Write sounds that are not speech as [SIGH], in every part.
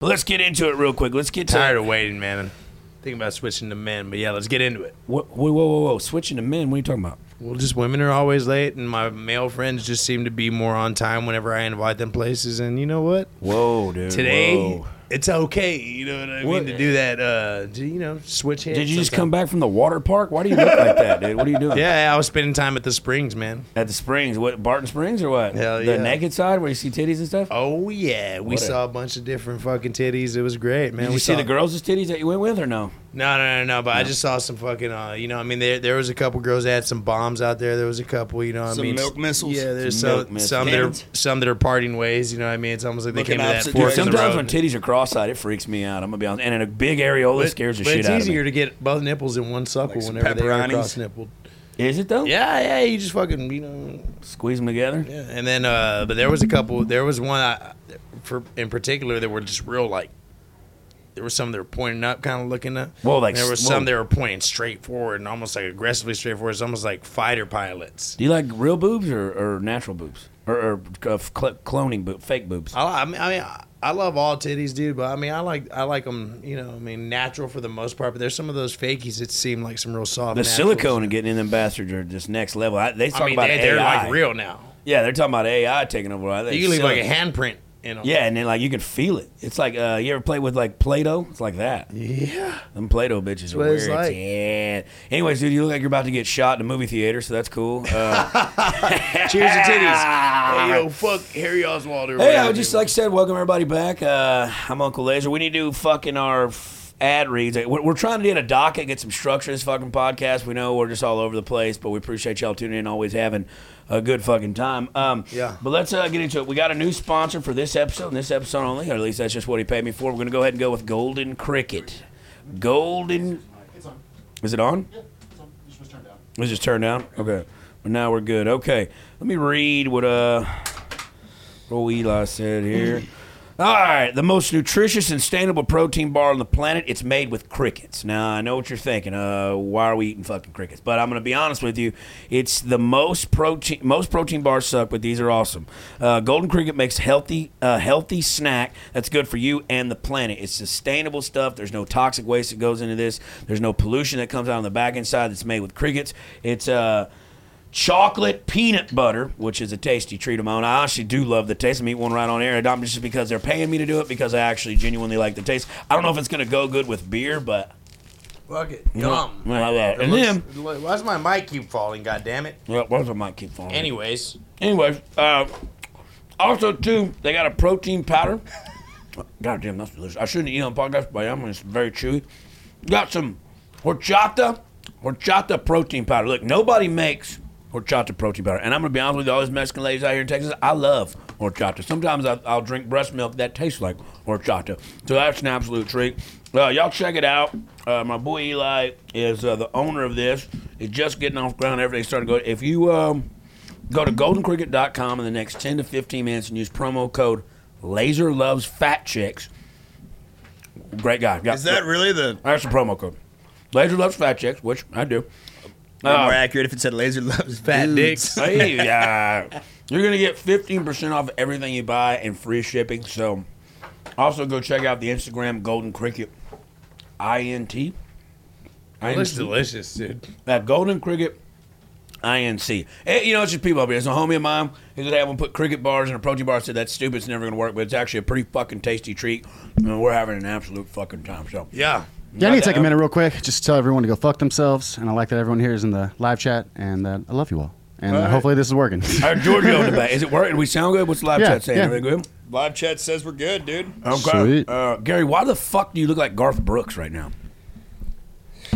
But let's get into it real quick. Let's get to Tired of waiting, man. I'm thinking about switching to men, but yeah, let's get into it. Whoa, whoa, whoa, whoa, whoa! Switching to men. What are you talking about? Well, just women are always late, and my male friends just seem to be more on time whenever I invite them places. And you know what? Whoa, dude! Today, whoa. it's okay. You know what I What- mean to do that. Uh, to, you know, switch heads. Did you just sometime. come back from the water park? Why do you look like that, dude? What are you doing? Yeah, yeah, I was spending time at the Springs, man. At the Springs, what Barton Springs or what? Hell The yeah. naked side where you see titties and stuff. Oh yeah, What we a- saw a bunch of different fucking titties. It was great, man. Did we you see saw, the girls' titties that you went with or no? No, no, no, no. But I just saw some fucking. Uh, you know, I mean, there there was a couple girls that had some bombs out there. There was a couple. You know, what I Some mean, milk missiles. Yeah, there's Some some milk missiles. some that are Cannons. some that are parting ways. You know, what I mean, it's almost like they Looking came to that opposite fork in the Sometimes when road. titties are cross-eyed, it freaks me out. I'm gonna be honest. And in a big areola But- scares the but shit it's out easier of to get both nipples in one suckle some whenever they're pepperonis. cross nippled. me. Is it though? Yeah, yeah, you just fucking you know Squeeze them together. Yeah, and then uh, but there was a couple. There was one I, for in particular that were just real like. There were some that were pointing up, kind of looking up. Whoa, like- And there were whoa. some that were pointing straight forward and almost like aggressively straight forward. It's almost like fighter pilots. Do you like real boobs or, or natural boobs or, or uh, cl- cloning boob, fake boobs? I, I mean, I, mean I, I love all titties, dude. But I mean, I like I like them. You know, I mean, natural for the most part. But there's some of those fakies that seem like some real soft. The naturals. silicone and getting in them bastards are just next level. I, they talk I mean, about they, AI. they're like real now. Yeah, they're talking about AI taking over. I think You can leave like a silicone- handprint in them. Yeah, and then like you can feel it. It's like uh, you ever play with like Play-Doh? It's like that. Yeah. Them Play-Doh bitches are what weird. it's like. Yeah. Anyways, dude, you look like you're about to get shot in a movie theater, so that's cool. Uh, [LAUGHS] Cheers to [LAUGHS] titties. hey, yo, fuck Harry Oswald or hey, I whatever, would just dude. like I said, welcome everybody back. Uh, I'm Uncle Laser. We need to do fucking our f- ad reads. We're, we're trying to get a docket, get some structure in this fucking podcast. We know we're just all over the place, but we appreciate y'all tuning in, always having a good fucking time. Um, Yeah. But let's uh, get into it. We got a new sponsor for this episode, and this episode only, or at least that's just what he paid me for. We're gonna go ahead and go with Golden Cricket. Golden. It's on. Is it on? Yeah, it's on. It just was turned down. It just turned down? Okay. Well, now we're good. Okay. Let me read what uh Roe Eli E, said here. All right, the most nutritious and sustainable protein bar on the planet. It's made with crickets. Now I know what you're thinking. Uh, why are we eating fucking crickets? But I'm gonna be honest with you. It's the most protein. Most protein bars suck, but these are awesome. Uh, Golden Cricket makes healthy, uh, healthy snack that's good for you and the planet. It's sustainable stuff. There's no toxic waste that goes into this. There's no pollution that comes out on the back end side that's made with crickets. It's uh chocolate peanut butter, which is a tasty treat of mine. I actually do love the taste. I'm eating one right on air. Not just because they're paying me to do it, because I actually genuinely like the taste. I don't know if it's gonna go good with beer, but Fuck it. Yum. Like that. It And looks- why does my mic keep falling? God damn it. well, where's my mic keep falling? Anyways, Anyways, uh, also too, they got a protein [LAUGHS] powder. God damn, that's delicious. I shouldn't eat on podcast, but I'm. It's very chewy. Got some horchata, horchata protein powder. Look, nobody makes horchata protein powder, and I'm gonna be honest with you, all these Mexican ladies out here in Texas, I love horchata. Sometimes I, I'll drink breast milk that tastes like horchata, so that's an absolute treat. Uh, y'all check it out. Uh, my boy Eli is uh, the owner of this. He's just getting off the ground. Everything's starting to go. If you um, Go to goldencricket.com in the next 10 to 15 minutes and use promo code Laser Loves Fat Chicks. Great guy. Got- Is that really the That's the promo code. Laser Loves Fat Chicks, which I do. more Uh, accurate if it said laser loves fat Dudes. [LAUGHS] dicks? hey, yeah. You're going to get 15% off everything you buy and free shipping. So also go check out the Instagram Golden Cricket INT. it looks INT. delicious, dude. That golden cricket INC. Eh, you know, it's just people up here. It's a homie of mine. He said, hey, I'm going to put cricket bars in a protein bar. I said, that's stupid. It's never going to work. But it's actually a pretty fucking tasty treat. And we're having an absolute fucking time. So, Yeah. Yeah, I need to Goddamn. take a minute real quick just to tell everyone to go fuck themselves. And I like that everyone here is in the live chat. And uh, I love you all. And uh, hopefully this [LAUGHS] is working. our Giorgio debate. Is it working? We sound good? What's the live Yeah, chat saying? yeah. Everything good? [LAUGHS] Live chat says we're good, dude. Okay. Sweet. Uh, Gary, why the fuck do you look like Garth Brooks right now?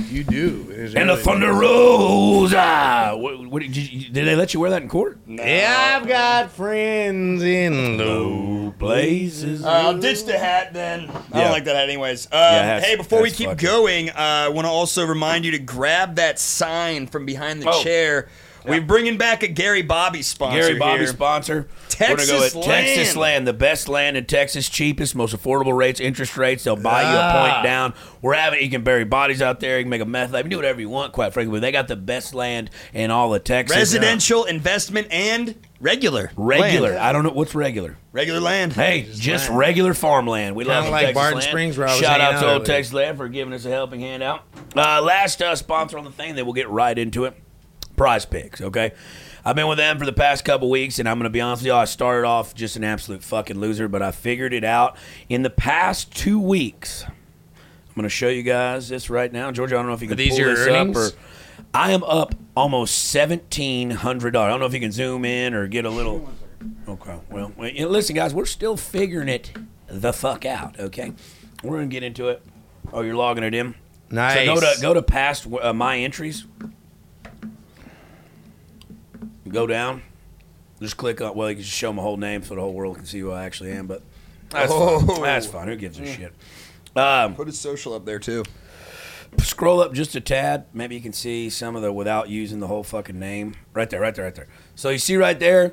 You do. It is And the really Thunder delicious. Rolls. Ah, what, what, did, you, did they let you wear that in court? Yeah, I've got friends in low. Blazes. Uh, I'll ditch the hat then. I Yeah. don't like that hat anyways. Um, hats- hey, before we hats keep fuck it. going, uh, I want to also remind you to grab that sign from behind the Oh. chair. We're bringing back a Gary Bobby sponsor. Gary Bobby here. sponsor. Texas We're gonna go with land. Texas land, the best land in Texas, cheapest, most affordable rates, interest rates. They'll buy you a point down. We're having you can bury bodies out there. You can make a meth lab. You can do whatever you want. Quite frankly, but they got the best land in all of Texas. Residential investment and Regular. Regular. land. I don't know what's regular. Regular [LAUGHS] land. Hey, just, regular farmland. We love Kinda the like Texas Barton land. Springs where I was Shout hanging out to out Old earlier. Texas Land for giving us a helping hand out. Uh, last uh, sponsor on the thing, then we'll get right into it. Prize Picks. Okay, I've been with them for the past couple weeks, and I'm going to be honest with you. I started off just an absolute fucking loser, but I figured it out in the past two weeks. I'm going to show you guys this right now, Georgia. I don't know if you can these pull your this earnings? up or. I am up almost seventeen hundred dollars. I don't know if you can zoom in or get a little. Okay. Well, well, you know, listen, guys, we're still figuring it the fuck out. Okay, we're gonna get into it. Oh, you're logging it in. Nice. So go to go to past uh, my entries. Go down. Just click on. Well, you can just show my whole name so the whole world can see who I actually am. But that's Oh. fine. That's fine. Who gives a shit? Um, Put his social up there too. scroll up just a tad. Maybe you can see some of the without using the whole fucking name. Right there, right there, right there. So you see right there,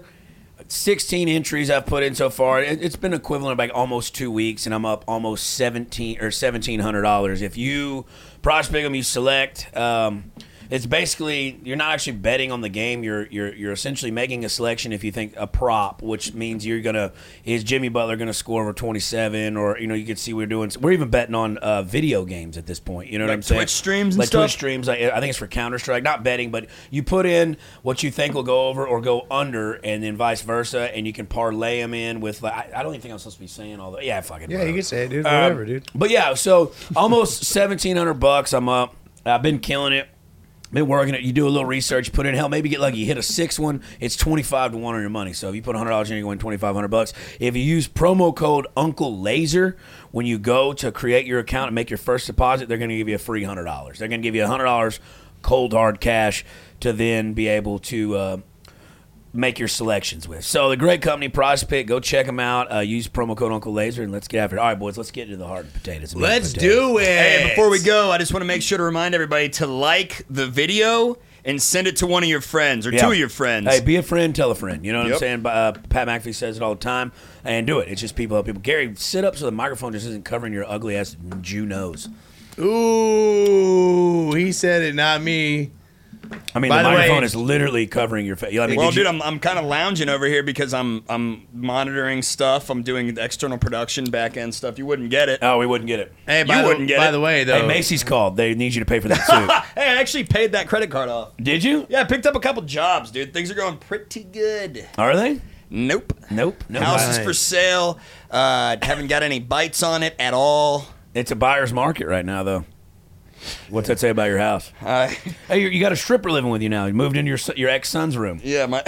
16 entries I've put in so far. It, it's been equivalent of like almost two weeks, and I'm up almost 17 or 1700 dollars. If you prospect them, you select. Um, it's basically you're not actually betting on the game. You're you're you're essentially making a selection if you think a prop, which means you're gonna is Jimmy Butler gonna score over 27, or you know you can see we're doing we're even betting on uh, video games at this point. You know what Like I'm saying? Twitch streams and like stuff? Twitch streams. I, I think it's for Counter Strike, not betting, but you put in what you think will go over or go under, and then vice versa, and you can parlay them in with. Like, I, I don't even think I'm supposed to be saying all that. Yeah, fucking. Yeah, whatever. you can say it, dude. Um, Whatever, dude. But yeah, so almost [LAUGHS] seventeen hundred bucks. I'm up. I've been killing it. Been working it. You do a little research, put in hell, maybe get lucky. You hit a six one. It's twenty five to one on your money. So if you put hundred dollars in, you win twenty five hundred bucks. If you use promo code Uncle Laser when you go to create your account and make your first deposit, they're going to give you a free hundred dollars. They're going to give you hundred dollars cold hard cash to then be able to. Uh, make your selections with. So the great company Prize Pick, go check them out. Uh, use promo code Uncle Laser and let's get after it. All right, boys, let's get into the hard potatoes. and meat Let's potatoes. do it. Hey, before we go, I just want to make sure to remind everybody to like the video and send it to one of your friends or Yeah. two of your friends. Hey, be a friend, tell a friend. You know what I'm Yep. saying? Uh, Pat McAfee says it all the time, and do it. It's just people help people. Gary, sit up so the microphone just isn't covering your ugly ass Jew nose. Ooh, he said it, not me. I mean, By the, the way- microphone is literally covering your face. I mean, well, did you- dude, I'm, I'm kind of lounging over here because I'm I'm monitoring stuff. I'm doing the external production, back end stuff. You wouldn't get it. oh, we wouldn't get it. Hey, by, You the, wouldn't get by it. the way, though, Hey, Macy's called. They need you to pay for that [LAUGHS] suit. hey, I actually paid that credit card off. did you? Yeah, I picked up a couple jobs, dude. Things are going pretty good. Are they? Nope. Nope. No. House is Nice. for sale. Uh, haven't got any bites on it at all. It's a buyer's market right now, though. What's that say about your house? Uh, [LAUGHS] Hey, you- you got a stripper living with you now. You moved into your s- your ex son's room. yeah, my.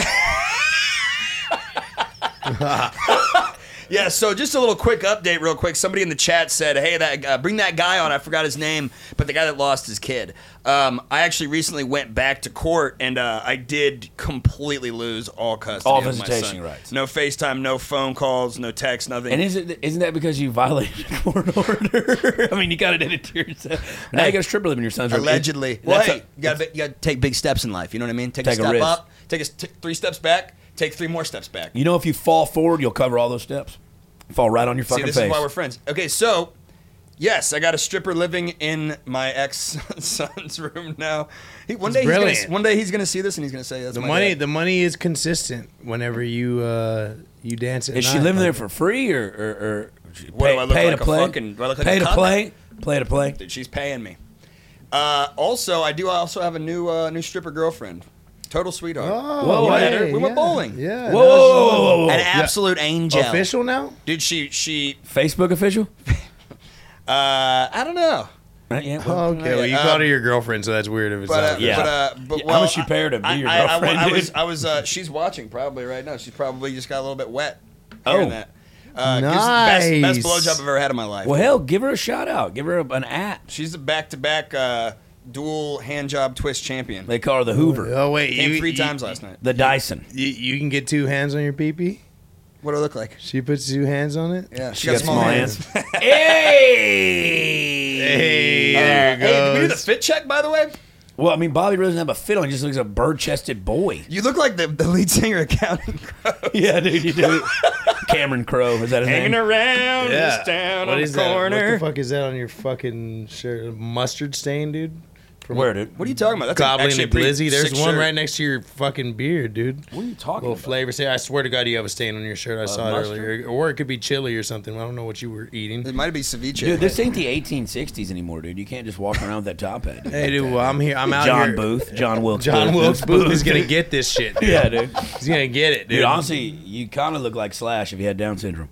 [LAUGHS] yeah, so just a little quick update, real quick. Somebody in the chat said, "Hey, that uh, bring that guy on." I forgot his name, but the guy that lost his kid. Um, I actually recently went back to court, and uh, I did completely lose all custody. All of my visitation son. rights. No FaceTime, no phone calls, no text, nothing. And is it, isn't that because you violated a court order? [LAUGHS] I mean, you kind of did it to yourself. Now you got a stripper living in your son's room. allegedly. It- Well, that's hey, a- you got to you got to take big steps in life. You know what I mean? Take, Take a a step risk. up, take a, s- t- three steps back, take three more steps back. you know, if you fall forward, you'll cover all those steps. Fall right on your See, fucking this face. is why we're friends. Okay, so yes, I got a stripper living in my ex [LAUGHS] son's room now. He, one That's day, he's gonna, brilliant. one day he's gonna see this and he's gonna say, "That's the my money, dad." the money is consistent whenever you uh, you dance. At is she night, living like- there for free or or, or What, do I look like to a play? fucking- do I look like pay a to cuck? play. Play to play. Dude, she's paying me. Uh, also, I do also have a new uh, new stripper girlfriend. Total sweetheart. Oh, Whoa, yeah, hey, we went yeah, bowling. Yeah. Oh, Whoa, whoa, whoa, whoa, whoa. An absolute angel. Official now? Dude, she she Facebook official? uh, I don't know. Uh, yeah, well, Oh, okay. Well, you Uh, Um, called her your girlfriend, so that's weird if it's But, uh, not. Yeah. but, uh, but Yeah, how well, much you pay her to be I, your I- I- girlfriend, I, dude? was, I was, uh, she's watching probably right now. She's probably just got a little bit wet. Oh. hearing that. Uh, 'cause Best, best Nice. blowjob I've ever had in my life. well, hell, give her a shout out. Give her a, an app. She's a back-to-back uh, dual hand job twist champion. They call her the Hoover, Oh wait, Came you three you- times last night. the [LAUGHS] Dyson. You, you can get two hands on your pee pee. What do I look like? She puts two hands on it. Yeah, She got small hey! Hey, Uh, there hey, did we it do the goes. fit check, by the way? Well, I mean, Bobby doesn't have a fit on. He just looks like a bird-chested boy. You look like the, the lead singer of Counting Crows. [LAUGHS] Yeah, dude, you do. [LAUGHS] Cameron Crowe is that his Hanging name? around yeah. this town What on is the that? corner. What the fuck is that on your fucking shirt? Mustard stain, dude. Where, dude? What are you talking about? That's Goblin actually a and pretty Glizzy. There's sick one shirt. right next to your fucking beard, dude. What are you talking Little about? flavor. Say, I swear to God, you have a stain on your shirt. I saw it mustard? earlier. Or it could be chili or something. I don't know what you were eating. It might be ceviche. Dude, this ain't the 1860s anymore, dude. You can't just walk around with that top hat. Dude. Hey, dude, well, I'm here. I'm [LAUGHS] out John here. Booth, John Wilkes. John Booth. Wilkes [LAUGHS] Booth is gonna get this shit. Dude. Yeah, dude. He's gonna get it, dude. Dude, honestly, you kind of look like Slash if you had Down syndrome.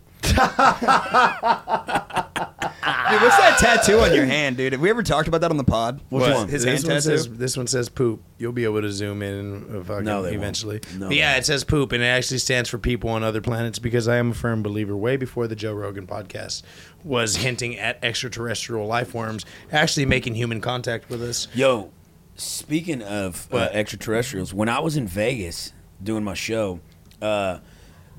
Dude, what's that tattoo on your hand, dude? Have we ever talked about that on the pod? Which What? one? His this hand one tattoo? says this one says poop. You'll be able to zoom in and uh, fucking No, they won't. eventually. No, But they yeah, won't. it says poop, and it actually stands for people on other planets because I am a firm believer. Way before the Joe Rogan podcast was hinting at extraterrestrial life forms actually making human contact with us. Yo, speaking of uh, What? extraterrestrials, when I was in Vegas doing my show, uh,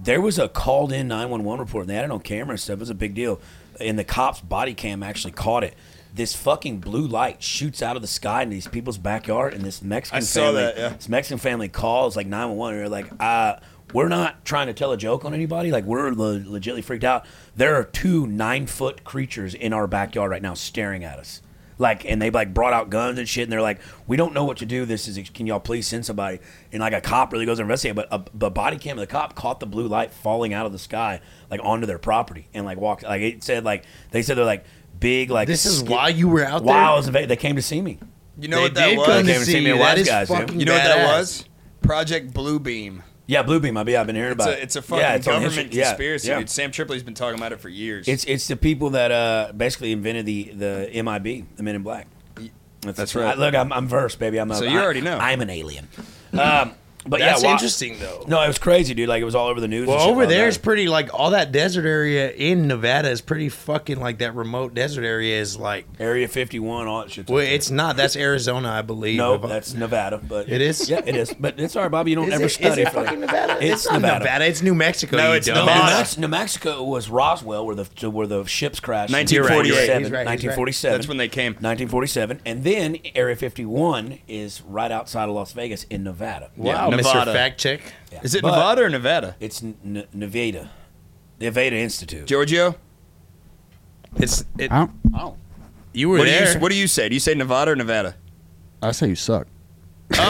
there was a called in 911 report, and they had it on camera and stuff. It was a big deal. And the cop's body cam actually caught it. This fucking blue light shoots out of the sky in these people's backyard, and this Mexican I saw family, that, yeah. this Mexican family calls like 911, and they're like, uh, we're not trying to tell a joke on anybody. Like, we're le- legitly freaked out. There are two nine foot creatures in our backyard right now staring at us. Like, and they like brought out guns and shit, and they're like, we don't know what to do. This is, can y'all please send somebody? And like a cop really goes and investigates, but a, the body cam of the cop caught the blue light falling out of the sky, like onto their property, and like walked, like it said, like, they said they're like big, like, This is sk- why you were out there. Wow, I was in Vegas. they came to see me. You know They what that did come They to came was? and see see me at you. That Wise is Guys, dude. fucking You know what that badass. was? Project Bluebeam. Yeah, Bluebeam. I've, I've been hearing It's about a, it. it's a fucking Yeah, it's on government history- yeah, conspiracy, yeah. dude. Sam Tripoli's been talking about it for years. It's it's the people that uh, basically invented the the MIB, the Men in Black. That's, I, right. look, I'm, I'm versed, baby. I'm a, So you I- already know. I'm an alien. Um, but That's yeah, wa- interesting, though. No, it was crazy, dude. Like it was all over the news. and Well, shit over like there that. is pretty like all that desert area in Nevada is pretty fucking like that remote desert area is like. Area 51, all that shit. Well, it's not. That's Arizona, I believe. no, If I- that's Nevada, but It is? Yeah, it is. But it's all right, Bobby. You don't Is ever it- is study it for that. fucking Nevada? It's not Nevada. It's New Mexico. No, you it's dumb. New, Nevada. Mex- New Mexico was Roswell, where the where the ships crashed. in 1947. 1947. He's right, he's right. 1947. That's when they came. 1947, and then Area 51 is right outside of Las Vegas in Nevada. Wow, Yeah, Nevada. Mr. Fact Check. Yeah. Is it But Nevada or Nevada? It's N- N- Nevada, Nevada Institute. Giorgio, It's it, Ah, I don't. Oh. you were what do there. you what do you say? Do you say Nevada or Nevada? I say you suck. Zinger!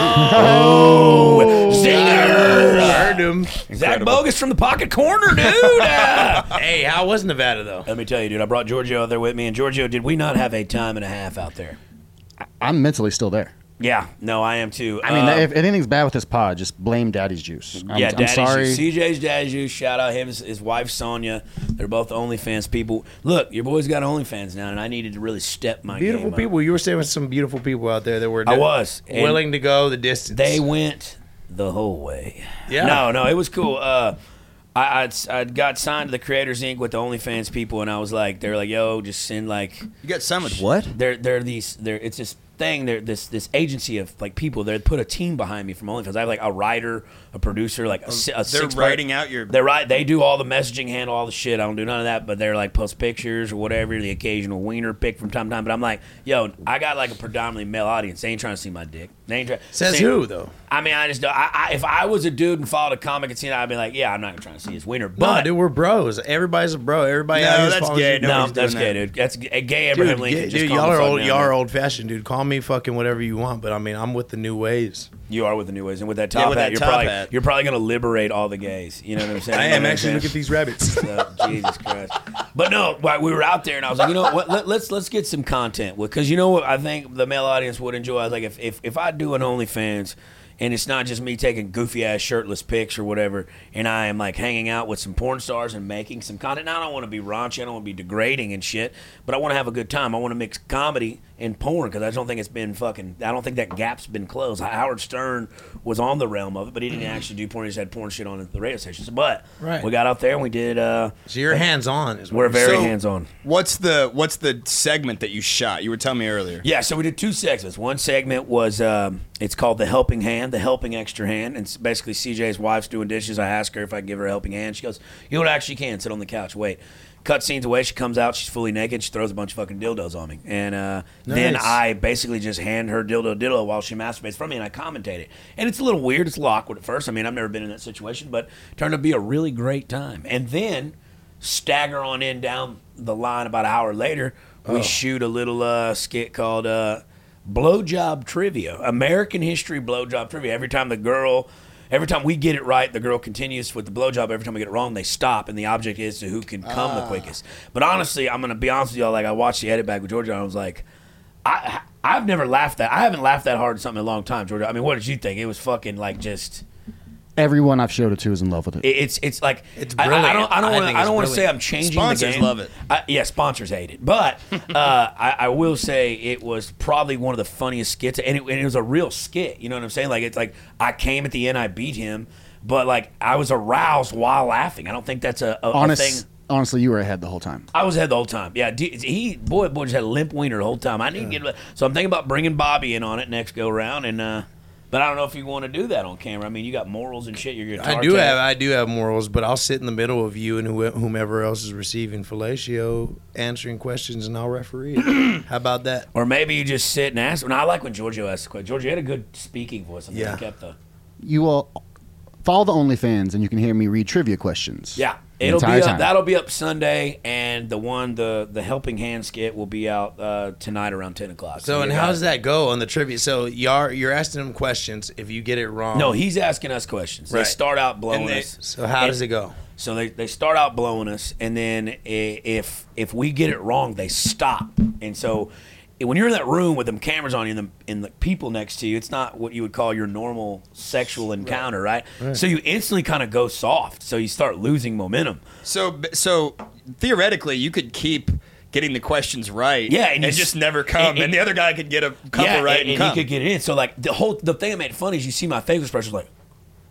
heard him. Zach Bogus from the Pocket Corner, dude. Ah! Hey, how was Nevada though? [LAUGHS] Let me tell you, dude. I brought Giorgio out there with me, and Giorgio, did we not have a time and a half out there? I'm mentally still there. Yeah, no, I am too. I mean, Uh, if anything's bad with this pod, just blame Daddy's juice. I'm, yeah, I'm Daddy's sorry. Juice. CJ's Daddy's Juice. Shout out him, his, his wife Sonia. They're both OnlyFans people. Look, your boy's got OnlyFans now, and I needed to really step my Beautiful game up. people. You were staying with some beautiful people out there that were. I was, and willing to go the distance. They went the whole way. Yeah. No, no, it was cool. Uh, I I'd, I'd got signed to the Creators Inc. with the OnlyFans people, and I was like, they're like, yo, just send like You got signed with what? they're they're these they're it's this thing they're this this agency of like people they put a team behind me from OnlyFans. I have like a writer, a producer, like a, si- a They're six writing out your- they're right they do all the messaging handle all the shit. I don't do none of that, but they're like post pictures or whatever the occasional wiener pic from time to time. But I'm like, yo, I got like a predominantly male audience. They ain't trying to see my dick. They ain't trying. Says who though? I mean, I just don't. I, I, if I was a dude and followed a comic and seen it, I'd be like, yeah, I'm not trying to see his wiener. But no, dude, we're bros. Everybody's a bro. Everybody. No, out here that's follows gay. you. no, nobody's doing that's gay, dude. That's g- gay. Abraham Dude, Lincoln. yeah, just dude, calm y'all the are fuck old. down, Y'all man. are old fashioned, dude. Call me fucking whatever you want, but I mean, I'm with the new ways. You are with the new ways, and with that top with hat, that you're top probably hat. you're probably gonna liberate all the gays. You know what I'm saying? You know what I'm saying? these rabbits. So, [LAUGHS] Jesus Christ! But no, like, we were out there, and I was like, you know what? Let, let's let's get some content because you know what? I think the male audience would enjoy. I was like, if if, if I do an OnlyFans. And it's not just me taking goofy ass shirtless pics or whatever, and I am like hanging out with some porn stars and making some content. Now I don't want to be raunchy, I don't want to be degrading and shit, but I want to have a good time. I want to mix comedy and porn because I just don't think it's been fucking. I don't think that gap's been closed. Howard Stern was on the realm of it, but he didn't actually do porn. He just had porn shit on at the radio stations. But Right. we got out there and we did. Uh, [LAUGHS] so you're hands on. Is what we're you're very So- hands on. What's the what's the segment that you shot? You were telling me earlier. Yeah, so we did two segments. One segment was um, it's called the helping hand, the helping extra hand, and it's basically CJ's wife's doing dishes. I ask her if I can give her a helping hand. She goes, "You know what? Actually, can sit on the couch, wait." Cut scenes away. She comes out. She's fully naked. She throws a bunch of fucking dildos on me, and uh, then Nice. I basically just hand her dildo dildo while she masturbates from me, and I commentate it. And it's a little weird. It's a little awkward at first. I mean, I've never been in that situation, but it turned out to be a really great time. And then stagger on in down the line about an hour later we shoot a little uh, skit called uh, blowjob trivia, American history blowjob trivia. Every time the girl, every time we get it right, the girl continues with the blowjob. Every time we get it wrong, they stop, and the object is to who can come the quickest. But honestly, I'm gonna be honest with y'all. Like I watched the edit back with Georgia, and I was like, I I've never laughed that. I haven't laughed that hard at something in a long time, Georgia. I mean, what did you think? It was fucking like just. Everyone I've showed it to is in love with it. It- It's it's like It's I- I- I, brilliant. don't I don't I want think to I it's don't want to say brilliant. I'm changing the Sponsors game. love it. I, yeah, sponsors hate it, but [LAUGHS] uh, I, I will say it was probably one of the funniest skits, and it, and it was a real skit. You know what I'm saying? Like it's like I came at the end, I beat him, but like I was aroused while laughing. I don't think that's a, a, a Honest, thing. honestly, you were ahead the whole time. I was ahead the whole time. Yeah, d- he boy boy just had a limp wiener the whole time. I need to get so I'm thinking about bringing Bobby in on it next go round, and uh, but I don't know if you want to do that on camera. I mean, you got morals and shit. You're your I do have I do have morals, but I'll sit in the middle of you and who- whomever else is receiving fellatio, answering questions, and I'll referee. [CLEARS THROAT] it. How about that? Or maybe you just sit and ask. And I like when Giorgio asks questions. Giorgio had a good speaking voice. I think Yeah. he kept the. You all follow the OnlyFans, and you can hear me read trivia questions. Yeah, the it'll be entire up. time. That'll be up Sunday, and the one the the helping hand skit will be out uh, tonight around ten o'clock. So, and you got how does it. that go on the trivia? So, you're you're asking them questions. If you get it wrong, No, he's asking us questions. They Right. start out blowing And they- us. So, how And- does it go? So they, they start out blowing us, and then i- if if we get it wrong, they stop. And so when you're in that room with them cameras on you and the, and the people next to you, it's not what you would call your normal sexual encounter, right? So you instantly kind of go soft. So you start losing momentum. So so theoretically, you could keep getting the questions right. Yeah, and and, you s- just never come, and- and, and- the other guy could get a couple right and, and, and come. he could get it in. So like the whole the thing that made it funny is you see my facial expressions like,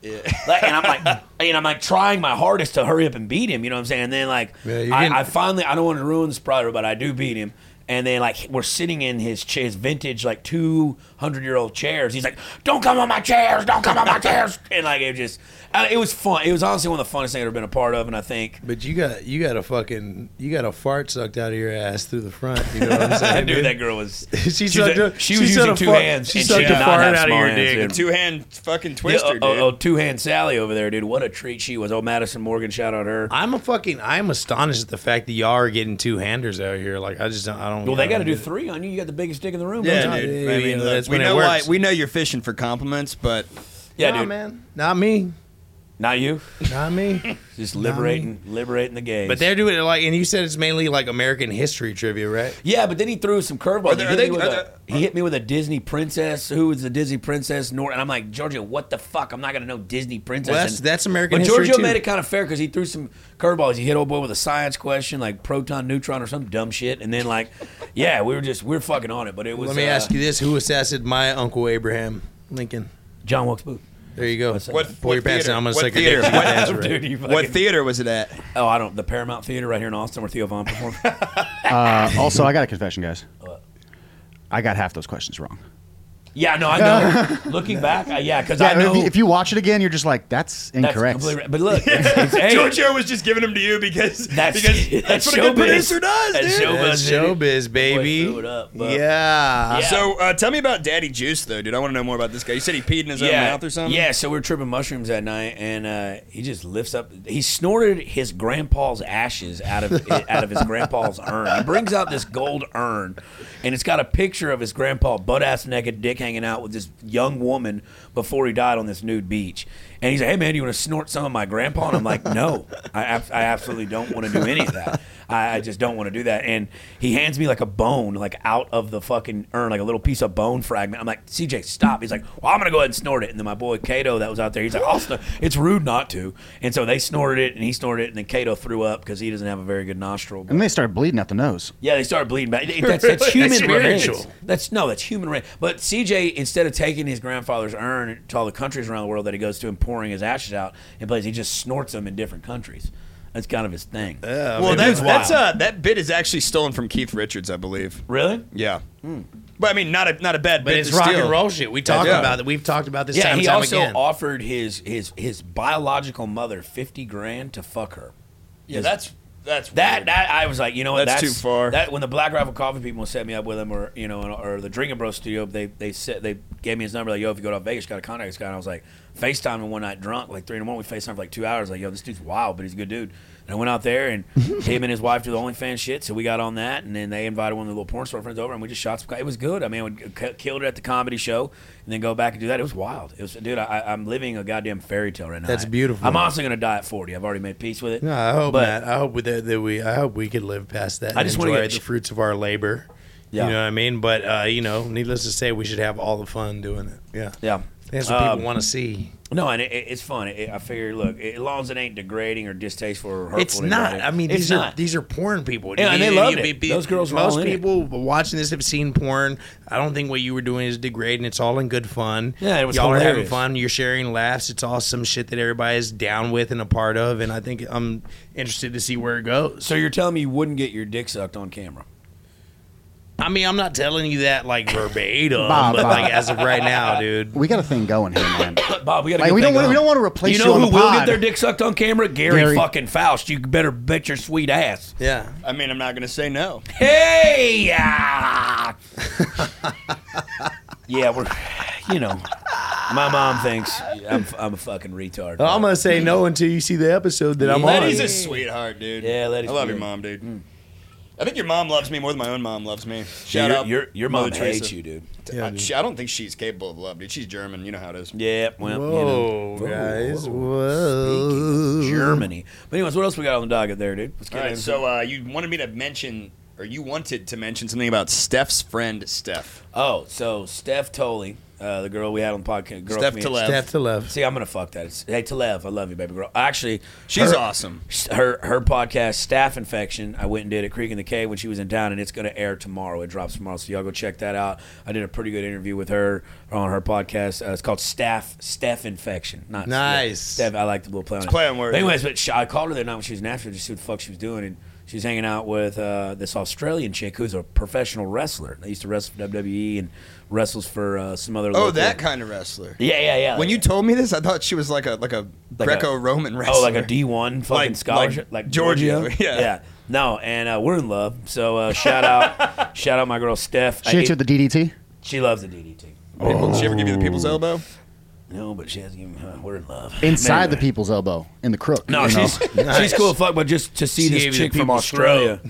[LAUGHS] like, and I'm like, and I'm like trying my hardest to hurry up and beat him. You know what I'm saying? And then like, Yeah, you're getting- I, I finally, I don't want to ruin the spoiler, but I do beat him. And then like we're sitting in his cha- his vintage like two hundred year old chairs. He's like, "Don't come on my chairs! Don't come on my chairs!" [LAUGHS] And like it just, uh, it was fun. It was honestly one of the funnest things I've ever been a part of. And I think But you got you got a fucking you got a fart sucked out of your ass through the front. You know what [LAUGHS] I'm saying? I knew dude? that girl [LAUGHS] was. She, she's sucked a- a, she was sucked using a two fart- hands. She and sucked she a did not fart have out of small your hands, dick. dude. Two hand fucking twister, Yeah, oh, dude. oh, oh, two hand Sally over there, dude. What a treat she was. Oh, Madison Morgan, shout out her. I'm a fucking. I'm astonished at the fact that y'all are getting two handers out here. Like I just don't. I don't. Well, they I got to don't do get it. three on you. You got the biggest dick in the room. Yeah, don't you? Yeah, dude. yeah, I yeah, mean, look, that's we when it know why. works. We know you're fishing for compliments, but yeah, Nah, dude. man. Not me. Not you. Not [LAUGHS] me. Just liberating, liberating the gays. but they're doing it like, and you said it's mainly like American history trivia, right? yeah, but then he threw some curveballs. Are they- He hit me are they- with are a- He hit me with a Disney princess. Who was the Disney princess? Nor and I'm like Giorgio, what the fuck? I'm not gonna know Disney princess. Well, that's- And- that's American But history, Giorgio too. made it kind of fair because he threw some curveballs. He hit old boy with a science question like proton, neutron, or some dumb shit, and then like, [LAUGHS] yeah, we were just we were fucking on it. But it was. Let me uh, ask you this: Who assassinated my uncle Abraham Lincoln? John Wilkes Booth. There you go. that? what? Pull what your pants theater? down. I'm gonna what suck your [LAUGHS] theater? dick. You gotta What, answer it. Oh, Dude, you what fucking- theater was it [LAUGHS] at? Oh, I don't. The Paramount Theater right here in Austin, where Theo Vaughn performed. Uh, [LAUGHS] also, I got a confession, guys. I got half those questions wrong. yeah, no, I know. Looking back, I, yeah, because I Yeah, know if, you, if you watch it again, you're just like, that's that's incorrect. completely right. But look, it's, it's, hey, Giorgio was just giving them to you because that's because [LAUGHS] that's, what a good showbiz. producer [LAUGHS] does, That's dude. showbiz, That's dude. showbiz, baby. threw it up, but- yeah. Yeah. So uh, tell me about Daddy Juice, though, dude. I want to know more about this guy. You said he peed in his own mouth or something. Yeah, so we were tripping mushrooms that night, and uh, he just lifts up. He snorted his grandpa's ashes out of [LAUGHS] out of his grandpa's urn. He brings out this gold urn, and it's got a picture of his grandpa butt ass naked, dick hanging out with this young woman before he died on this nude beach. And he's like, "Hey man, you want to snort some of my grandpa?" And I'm like, "No, I, ab- I absolutely don't want to do any of that." I, I just don't want to do that. And he hands me like a bone, like out of the fucking urn, like a little piece of bone fragment. I'm like, CJ, stop. He's like, well, I'm going to go ahead and snort it. And then my boy Kato that was out there, he's like, I'll snort. It's rude not to. And so they snorted it and he snorted it. And then Kato threw up because he doesn't have a very good nostril. and they start bleeding out the nose. Yeah, they started bleeding back. That's, [LAUGHS] that's human That's remains. spiritual. That's no, that's human remains. But CJ, instead of taking his grandfather's urn to all the countries around the world that he goes to and pouring his ashes out in places, he just snorts them in different countries. That's kind of his thing. Well, that's wild. that's uh, that bit is actually stolen from Keith Richards, I believe. really? Yeah. But I mean, not a not a bad But bit. it's to rock steal. and roll shit. We talk Yeah. about it. We've talked about this Yeah, time he and time also again. offered his his his biological mother fifty grand to fuck her. Yeah, that's that's That weird. that I was like, you know what, That's too far. That when the Black Rifle Coffee people set me up with him, or you know, or the Drinking Bro Studio, they they said they gave me his number. Like, yo, if you go to Vegas, you got to contact this guy. And I was like, Facetime him one night drunk, like three in the morning. We Facetime for like two hours. Like, yo, this dude's wild, but he's a good dude. And And I went out there, and him and his wife do the OnlyFans shit. So we got on that, and then they invited one of the little porn store friends over, and we just shot some. It was good. I mean, we k- killed it at the comedy show, and then go back and do that. It was wild. It was, dude. I- I, I'm living a goddamn fairy tale right now. That's beautiful. I'm also gonna die at 40. I've already made peace with it. No, I hope But- not. I hope that, that we I hope we could live past that. I and just wanna enjoy get- the fruits of our labor. Yeah. You know what I mean? But uh, you know, needless to say, we should have all the fun doing it. Yeah. Yeah. That's what people Um, want to see. No, and it, it- it's fun. It, I figure, look, it, as long as it ain't degrading or distasteful or hurtful, It's to not. anybody, I mean, it's these not. are these are porn people. Yeah, and they You- loved you- it. Those girls were all Most in it. people watching this have seen porn. I don't think what you were doing is degrading. It's all in good fun. Yeah, it was Y'all are having hilarious. fun. You're sharing laughs. It's all some shit that everybody is down with and a part of. And I think I'm interested to see where it goes. so you're telling me you wouldn't get your dick sucked on camera? I mean, I'm not telling you that [LAUGHS] like verbatim, Bob, but Bob. like as of right now, dude. We got a thing going here, man. Bob, we got Like, we don't wanna- we don't wanna You replace you know on who the will get pod. their dick sucked on camera? Gary, Gary. fucking Faust. You better bet your sweet ass. Yeah. I mean, I'm not gonna say no. Hey, yeah, yeah, we're, you know, my mom thinks I'm, I'm a fucking retard. I'm gonna say no until you see the episode that I'm Ladies on. Letty's a sweetheart, dude. Yeah, Letty's I love your great. mom, dude. I think your mom loves me more than my own mom loves me. Dude, Shout your, out, Your, your mom Mother hates Teresa. you, dude. Yeah, I, dude. she- I don't think she's capable of love, dude. She's German. You know how it is. Yeah, well, Whoa, you know. guys. Whoa. Whoa. Germany. But anyways, what else we got on the docket there, dude? Let's get All right, into- so uh, you wanted me to mention, or you wanted to mention something about Steph's friend Steph. oh, so Steph Toley, uh, the girl we had on the podcast, girl Steph comedian- Toley. Steph to love. See, I'm gonna fuck that. It's, hey, Talev, I love you, baby girl. Actually, She's her- awesome. Her her podcast, Staff Infection, I went and did at Creek in the Cave when she was in town, and it's gonna air tomorrow. It drops tomorrow, so y'all go check that out. I did a pretty good interview with her on her podcast. Uh, it's called Staff Steph Infection. Not Nice. Steph, I like the little play on it. play on words. But anyways, but she, I called her the night when she was in Nashville just to see what the fuck she was doing, and she was hanging out with uh, this Australian chick who's a professional wrestler. They used to wrestle for WWE and wrestles for uh, some other. Oh, local- that kind of wrestler. Yeah, yeah, yeah. When Like- you told me this, I thought she was like a like a Like a- Greco-Roman wrestler. Oh, like a D one fucking Like- scholarship, like like, Giorgio, Giorgio? yeah. yeah. No, and uh, we're in love. So uh, shout out, shout out my girl Steph. She I- hit you with the DDT. she loves the DDT. People- Did she ever give you the people's elbow? No, but she has. Uh, we're in love [LAUGHS] Inside the Anyway. people's elbow, in the crook. No, [LAUGHS] you know? she's she's cool as fuck, but just to see She gave this you the chick from people's Australia, [LAUGHS]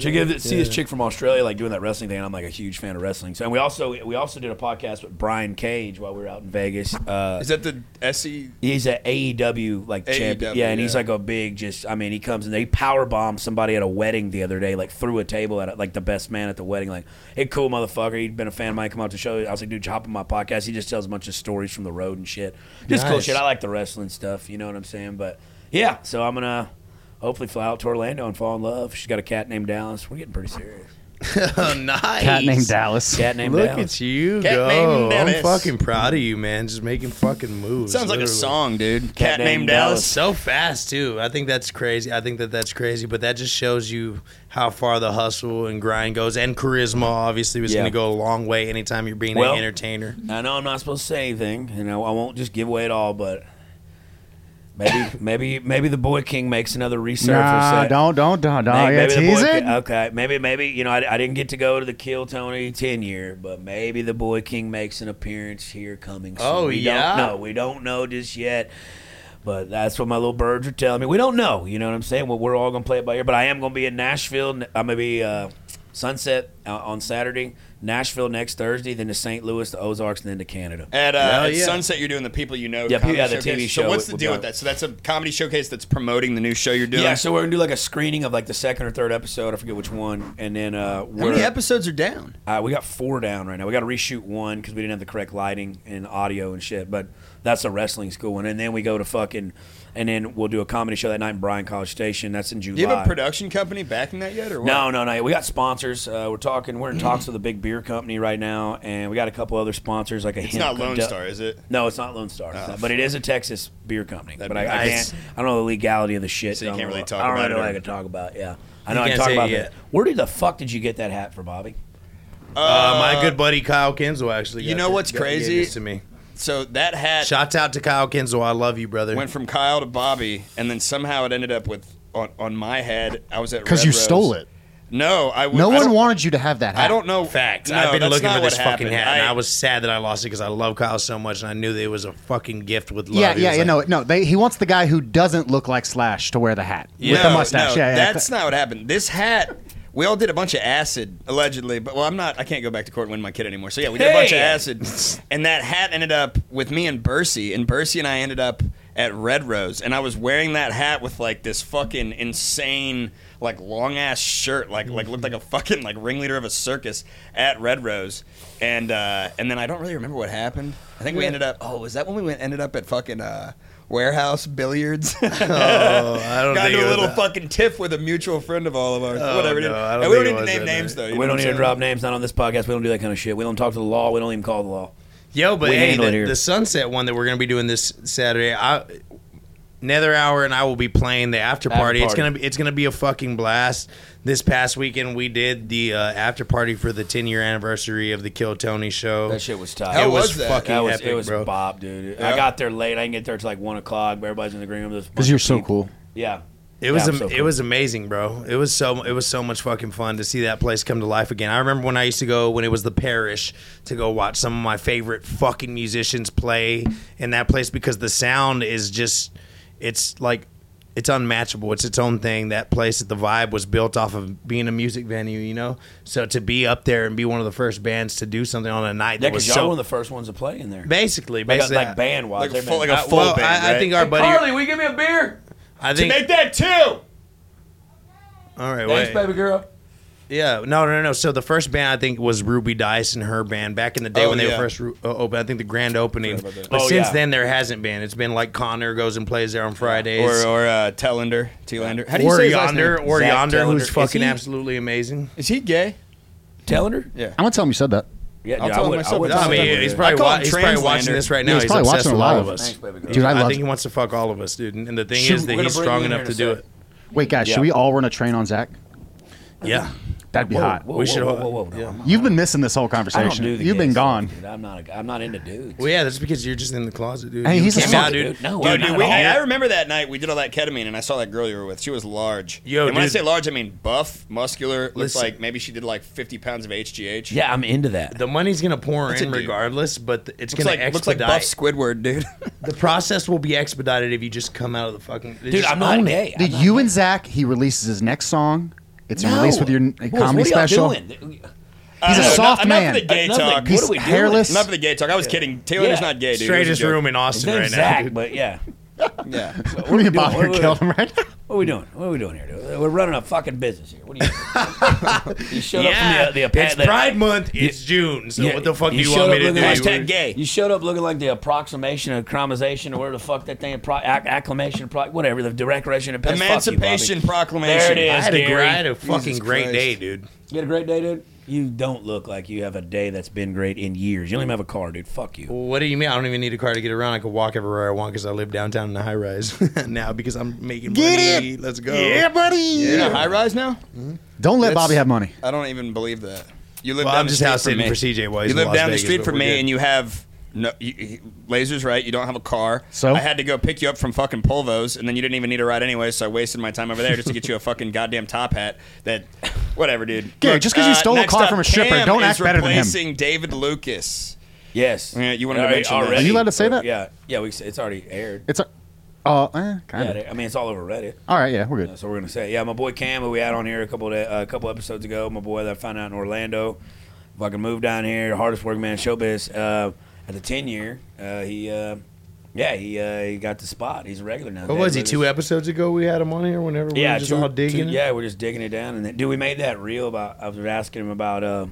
to give the- see this chick from Australia like doing that wrestling thing, and I'm like a huge fan of wrestling. So, and we also we also did a podcast with Brian Cage while we were out in Vegas. Uh, Is that the E? [LAUGHS] SE? He's an AEW like champion, AEW, yeah, and he's yeah. like a big. Just I mean, he comes and they power bombed somebody at a wedding the other day, like through a table at like the best man at the wedding. Like, hey, cool motherfucker, he'd been a fan of mine. Come out to the show. I was like, dude, hop on my podcast. He just tells a bunch of stories from the road and shit. Just cool Nice. shit. I like the wrestling stuff. You know what I'm saying? But yeah, so I'm gonna hopefully fly out to Orlando and fall in love. She's got a cat named Dallas. We're getting pretty serious. Oh, nice. Cat named Dallas. Cat named Look Dallas. at you Cat go! named I'm Dennis. fucking proud of you, man. Just making fucking moves. Sounds like a literally. song, dude. Cat, named named, Dallas. Dallas. So fast too. I think that's crazy. I think that that's crazy, but that just shows you how far the hustle and grind goes, and charisma obviously was Yeah. going to go a long way anytime you're being Well- an entertainer. I know I'm not supposed to say anything, and I, I won't just give away it all, but maybe, maybe, maybe the Boy King makes another resurface. Nah, set. don't, don't, don't, don't. Maybe- Yeah, maybe the Boy uh, tease it. Ki- okay, maybe, maybe you know, I, I didn't get to go to the Kill Tony ten year, but maybe the Boy King makes an appearance here coming soon. Oh, we don't yeah? know. we don't know just yet. But that's what my little birds are telling me. We don't know. You know what I'm saying? Well, we're all gonna play it by ear. But I am gonna be in Nashville. I'm gonna be uh, Sunset uh, on Saturday, Nashville next Thursday, then to St. Louis, the Ozarks, and then to Canada. At, uh, Hell at yeah. sunset, you're doing the people you know. Yeah, comedy yeah, the showcase. TV show So what's the would deal be with on. that? So that's a comedy showcase that's promoting the new show you're doing. Yeah, so we're gonna do like a screening of like the second or third episode. I forget which one, and then uh, how we're, many episodes are down? uh, we got four down right now. We got to reshoot one because we didn't have the correct lighting and audio and shit. But that's a wrestling school one, and then we go to fucking, and then we'll do a comedy show that night in Bryan College Station. That's in July. Do you have a production company backing that yet, or what? No, no, no. We got sponsors. Uh, we're talking. We're in Mm-hmm. talks with a big beer company right now, and we got a couple other sponsors like a. It's not Lone Star, is it? Oh, No, it's not Lone Star, It's not- but it is a Texas beer company. That'd but be I, I nice. can't. I don't know the legality of the shit. So I you don't can't know- really talk I don't about really know it what or- I can talk about. Yeah, I You know I can can't talk say about it that. yet. Where did the fuck did you get that hat for, Bobby? Uh, my good buddy Kyle Kinzel actually. You got know thi- what's got- gave crazy? this to me. So that hat Shouts out to Kyle Kinzel. I love you, brother. went from Kyle to Bobby, and then somehow it ended up with on, on my head. I was at Because Red you Rose. stole it. No, I would. No I one don't- wanted you to have that. I hat. don't know. Fact. No, I've been that's looking not for what this fucking happened. hat, and I was sad that I lost it because I love Kyle so much, and I knew that it was a fucking gift with love. Yeah, He yeah, was yeah. like, No, no. They, he wants the guy who doesn't look like Slash to wear the hat with No, the mustache. no, yeah, yeah, that's not what happened. This hat. We all did a bunch of acid allegedly, but well, I'm not. I can't go back to court and win my kid anymore. So yeah, we did a bunch of Hey! acid, and that hat ended up with me and Bercy, and Bercy and I ended up at Red Rose, and I was wearing that hat with like this fucking insane, like long ass shirt, like like looked like a fucking like ringleader of a circus at Red Rose, and uh, and then I don't really remember what happened. I think we ended up. Oh, was that when we went ended up at fucking uh, warehouse [LAUGHS] billiards? [LAUGHS] [LAUGHS] Oh, I don't got think into it a was little that. fucking tiff with a mutual friend of all of ours. Oh, Whatever. no, dude. I don't and we don't think need it to was name that names night. though. you we know don't what need I'm to saying? drop names. Not on this podcast. We don't do that kind of shit. We don't talk to the law. We don't even call the law. Yo, but We hey, handle it the, here. the sunset one that we're gonna be doing this Saturday, I, Nether Hour and I will be playing the after party. It's party. gonna be it's gonna be a fucking blast. This past weekend we did the uh, after party for the 10 year anniversary of the Kill Tony show. That shit was tough. How it was, was that? fucking That was epic, it was bro. Bob, dude. Yeah. I got there late. I didn't get there till like one o'clock. But everybody's in the green room. Because you're so cool. Yeah. It was Yeah, am- so it cool. was amazing, bro. It was so it was so much fucking fun to see that place come to life again. I remember when I used to go when it was the Parish to go watch some of my favorite fucking musicians play in that place because the sound is just it's like it's unmatchable. It's its own thing. That place, the vibe was built off of being a music venue, you know. So to be up there and be one of the first bands to do something on a night Yeah, that was because y'all were so one of the first ones to play in there. basically, Like, basically like band wise, Like a full- like a I- full well, band, I, I right? think our buddy. Carly, will you give me a beer? I think. Make that two. all right, Thanks, wait. baby girl. Yeah, no, no, no. So the first band I think was Ruby Dice and her band back in the day Oh, when they yeah. were first ru- uh, open. I think the grand opening, Forgot about but that. Oh, since yeah. then there hasn't been. It's been like Connor goes and plays there on Fridays, Or or uh, Tellender, Telander. How do you or say his last Yonder, name? or Zach Yonder, Telander. who's Is fucking he- absolutely amazing. Is he gay? Telling her? Yeah. I'm gonna tell him you said that. Yeah, I'll dude, I tell him would- I myself. would No, tell I him mean, that. he's I probably, call wa- him he's probably watching Translander. this right now. Yeah, he's probably obsessed watching with a lot all of of us. us. Thanks, baby girl. Dude, I love- think he wants to fuck all of us, dude. And the thing Shoot, is we're that gonna he's bring you strong in enough here to in a do sec. it. Wait, guys, Yeah. should we all run a train on Zach? Yeah, That'd be Whoa, hot. whoa, we whoa, should. Whoa, all- whoa, whoa, no, yeah. I'm not- You've been missing this I whole don't conversation. do the You've gay been stuff, gone. dude. I'm not. A, I'm not into dudes. Well, yeah, that's because you're just in the closet, dude. Hey, You he's a came smart out, dude. dude. No, Dude, I'm dude, not we, at all. I remember that night we did all that ketamine, and I saw that girl you were with. She was large. Yo, and when I dude. say large, I mean buff, muscular. Looks Listen. like maybe she did like 50 pounds of HGH. Yeah, I'm into that. The money's gonna pour That's a in dude. regardless, but th- it's Looks gonna like, looks like expedite. buff Squidward, [LAUGHS] dude. The process will be expedited if you just come out of the fucking. Dude, just I'm not own it. gay. Dude, you and Zach. He releases his next song. It's a release with your n- Boys, comedy what are y'all special. [LAUGHS] doing? He's a Uh, soft enough, man. Enough of the gay Enough of the- talk. what are we doing? hairless. Enough of the gay talk. I was kidding. Yeah. Taylor's not gay, dude. It was a Straightest joke. room in His Austin name's right Zach, now. dude. but yeah. Yeah. What Me are and we doing? Bob are gonna What- kill him right [LAUGHS] now. What are we doing? What are we doing here? dude? We're running a fucking business here. What are [LAUGHS] you? you showed Yeah, up from the, the, it's the Pride Month. It's June. So Yeah, what the fuck do you showed want me to up do? looking like- Hashtag gay. You showed up looking like the approximation, of chromization, or whatever the fuck that thing, pro- acc- acclamation, pro- whatever the direction of piss. Emancipation Fuck you, Bobby. Proclamation. There it is. I had, a, gr- Gary. I had a fucking great Christ. day, dude. You had a great day, dude. You don't look like you have a day that's been great in years. You don't even have a car, dude. Fuck you. What do you mean? I don't even need a car to get around. I could walk everywhere I want because I live downtown in a high rise [LAUGHS] now because I'm making money. Let's go. buddy. You're in a high rise now? Don't let That's- Bobby have money. I don't even believe that. You live Well, down I'm the just street house from sitting me. for CJ while he's You in live Las down Vegas, the street but from we're me, good. and you have no you, you- lasers, right? You don't have a car. So? I had to go pick you up from fucking Polvos, and then you didn't even need a ride anyway, so I wasted my time over there just to get you a fucking goddamn top hat. That, whatever, dude. uh, Gary, just 'cause you stole a next car up, from a stripper, Cam don't is act better than him. Replacing David Lucas. Yes. Yeah, you wanted to Already- mention that. already. Are you allowed to say that? Yeah. Yeah. We, it's already aired. It's a. Oh, eh, kind Yeah, of. they- I mean, it's all over Reddit. All right, yeah, we're good. So we're gonna say, yeah, my boy Cam, who we had on here a couple da a couple episodes ago, my boy that I found out in Orlando, fucking moved down here, hardest working man in showbiz. Uh, at the ten year, uh, he, uh, yeah, he uh, he got the spot. He's a regular now. What Dave was he? Lucas. Two episodes ago, we had him on here. Whenever we Yeah, were just two- all two- digging. yeah, we're just digging it down. And then, dude, we made that reel about. I was asking him about uh,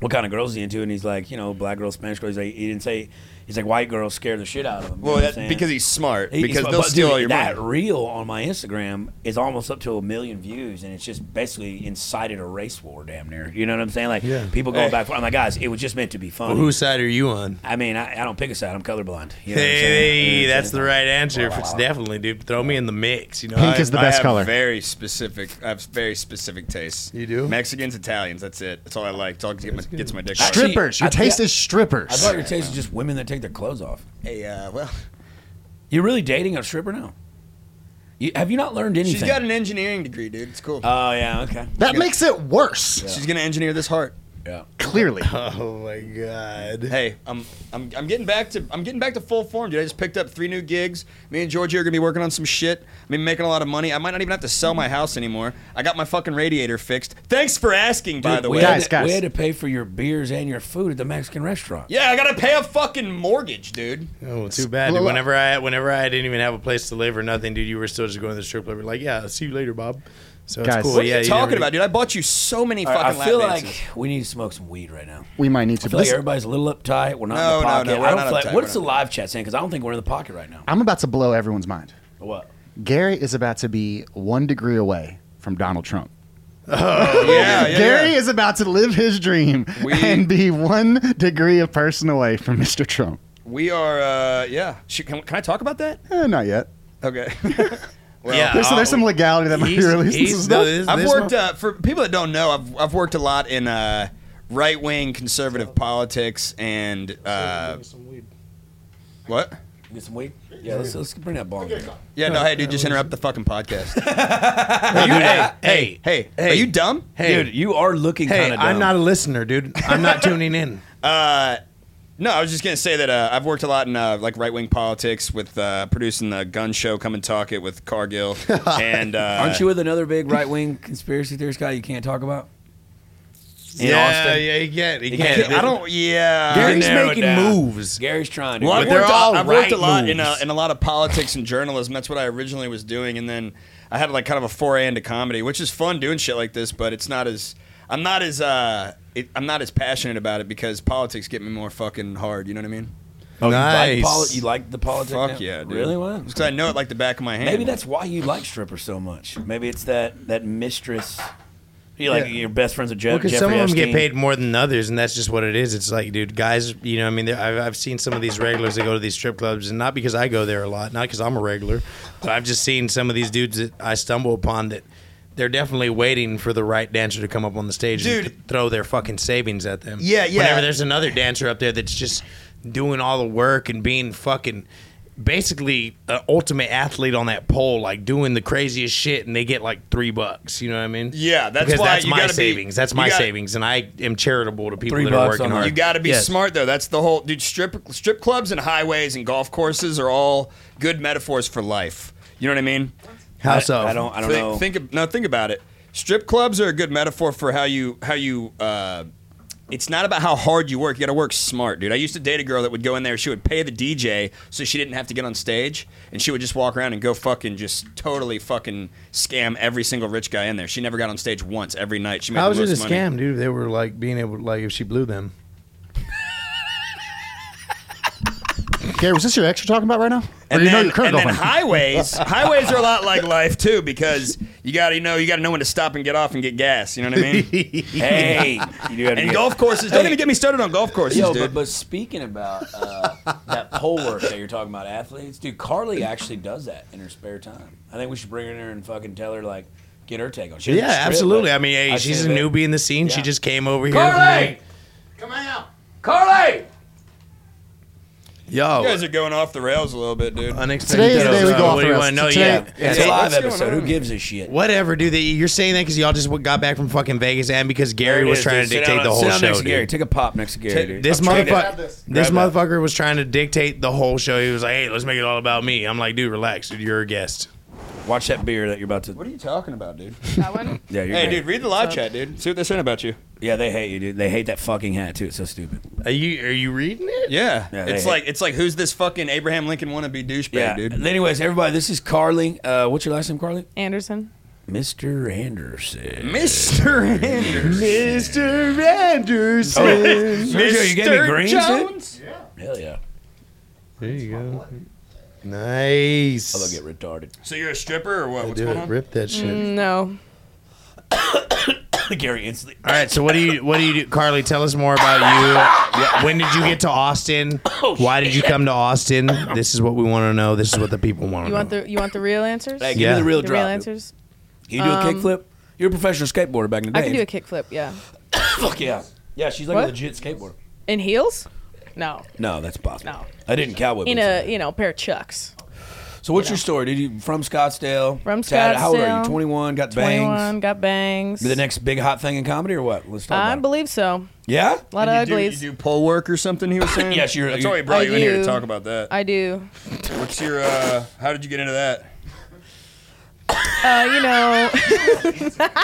what kind of girls he into, and he's like, you know, black girls, Spanish girls. He's like, he didn't say. He's like, white girls scare the shit out of him. You Well, know what I'm that, saying? because he's smart. He- because but- they'll but steal dude, all your that money. reel on my Instagram is almost up to a million views, and it's just basically incited a race war, damn near. You know what I'm saying? Like Yeah. people going Hey. back. I'm like, guys, it was just meant to be fun. Whose side are you on? I mean, I, I don't pick a side. I'm colorblind. You know what I'm saying? You know Hey, what I'm that's the saying? right answer. It's definitely, dude. Throw me in the mix. You know, Pink I- is the I best have color. Very specific. I have very specific tastes. You do? Mexicans, Italians. That's it. That's all I like. That's all get my, gets my dick. hard. Strip- Strippers. Your I- taste yeah. is strippers. I thought your taste was just women that take their clothes off. Hey, uh, well, You're really dating a stripper now? You, have you not learned [LAUGHS] anything? She's got an engineering degree, dude. It's cool. Oh yeah, okay. That makes it worse. She's gonna engineer this heart. Yeah. Clearly. [LAUGHS] Oh my god. Hey, I'm, I'm I'm getting back to I'm getting back to full form, dude. I just picked up three new gigs. Me and Georgie are gonna be working on some shit. I've been making a lot of money. I might not even have to sell my house anymore. I got my fucking radiator fixed. Thanks for asking, by Dude, the we way. had Guys, to- guys. we had to pay for your beers and your food at the Mexican restaurant. Yeah, I gotta pay a fucking mortgage, dude. Oh, too bad. Dude. Whenever I whenever I didn't even have a place to live or nothing, dude, you were still just going to the strip club. You're like, yeah, see you later, Bob. So Guys, it's cool. what What yeah, are you talking about, dude? I bought you so many All right, fucking I feel lap like [LAUGHS] dances. we need to smoke some weed right now. We might need to. I feel like Listen, everybody's a little uptight. We're not No, in the no, pocket. no, we're I don't not feel like- uptight, What's the we're not live chat saying? Because I don't think we're in the pocket right now. I'm about to blow everyone's mind. What? Gary is about to be one degree away from Donald Trump. yeah, yeah, Gary yeah. is about to live his dream We- and be one degree of person away from Mr. Trump. We are, uh, yeah. Shoot, can, can I talk about that? Eh, not yet. [LAUGHS] Okay. [LAUGHS] Yeah, There's, there's Oh. some legality that might be He's- released. he's- This is no, not- this- I've this worked mo- uh, for people that don't know. I've I've worked a lot in uh, right wing conservative politics and uh, what? Get some weed? Yeah, let's, let's bring that bong. back. Yeah, no, hey, dude, just interrupt the fucking podcast. hey, [LAUGHS] hey, Hey, are you dumb? Hey. Dude, you are looking hey, kind of dumb. I'm not a listener, dude. I'm not tuning in. Uh, no, I was just gonna say that uh, I've worked a lot in uh, like right wing politics with uh, producing the gun show Come and Talk It with Cargill, and uh, Aren't you with another big right wing conspiracy theorist guy you can't talk about? In [LAUGHS] yeah, Austin? yeah, you can't, you can't- can't. I don't. Yeah, Gary's narrow it making down. moves. Gary's trying to. Well, But I've they're worked, a- all I've worked a right lot in a, moves. in a lot of politics and journalism. That's what I originally was doing, and then I had like kind of a foray into comedy, which is fun doing shit like this. But it's not as I'm not as uh, it, I'm not as passionate about it because politics get me more fucking hard. You know what I mean? all- You like, nice. poli- you like the politics? now? Fuck yeah, dude. Really? Wow. Because I know it like the back of my hand. Maybe that's why you like strippers so much. Maybe it's that that mistress. You like Yeah. your best friends with Well, Jeff. because Jeffrey some of them get Epstein. paid [LAUGHS] more than others, and that's just what it is. It's like, dude, guys, you know, I mean, there- I've, I've seen some of these regulars that go to these strip clubs, and not because I go there a lot, not because I'm a regular, but I've just seen some of these dudes that I stumble upon that they're definitely waiting for the right dancer to come up on the stage Dude. and th- throw their fucking savings at them. Yeah, yeah. Whenever there's another dancer up there that's just doing all the work and being fucking. Basically, an ultimate athlete on that pole, like doing the craziest shit, and they get like three bucks. You know what I mean? Yeah, that's because why that's you my gotta be- savings. that's you my gotta- savings, and I am charitable to people Three that are bucks working on hard. that. You got to be Yes. smart though. That's the whole dude. Strip strip clubs and highways and golf courses are all good metaphors for life. You know what I mean? How so? I don't. I don't think, know. Think ab- no, think about it. Strip clubs are a good metaphor for how you how you. Uh, it's not about how hard you work. You got to work smart, dude. I used to date a girl that would go in there. She would pay the DJ so she didn't have to get on stage, and she would just walk around and go fucking just totally fucking scam every single rich guy in there. She never got on stage once every night. She made How was the it a most money. scam, dude? They were like being able, like if she blew them. Gary, was this your ex you're talking about right now? Or And you know then, your current and then [LAUGHS] girlfriend? highways, highways are a lot like life too because you got to you know you got to know when to stop and get off and get gas. You know what [LAUGHS] I mean? hey, you do have to and get- golf courses. Don't even get me started on golf courses, Yo, dude. but, but speaking about uh, that pole work that you're talking about, athletes, dude, Carly actually does that in her spare time. I think we should bring her in here and fucking tell her like get her take on. She doesn't Yeah, strip, absolutely. but I mean, hey, I've she's a seen it. newbie in the scene. She Yeah. just came over here. Carly, come out, Carly. yo, You guys are going off the rails a little bit, dude. unexpected. Today is the day we go off what the do you rails. want to know? Today- yeah. It's Hey, a live what's going episode. Who on? gives a shit? Whatever, dude. They, you're saying that because y'all just got back from fucking Vegas and because Gary was trying to dictate the whole Sit down show, next to Gary. dude. Take a pop next to Gary. dude. This trying to- motherfucker, Grab this, Grab that. motherfucker was trying to dictate the whole show. He was like, "Hey, let's make it all about me." I'm like, "Dude, relax, dude. You're a guest." Watch that beer that you're about to. What are you talking about, dude? That one? Yeah, you're hey, great. dude, read the live chat, dude. See what they're saying about you. Yeah, they hate you, dude. They hate that fucking hat too. It's so stupid. Are you are you reading it? Yeah, Yeah, they it's hate- like it's like who's this fucking Abraham Lincoln wannabe douchebag, Yeah, dude? Anyways, everybody, this is Carly. Uh, what's your last name, Carly? Anderson. Mr. Anderson. Mister Anders, Mr. Anderson. Sergio, you gave me greens, dude? Jones. Hell yeah. There you go. Nice. Although get retarded. So you're a stripper or what? What's Dude, going on? rip that shit. Mm, No. Gary instantly. All right, so what do you what do you do, Carly? Tell us more about you. Yeah, When did you get to Austin? Why did you come to Austin? This is what we want to know. This is what the people want to You know. want the you want the real answers? Hey, give Yeah. me the real the drop. real dude. answers? Um, Can you do a kickflip? You're a professional skateboarder back in the day. I can do a kickflip, yeah. Fuck yeah. Yeah, she's like a What? legit skateboarder. In heels? No. No, that's possible. No. I didn't cowboy. In boots. a you know pair of chucks. So what's you your story? Did you from Scottsdale? From Tad- How old are you? Scottsdale. Twenty one. Got bangs. 21, got bangs. Be the next big hot thing in comedy or what? Let's talk I about. it. believe so. Yeah. A lot you of do, you uglies. do poll work or something? He [COUGHS] was saying. Yes, you're- That's you're- why we brought I you in here to do. talk about that. I do. What's your? uh How did you get into that? Uh, you know,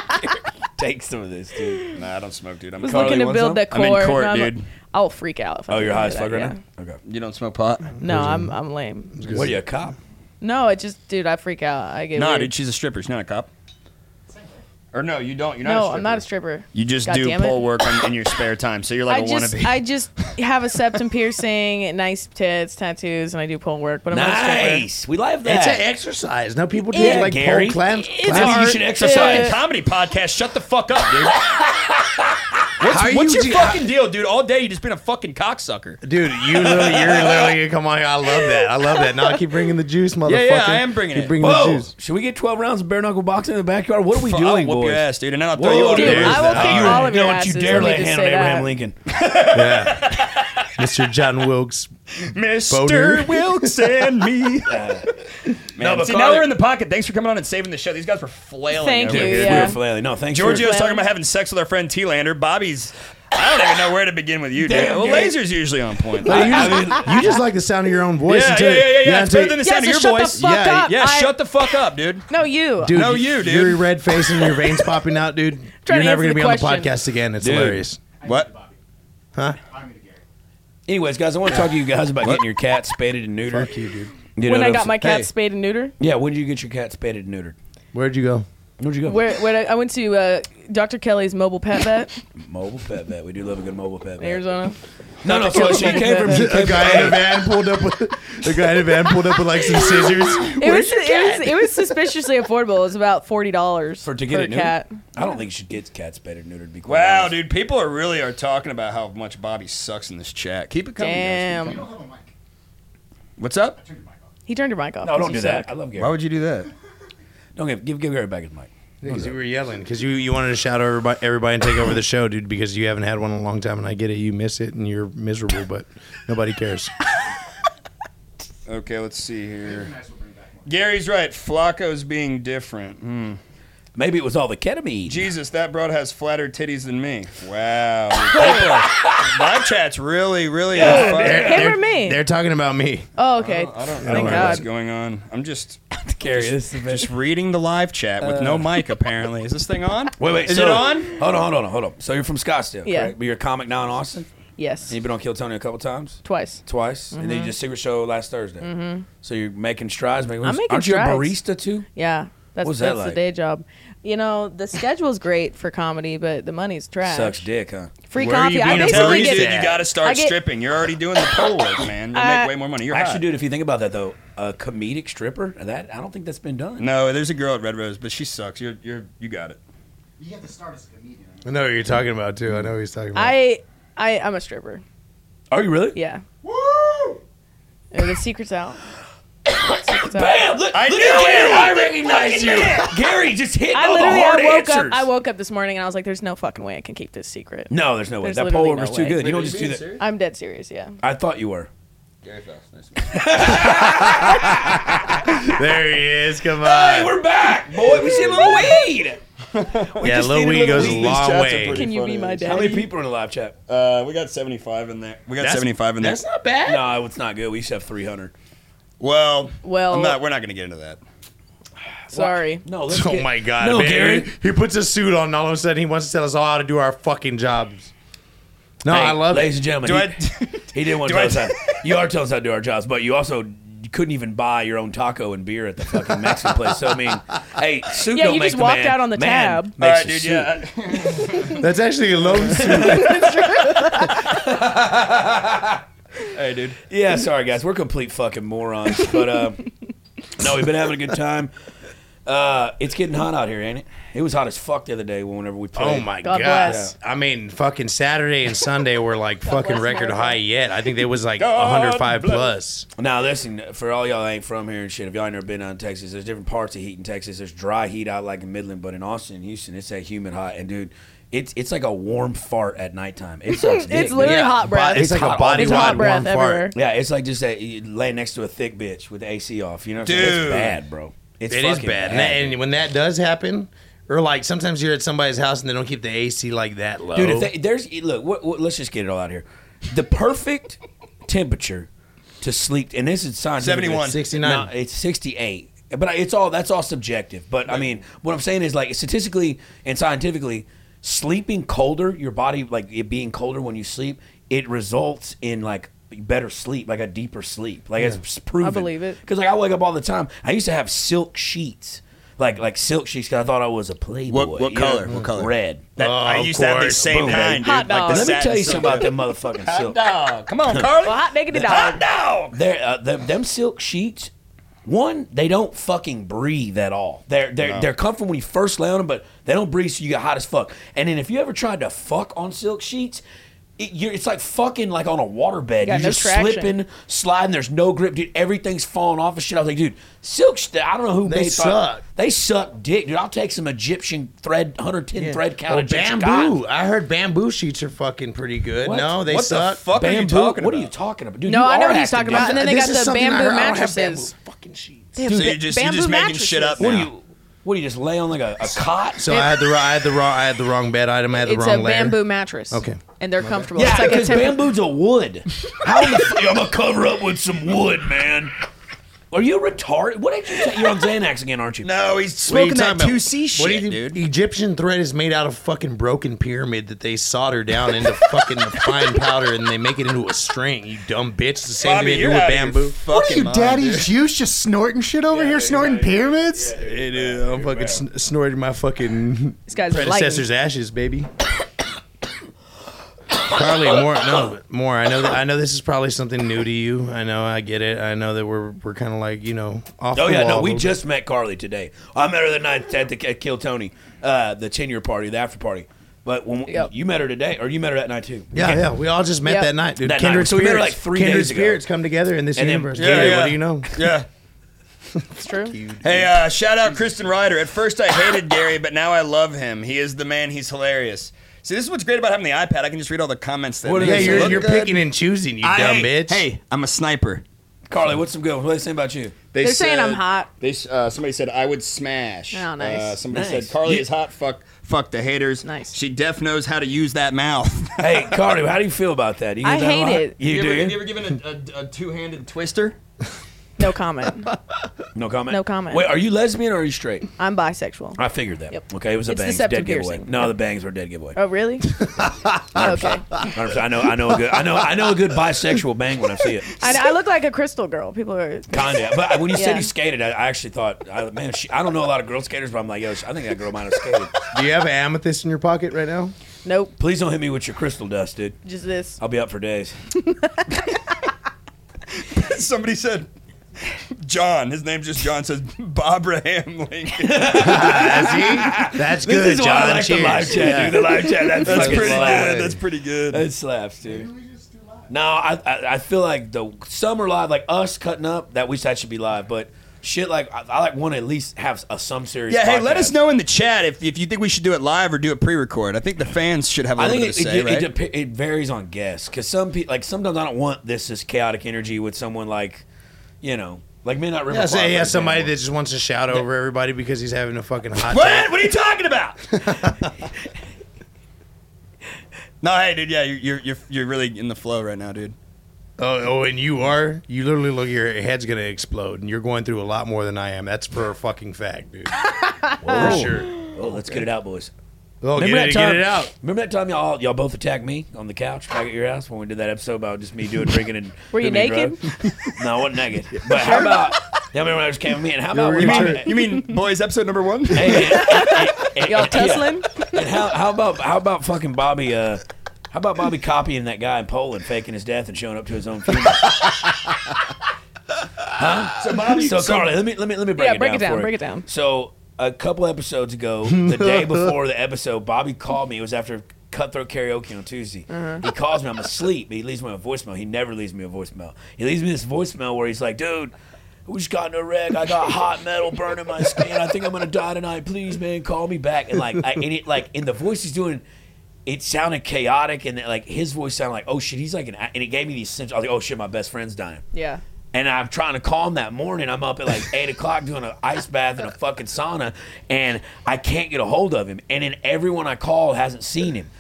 Take some of this, dude. Nah, I don't smoke, dude. I'm was Carly. Carly, looking want to build some? that I'm core. in court, No, I'm- dude. I'll freak out if I Oh, you're do high as that, fuck yeah. right now. Okay. You don't smoke pot? No, I'm I'm lame. What are you a cop? No, it just dude, I freak out. I get Nah, weird. dude. She's a stripper. She's not a cop. Or no, you don't. You're not. a no, stripper. I'm not a stripper. You just God do damn it. pole work on, in your spare time, so you're like I a just wannabe. I just have a septum piercing, and nice tits, tattoos, and I do pole work. But I'm not a stripper. Nice. We love that. It's an exercise. No people do Yeah, like Gary. pole clamps. It's Maybe you art. should exercise. Yeah. comedy podcast. Shut the fuck up, [LAUGHS] dude. what's How what's you your do- fucking deal, dude? All day you just been a fucking cocksucker. Dude, you literally, you're literally come on here. I love that. I love that. No, I keep bringing the juice, motherfucker. yeah, I am bringing keep it. Bringing the Whoa! juice. Should we get 12 rounds of bare knuckle boxing in the backyard? What are we Fu- I'll doing, whoop boys? your ass, dude, and then I'll throw you Whoa, up. dude, Dude, I will kick You all of your Don't asses. you dare let me lay a just hand on say Abraham that. Lincoln. Yeah. Mr. John Wilkes. Boner. Mr. Wilkes and me. Man, No, but See, now Carly- we're in the pocket. Thanks for coming on and saving the show. These guys were flailing. Thank over you, here. Dude, yeah. we were flailing. No, thanks. for- Giorgio's talking Flailing. about having sex with our friend T-Lander. Bobby's. I don't even know where to begin with you, dude. Damn, well, dude. Laser's usually on point. Hey, you, just, you just like the sound of your own voice. yeah, yeah, until- yeah, yeah, yeah. It's until- better than the Yeah, sound so of your shut the voice. fuck Yeah, up. yeah, I- shut the fuck up, dude. No, you. Dude, No, you, dude. Your red face and your veins popping out, dude. [LAUGHS] Trying You're to never answer gonna the be on the question. podcast again. It's Dude. hilarious. What? Huh? Anyways, guys, I want to talk to you guys about getting your cat spaded and neutered. Fuck you, dude. You know when what I I'm got saying? my cat Hey. spayed and neutered, Yeah, when did you get your cat spaded and neutered? Where'd you [LAUGHS] go? Where'd you go? where, where I, I went to uh, Dr. Kelly's mobile pet vet Mobile pet vet. We do love a good mobile pet in vet. Arizona. No, no. [LAUGHS] So, so you came from you A came guy in a from, van pulled up with a guy in a van pulled up with like some scissors. It was, it was it was suspiciously affordable. It was about forty dollars for to get a it neutered. cat. I don't think you should get cats spayed and neutered. to Be quite Wow, honest. dude, people are really are talking about how much Bobby sucks in this chat. Keep it coming. guys. Damn. Oh, What's up? He turned your mic off. No, 'cause don't you do that. suck. I love Gary. Why would you do that? Don't give give, give Gary back his mic. Because you were yelling. Because you, you wanted to shout over everybody, everybody and take over the show, dude. Because you haven't had one in a long time, and I get it. You miss it, and you're miserable, but nobody cares. Okay, let's see here. Gary's right. Flacco's being different. Hmm. Maybe it was all the ketamine. Jesus, that broad has flatter titties than me. [LAUGHS] Wow. People are- Live chat's really, really on fire. Him or me? They're talking about me. Oh, okay. I don't Thank know what's God. going on. I'm just Gary, this is the best. just reading the live chat with no mic. Apparently, is this thing on? Wait, wait. is so- it on? Hold on, hold on, hold on. So you're from Scottsdale, Yeah. correct? But you're a comic now in Austin. Yes. And you've been on Kill Tony a couple times, Twice. twice, and then you did Secret Show last Thursday. So you're making strides. Mm-hmm. Making moves. making Aren't you a strides. barista too? Yeah. That's, What's that that's like? the day job. You know, the schedule's great for comedy, but the money's trash. Sucks dick, huh? Free Where are coffee. you I being a basically barista? get You got to I start get- Uh, stripping. You're already doing the pole work, man. You'll I- make way more money. You're Actually, hot. dude, if you think about that though, a comedic stripper that I don't think that's been done. No, there's a girl at Red Rose, but she sucks. You're, you're, you got it. You have to start as a comedian. I know what you're talking about too. I know what he's talking about. I I I'm a stripper. Are you really? Yeah. Woo! The secret's out. Secret's out. Bam! Look, I look knew at Gary. it! I recognize you. Gary just hit I all the literally hard I woke answers. up I woke up this morning and I was like, there's no fucking way I can keep this secret. no, there's no way. There's that literally pole was no too way. good. You don't just do that. I'm dead serious, yeah. I thought you were. Gary Phelps. [LAUGHS] Nice there he is. Come on. Hey, we're back, boy. We see a little weed. yeah, just Lil needed a little Wee goes weed. a These long chats are way. pretty- Can you be my daddy? How many people are in the live chat? Uh, we got 75 in there. We got 75 in there. not bad. No, it's not good. We used to have 300. Well, Well- I'm not, we're not going to get into that. Sorry. No, let's [LAUGHS] Oh get- my god, No, man. Gary. He puts a suit on. And all of a sudden, he wants to tell us all how to do our fucking jobs. No, Oh, Hey, I love ladies it. and gentlemen. Do he, I- [LAUGHS] he didn't want to do tell I- us how. You are telling us how to do our jobs, but you also you couldn't even buy your own taco and beer at the fucking [LAUGHS] Mexican place. So I mean, hey, suit Yeah, don't you make just the walked man. out on the Man tab. makes All right, the dude. suit. Yeah. That's actually a loan [LAUGHS] suit. hey, dude. Yeah, sorry guys, we're complete fucking morons. But uh, no, we've been having a good time. Uh, it's getting hot out here, ain't it? It was hot as fuck the other day whenever we Oh played. my God god! bless. I mean, fucking Saturday and Sunday were like fucking bless record America. high yet. I think they was like God 105 bless. plus. Now listen, for all y'all that ain't from here and shit, if y'all ain't never been out in Texas, there's different parts of heat in Texas. There's dry heat out like in Midland, but in Austin and Houston, it's that humid hot. And dude, It's it's like a warm fart at nighttime. It sucks. dick, [LAUGHS] It's man. literally Yeah, hot bo- breath. It's It's, like hot. a body It's wide hot breath warm everywhere. fart. Yeah, it's like just that you lay next to a thick bitch with the AC off. You know, what I'm saying? Dude. it's bad, bro. It's It is fucking bad. And, that- and when that does happen, or like sometimes you're at somebody's house and they don't keep the AC like that low. dude. If they, there's look, what, what, let's just get it all out here. The perfect temperature to sleep, and this is science. 71. 69. No, it's sixty-eight. But I- it's all that's all subjective. But I mean, what I'm saying is like statistically and scientifically, sleeping colder, your body like it being colder when you sleep, it results in like better sleep, like a deeper sleep. Like it's proven. believe it. Because like I wake up all the time. I used to have silk sheets. Like like silk sheets because I thought I was a playboy. what you know? color? What color? Red. [LAUGHS] That, Oh, I of used to have the course. same Boom. kind, dude. like Hot the dog. Let me satin tell you silk. something about them motherfucking silk. Oh, come on, Carly. Well, hot diggity Hot dog. dog. They're, uh, them, them silk sheets, one, they don't fucking breathe at all. They're they're, they're comfortable when you first lay on them, but they don't breathe, so you get hot as fuck. And then if you ever tried to fuck on silk sheets, it, you're, it's like fucking like on a waterbed. got You're no just traction. slipping, sliding. There's no grip, dude. Everything's falling off and shit. I was like, dude, silk. sh- I don't know who They made- suck. They suck dick, dude. I'll take some Egyptian thread, 110 thread count Or Egyptian bamboo. cotton. I heard bamboo sheets are fucking pretty good. What? No, they What the suck. fuck are you Bamboo. talking what are you about? talking about, dude? No, you I know are what he's acting talking dumb. about. And then they This got is the something I heard. bamboo I don't have mattresses. bamboo fucking sheets. They have So ba- you're just- you're bamboo just making shit up mattresses. What do now. you? What do you just lay on like a, a cot? So I had the wrong, I had the wrong, I had the wrong bed item. I had the It's wrong a layer. bamboo mattress. Okay. And they're comfortable. yeah, it's like a because temper- bamboo's a wood. How the f- I'm gonna cover up with some wood, man. Are you retarded? What did you say? You're on Xanax again, aren't you? No, he's What are you smoking that talking about? 2C shit, What do you think- dude. Egyptian thread is made out of fucking broken pyramid that they solder down into fucking fine powder and they make it into a string. You dumb bitch. The same Bobby, thing they do you're with out of your bamboo. What are fucking you, mind, Daddy dude. Juice, just snorting shit over here, snorting pyramids? Hey, dude, I'm fucking sn- snorting my fucking This guy's predecessor's ashes, baby. Carly, more no more. I know that I know this is probably something new to you. I know I get it. I know that we're we're kind of like you know off. Oh the yeah, wall no, a we little just met Carly today. I met her the night at the at Kill Tony, uh, the ten year party, the after party. But when Yep. you met her today, or you met her that night too? bit. Yeah, yeah, we all just met Yep. that night, dude. That night. kindred So we met spirits, her, like, three kindred days ago. spirits come together in this And then- universe. Yeah, Yeah, yeah. what do you know? Yeah. It's true. Hey, uh, shout out Kristen Ryder. At first, I hated Gary, but now I love him. He is the man. He's hilarious. See, this is what's great about having the iPad. I can just read all the comments. That What are Yeah, they niggas you're, look said. you're good. picking and choosing, you I- dumb hey, bitch. Hey, I'm a sniper. Carly, what's some good? What they saying about you? They They're saying I'm hot. They s- uh, somebody said I would smash. Oh, nice. Uh, somebody Nice. said Carly is hot. Fuck, fuck the haters. Nice. She def knows how to use that [LAUGHS] mouth. Hey, Carly, how do you feel about that? Do you I get that a hate lot? it. You, do? ever, you ever given a, a, a two-handed twister? No comment. no comment. No comment. Wait, are you lesbian or are you straight? I'm bisexual. I figured that. Yep. Okay, it was a It's bangs deceptive dead giveaway. piercing. No, the bangs were a dead giveaway. Oh, really? okay. I, 100%. I know, I know a good, I know, I know a good bisexual bang when I see it. I look like a crystal girl. People are. Kinda, but when you said Yeah. he skated, I, I actually thought, I, man, she, I don't know a lot of girl skaters, but I'm like, yo, I think that girl might have skated. Do you have an amethyst in your pocket right now? Nope. Please don't hit me with your crystal dust, dude. Just this. I'll be up for days. [LAUGHS] somebody said. John, his name's just John. Says Barbara Hamling. [LAUGHS] [LAUGHS] This That's good, is why John. I like Cheers. the live chat, Yeah. dude. The live chat, that's, [LAUGHS] That's fucking pretty live. good. That's pretty good. It slaps, dude. No, I, I I feel like the some are live, like us cutting up. That we that should be live, but shit, like I, I like want to at least have a, some serious. Yeah, hey, let podcast. us know in the chat if, if you think we should do it live or do it pre-record. I think the fans should have a I little think bit it, to say, it, right? it, depe- it varies on guests because some people like sometimes I don't want this this chaotic energy with someone like, you know, like Midnight River. Yeah, Club, say for yeah, somebody example. that just wants to shout over everybody because he's having a fucking hot. what? What are you talking [LAUGHS] about? no, hey, dude. Yeah, you're, you're you're you're really in the flow right now, dude. Oh, oh, and you are. You literally look. Your head's gonna explode, and you're going through a lot more than I am. That's for a fucking fact, [LAUGHS] dude. for sure. Oh, let's get it out, boys. Oh, get that it, time? get it out. Remember that time y'all y'all both attacked me on the couch back at your house when we did that episode about just me [LAUGHS] doing drinking and Were you doing naked? drugs? [LAUGHS] no, I wasn't naked. But how about? Y'all remember when I just came with me and how about You when mean you mean boys episode number [LAUGHS] one? Hey, and- and- and- Y'all and- tussling? yeah. And how, how about how about fucking Bobby? Uh, how about Bobby copying that guy in Poland, faking his death and showing up to his own funeral? huh? So Bobby, so, Carly, let me let me let me break Yeah, it break down. it down, for you. break it down. So a couple episodes ago, the [LAUGHS] day before the episode, Bobby called me. It was after. Cutthroat karaoke on Tuesday. Uh-huh. He calls me. I'm asleep. But he leaves me a voicemail. He never leaves me a voicemail. He leaves me this voicemail where he's like, "Dude, We just got in a wreck. I got hot metal burning my skin. I think I'm gonna die tonight. Please, man, call me back. And like, I, and it like, and the voice he's doing, it sounded chaotic, and like his voice sounded like, oh shit, he's like an, a- and it gave me these symptoms. I was like, oh shit, my best friend's dying. Yeah. And I'm trying to calm that morning. I'm up at like eight o'clock doing an ice bath and a fucking sauna, and I can't get a hold of him. And then everyone I call hasn't seen him.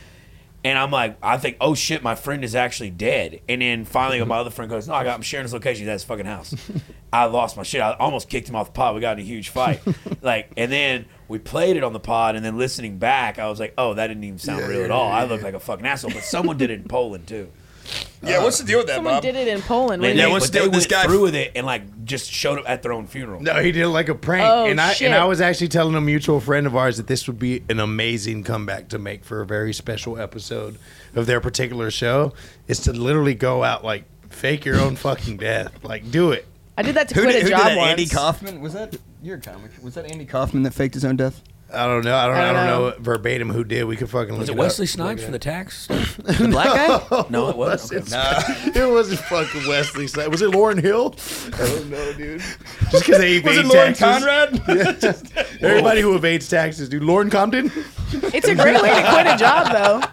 And I'm like, I think, oh shit, my friend is actually dead. And then finally, my other friend goes, No, I got, I'm sharing his location. He's at his fucking house. I lost my shit. I almost kicked him off the pod. We got in a huge fight. like, and then we played it on the pod. And then listening back, I was like, Oh, that didn't even sound real at all. I look like a fucking asshole. But someone did it in Poland too. Yeah, what's the deal with that, Someone Bob? did it in Poland. Man, when yeah, Yeah, they, they- what's but the- they this went guy- through with it and like just showed up at their own funeral. No, he did it like a prank, Oh, and I shit. and I was actually telling a mutual friend of ours that this would be an amazing comeback to make for a very special episode of their particular show. Is to literally go out like fake your own fucking death, like do it. I did that to Who quit did, a who did job that? once. Andy Kaufman? Was that you're a comic? Was that Andy Kaufman that faked his own death? I don't know. I don't. I I don't, don't know. verbatim who did. We could fucking look Was it up. Wesley Snipes for the tax? [LAUGHS] stuff? the black guy? No, it wasn't. Okay. it [LAUGHS] wasn't fucking Wesley. Snipes. Was it Lauren Hill? I don't know, dude. Just because they evade Was it Lauren taxes. Conrad? Everybody who evades taxes, dude. Lauren Compton. It's a great way [LAUGHS] to quit a job, though.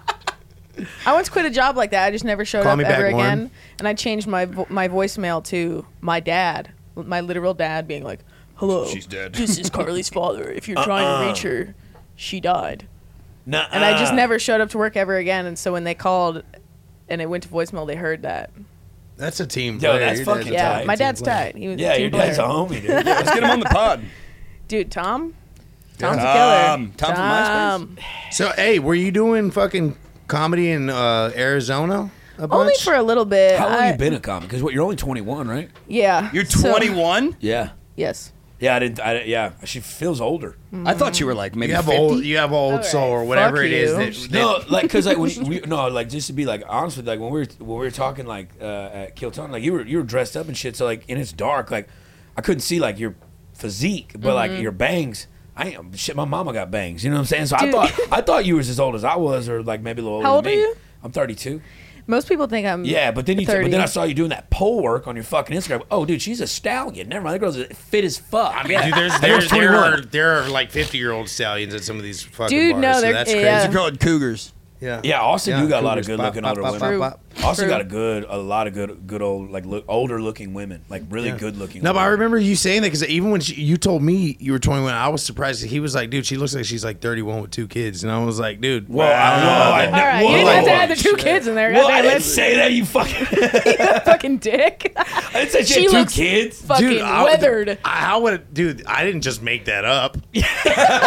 I once quit a job like that. I just never showed Call up me ever back, Lauren. again, and I changed my vo- my voicemail to my dad, my literal dad, being like, "Hello, She's dead." This is Carly's father. If you're trying to reach her, she died." Nuh-uh. And I just never showed up to work ever again. And so when they called, and it went to voicemail, they heard that. That's a team. Yo, player. that's Your dad's fucking a yeah, tight. my team dad's player. tight. He was Yeah, a your team dad's a player. homie, dude. Let's get him on the pod. Dude, Tom. Um, Tom's a killer. Tom. Tom from MySpace? Tom. So, hey, were you doing fucking comedy in uh, Arizona? A bunch? Only for a little [LAUGHS] bit. How long I- you been a comic? Because what you're only 21, right? Yeah. You're so- 21. Yeah. yes. Yeah, I didn't. I, didn't- yeah, she feels older. I thought you were like maybe You have 50. old, you have old All soul right. or whatever Fuck it is. you. That, [LAUGHS] that, No, like because like when we, no, like just to be like honest with you, like when we were when we were talking like uh, at Kilton, like you were you were dressed up and shit. So like and it's dark, like I couldn't see like your physique, but Mm-hmm. like your bangs. I am shit. My mama got bangs. You know what I'm saying? So I Dude. thought I thought you was as old as I was, or like maybe a little older. How old than are me. you? I'm 32. Most people think I'm. Yeah, but then you, but 30. then I saw you doing that pole work on your fucking Instagram. Oh, dude, she's a stallion. Never mind, that girl's fit as fuck. I mean, [LAUGHS] Dude, there's, there's, there, are, there are like 50 year old stallions at some of these fucking Dude, bars. no, so there- that's yeah. crazy. They're called cougars. Yeah. Yeah, Austin, Yeah, you got a lot of cougars. good looking Bop, older bop, women. bop, bop. Austin True. got a good, a lot of good, good old like look, older looking women, like really good looking. No, but I women. remember you saying that because even when she, you told me you were 21, I was surprised. He was like, dude, she looks like she's like 31 with two kids. And I was like, dude. Whoa, I, whoa, All I, right, whoa, you didn't have to whoa. add the two kids in there. Well, I Goddamn, didn't that's [LAUGHS] say that you fucking. [LAUGHS] fucking dick. [LAUGHS] I didn't say she, She had two looks kids. fucking Dude, I, weathered. I, how would it, dude? I didn't just make that up.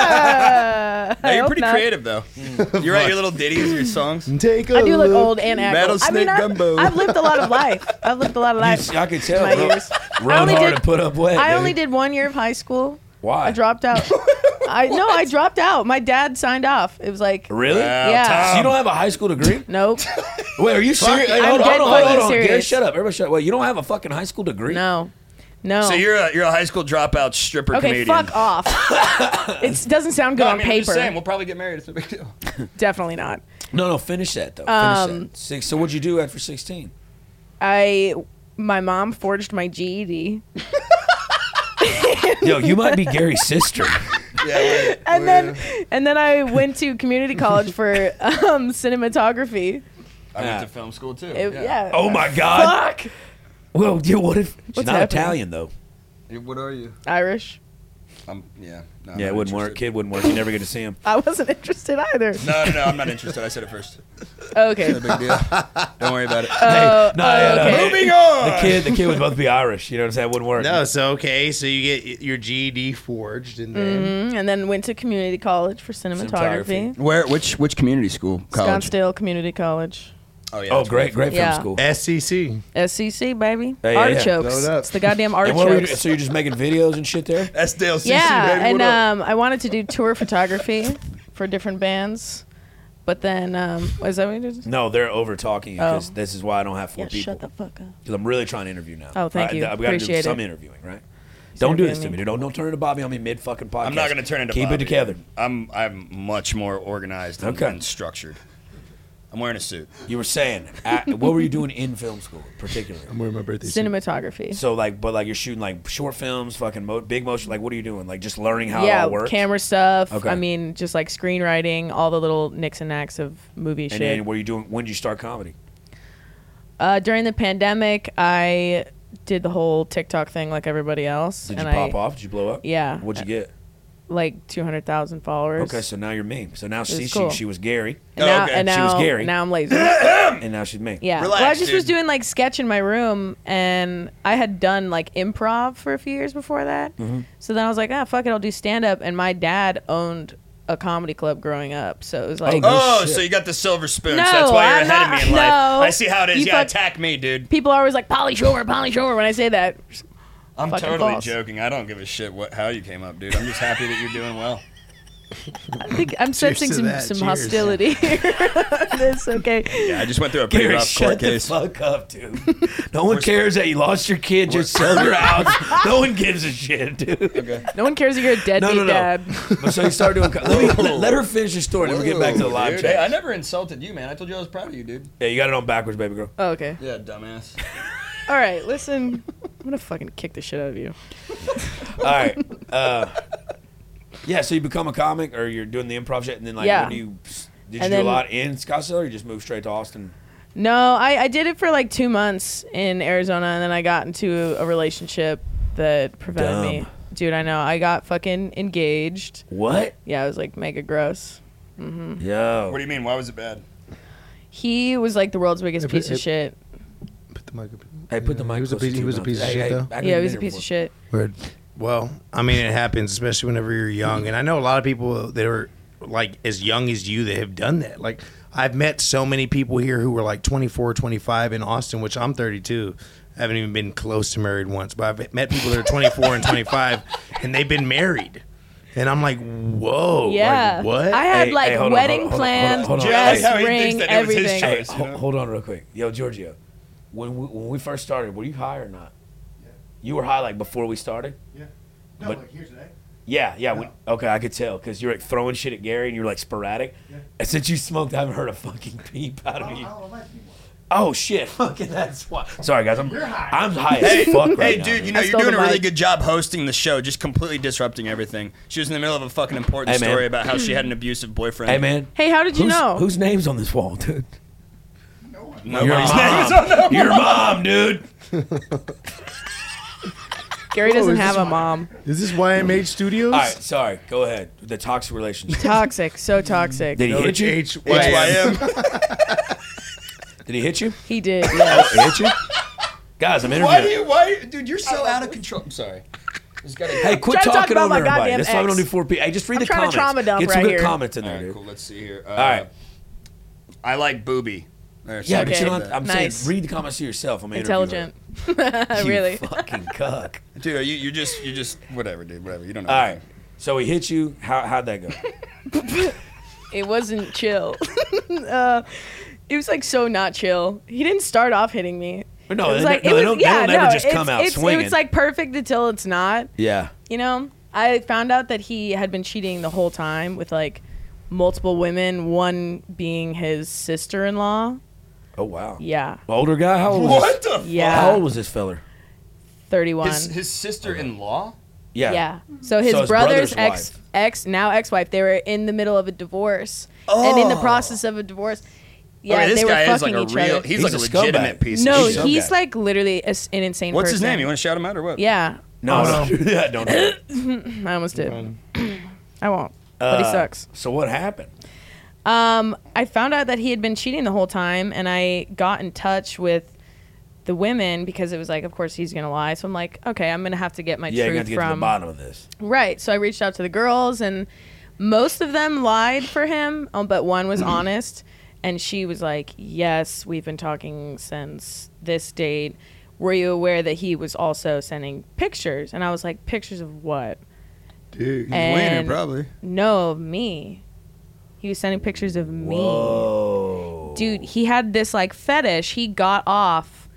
Now, you're hope pretty not. creative [LAUGHS] though. you write your little ditties, your songs. Take a I do look old and aggro. I Rattlesnake mean, I've, gumbo. I've lived a lot of life. I've lived a lot of life. I could tell. My bro. ears. I Run only hard did- to put up with. I only did one year of high school. Why? I [LAUGHS] dropped out. I no, I dropped out. My dad signed off. It was like, Really? [LAUGHS] Uh, Yeah. So you don't have a high school degree? [LAUGHS] nope, Wait, are you serious? Hey, I'm hold on, dead hold on, hold fucking on. Gary, serious. shut up. Everybody, shut up. Wait, you don't have a fucking high school degree? no, no. So you're a you're a high school dropout stripper okay. comedian. Fuck off. [LAUGHS] it doesn't sound good No, I on mean, I'm just paper. saying, we'll probably get married. It's no big [LAUGHS] deal. Definitely not. No, no, finish that though. Finish Um, that. Six. So what'd you do after sixteen? I my mom forged my E GED. Yo, you might be Gary's sister. and Oh, then and then I went to community [LAUGHS] college for um, cinematography. I went went to to film school too. It- yeah. [LAUGHS] Oh my god. Fuck. Well, yeah, what if she's What's not happening? Italian though? What are you? Irish. I'm yeah. No, Yeah, it wouldn't work. Kid wouldn't work. You never get to see him. I wasn't interested either. No, no, no, I'm not interested. I said it [LAUGHS] first. Okay. Big deal. Don't worry about it. Uh, hey, no, yeah, no. okay. Moving on. The kid, the kid was about to be Irish. You know what I'm saying? It wouldn't work. No, so okay, so you get your GED forged, and then Mm, and then went to community college for cinematography. Where? Which? Which community school? Scottsdale Community College. Oh yeah. Oh, that's great, great Yeah. film school. SCC. SCC baby. Yeah, yeah, yeah. artichokes. Load up. It's the goddamn And what were you, artichokes. so you're just making videos and shit there? That's Dale CC, yeah, baby. and What up? um, I wanted to do tour photography for different bands, but then um, was that what you did? No, they're over talking you because Oh. this is why I don't have four Yeah, people. shut the fuck up. Because I'm really trying to interview now. Oh, thank I- you. I- we gotta do Appreciate some it. interviewing, right? Don't do this to interviewing me, me. dude. Don't, don't turn into Bobby on me mid fucking podcast. I'm not going to turn into Keep uh, Bobby. it together. I'm I'm much more organized and, Okay. and structured. I I'm wearing a suit. You were saying, [LAUGHS] at, what were you doing in film school, particularly? I'm wearing my birthday suit. Cinematography. So like, but like you're shooting like short films, fucking mo- big motion. Like, what are you doing? Like just learning how it yeah, all works. camera stuff. Okay. I mean, just like screenwriting, all the little nicks and knacks of movie And shit. then what are you doing? When did you start comedy? Uh, during the pandemic, I did the whole TikTok thing like everybody else. Did and you pop I, off? Did you blow up? Yeah. What'd you get? Like 200,000 followers. Okay, so now you're me. So now she, cool. she she was Gary, And Oh, now, okay. and She now, was Gary. Now [LAUGHS] I'm lazy. and now she's me. Yeah. Relax, well, I just was dude. doing like sketch in my room, and I had done like improv for a few years before that. Mm-hmm. So then I was like, ah, fuck it, I'll do stand up. And my dad owned a comedy club growing up, so it was like. Oh, Oh, shit. so you got the silver spoon. No, so that's why you're I'm ahead not- of me in life. no. I see how it is. You yeah, fuck- attack me, dude. People are always like Polly Shomer, Polly Shomer when I say that. I'm fucking totally false. joking. I don't give a shit what how you came up, dude. I'm just happy that you're doing well. I think I'm sensing to some, that. some Cheers. hostility [LAUGHS] here on this. Okay. [LAUGHS] Yeah, I just went through a pretty Gary, rough shut court the case. fuck up, dude. [LAUGHS] No one cares that you lost your kid. Just sell your house. No one gives a shit, dude. No one cares if you're a deadbeat No, no, no. dad. But so you start doing. [LAUGHS] co- Let, me, let, let her finish the story. Then we get back to the Whoa, live dude. chat. Hey, I never insulted you, man. I told you I was proud of you, dude. Yeah, you got it on backwards, baby girl. Oh, okay. Yeah, dumbass. All right. Listen, I'm gonna fucking kick the shit out of you. All [LAUGHS] right. Uh, yeah, so you become a comic, or you're doing the improv shit, and then like, Yeah. when do you did you And do then- a lot in Scottsdale, or you just move straight to Austin? No, I, I did it for like two months in Arizona, and then I got into a relationship that prevented me. Dumb. Dude, I know. I got fucking engaged. What? Yeah, it was like mega gross. What do Yo. you mean? Why was it bad? He was like the world's biggest If it- piece of if- shit. Put the mic up. Hey, put the Yeah, mic. he was a closer piece- to he your was a mouth. piece of Hey, shit, hey, though. I Yeah, he couldn't was a hear piece of before. shit. Word. Well, I mean, it happens, especially whenever you're young. And I know a lot of people that are like as young as you that have done that. Like, I've met so many people here who were like 24, 25 in Austin, which I'm 32. I haven't even been close to married once, but I've met people that are 24 and 25 and they've been married. And I'm like, whoa. like, Yeah. what? I had Hey, like hey, hold on, wedding hold on, hold on, hold on, plans, hold on. dress, Yeah, I like how he thinks ring, that it was his everything. choice. Hey, you ho- know? hold on real quick. Yo, Giorgio, when we, when we first started, were you high or not? You were high like before we started? No, But- like here today. Yeah, yeah. we- okay, I could tell because you're like throwing shit at Gary and you're like sporadic. And since you smoked, I haven't heard a fucking peep out of oh. you. don't like anymore. Oh [LAUGHS] shit! Fucking that's why. Sorry guys, I'm high. I'm high as fuck right hey, now. dude, you I know you're stole doing a the really mic. good job hosting the show, just completely disrupting everything. She was in the middle of a fucking important Hey, man. story about how she had an abusive boyfriend. Hey man, Hey, how did you who's, know? whose name's on this wall, [LAUGHS] dude? Nobody's Your mom. Your mom, [LAUGHS] dude. Gary Whoa, doesn't is have this a my- mom. Is this YMH Studios? All right, sorry. Go ahead. The toxic relationship. [LAUGHS] Toxic, so toxic. Did he No, hit it's you? H- [LAUGHS] YM. Did he hit you? He did. [LAUGHS] Yes. He [LAUGHS] hit you? Guys, I'm interviewing. Why do you? Why, dude? You're so out of control. I'm sorry. Just gotta- Hey, quit Trying to talking talk about over my everybody. goddamn That's why we don't ex. do four people. Hey, just read the trying comments. to trauma dump Get some right good here. comments in All there, right, dude. cool. Let's see here. Uh, All right. I like booby. There's Yeah, something but you like don't. I'm Nice. saying, read the comments to yourself. I'm an interviewer. Intelligent. [LAUGHS] You [LAUGHS] really. [LAUGHS] fucking cuck. that. dude. Are you, you're just, you're just, whatever, dude. Whatever. You don't know. All right. So he hit you. How how'd [LAUGHS] that go? It wasn't chill. [LAUGHS] uh, it was like so not chill. He didn't start off hitting me. But no, it was they, like no, it they was don't. yeah, they don't ever no, just it's, come out it's, swinging. It's like perfect until it's not. yeah. You know, I found out that he had been cheating the whole time with like multiple women. One being his sister-in-law. Oh wow. Yeah, Older guy. How old was What This? the? How old yeah, was this feller? thirty-one. His, his sister-in-law. Yeah. Yeah. So his, So his brother's, brother's ex wife. ex now ex wife, they were in the middle of a divorce. And in the process of a divorce, yeah, okay, this they were guy fucking is like a each real. other. He's, like a, He's a legitimate scumbag. piece. no, of shit. some he's guy. like literally a s an insane What's his person. name? You want to shout him out or what? Yeah, No, no, [LAUGHS] don't do that. Don't. Do that. I almost did. [CLEARS THROAT] I won't. But he Uh, sucks. So what happened? Um, I found out that he had been cheating the whole time, and I got in touch with the women because it was like, of course, he's gonna lie. So I'm like, okay, I'm gonna have to get my Yeah, you got truth to get to the from bottom of this. Right. So I reached out to the girls, and most of them lied for him, um, but one was honest. And she was like, Yes, we've been talking since this date. Were you aware that he was also sending pictures? And I was like, Pictures of what? dude. And- probably. No, of me. He was sending pictures of me. Whoa. Dude, he had this like fetish. He got off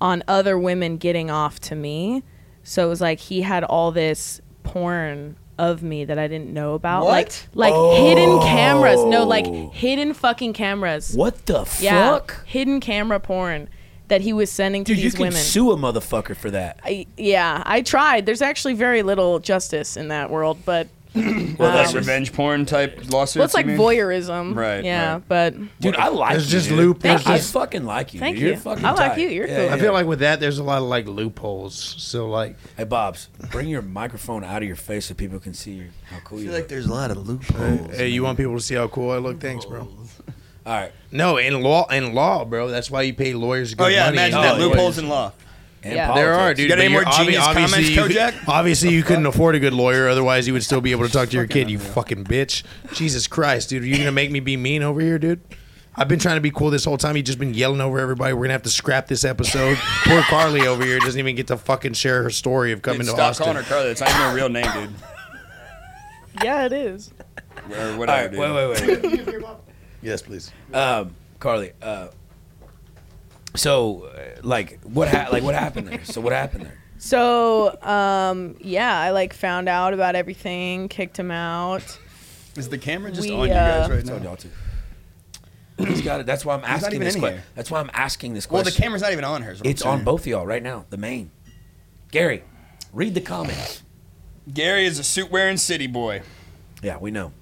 on other women getting off to me. So it was like he had all this porn of me that I didn't know about. What? Like like hidden cameras. No, like hidden fucking cameras. Oh. What the Yeah. fuck? Hidden camera porn that he was sending to Dude, you these can women. sue a motherfucker for that. I, yeah, I tried. There's actually very little justice in that world, but Well, Um, like revenge porn type lawsuits. well, it's you like mean? voyeurism. Right, Yeah, right. but Dude, I like There's you, just dude. loop- Thank I you. fucking like you. Thank dude. You're you. fucking I like tight. you. You're Yeah, cool. yeah. I feel like with that, there's a lot of like loopholes. So like, Hey, Bob's, bring your microphone out of your face so people can see your, how cool I you feel look. like there's a lot of loopholes. hey, you want people to see how cool I look? Thanks, bro. All right. No, in law, in law, bro. That's why you pay lawyers good Oh yeah, money. imagine Oh, that yeah. loopholes in law. And Yeah. politics. There are, dude. got but any more you're obvi- genius obviously comments, you- Kojak? Obviously, you couldn't afford a good lawyer. Otherwise, you would still be able to talk to your kid. You fucking bitch. Jesus Christ, dude. Are you gonna make me be mean over here, dude? I've been trying to be cool this whole time. You've just been yelling over everybody. We're gonna have to scrap this episode. [LAUGHS] Poor Carly over here doesn't even get to fucking share her story of coming Dude, to stop Austin. calling her Carly. It's not even her real name, dude. yeah, it is. Or All whatever. right. dude. Wait, wait, wait. Yes, please. um, Carly. Uh, so, uh, like, what ha- like what happened there? So, what happened there? So, um, yeah, I like found out about everything, kicked him out. Is the camera just We, on you guys uh, right It's on now? y'all too. He's got it. That's why I'm asking even this in question. here. That's why I'm asking this Well, question. the camera's not even on her. is what I'm It's on saying. both of y'all right now. The main. Gary, read the comments. Gary is a suit wearing city boy. Yeah, we know.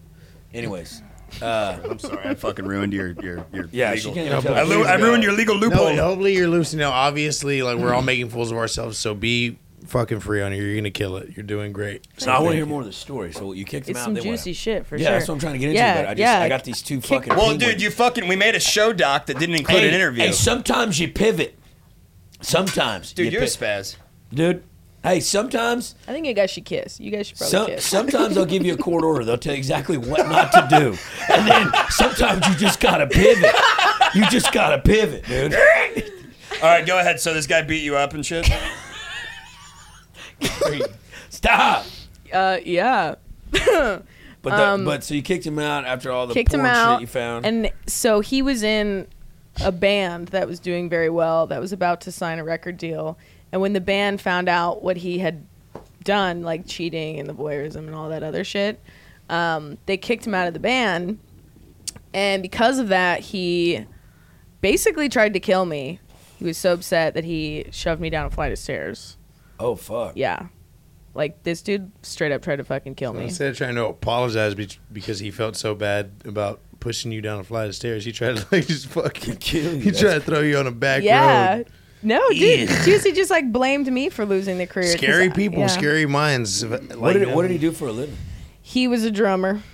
Anyways, I'm sorry, I fucking ruined your your your. yeah, legal. she can't Yeah, even tell I, us. lu- I ruined your legal loophole. No, hopefully you're loosening up. Obviously, like we're all making fools of ourselves. So be fucking free on here. You're gonna kill it. You're doing great. So I want to hear more of the story. So you kicked him It's out. some then what juicy shit for yeah, sure. that's what I'm trying to get into. Yeah, but I just yeah. I got these two fucking. Well, penguins. dude, you fucking. We made a show doc that didn't include an interview. Hey, sometimes you pivot. Sometimes, Dude, you you're a pi- spaz. dude. Hey, sometimes, I think you guys should kiss. You guys should probably some, kiss. sometimes they'll give you a [LAUGHS] court order. They'll tell you exactly what not to do, and then sometimes you just gotta pivot. You just gotta pivot, dude. All right, go ahead. So this guy beat you up and shit. Stop. uh, yeah. But the, but so you kicked him out after all the Um, kicked porn him out shit you found. and so he was in a band that was doing very well that was about to sign a record deal and when the band found out what he had done like cheating and the voyeurism and all that other shit um, they kicked him out of the band and because of that he basically tried to kill me he was so upset that he shoved me down a flight of stairs oh fuck. yeah like this dude straight up tried to fucking kill me Instead of trying to apologize be- because he felt so bad about pushing you down a flight of stairs, he tried to [LAUGHS] like just fucking Kill you. He tried to throw you on a back Yeah. road. No, dude. Juicy just like blamed me for losing the career. 'cause Scary I- people, yeah. scary minds. uh, What did what did he do for a living? He was a drummer. He's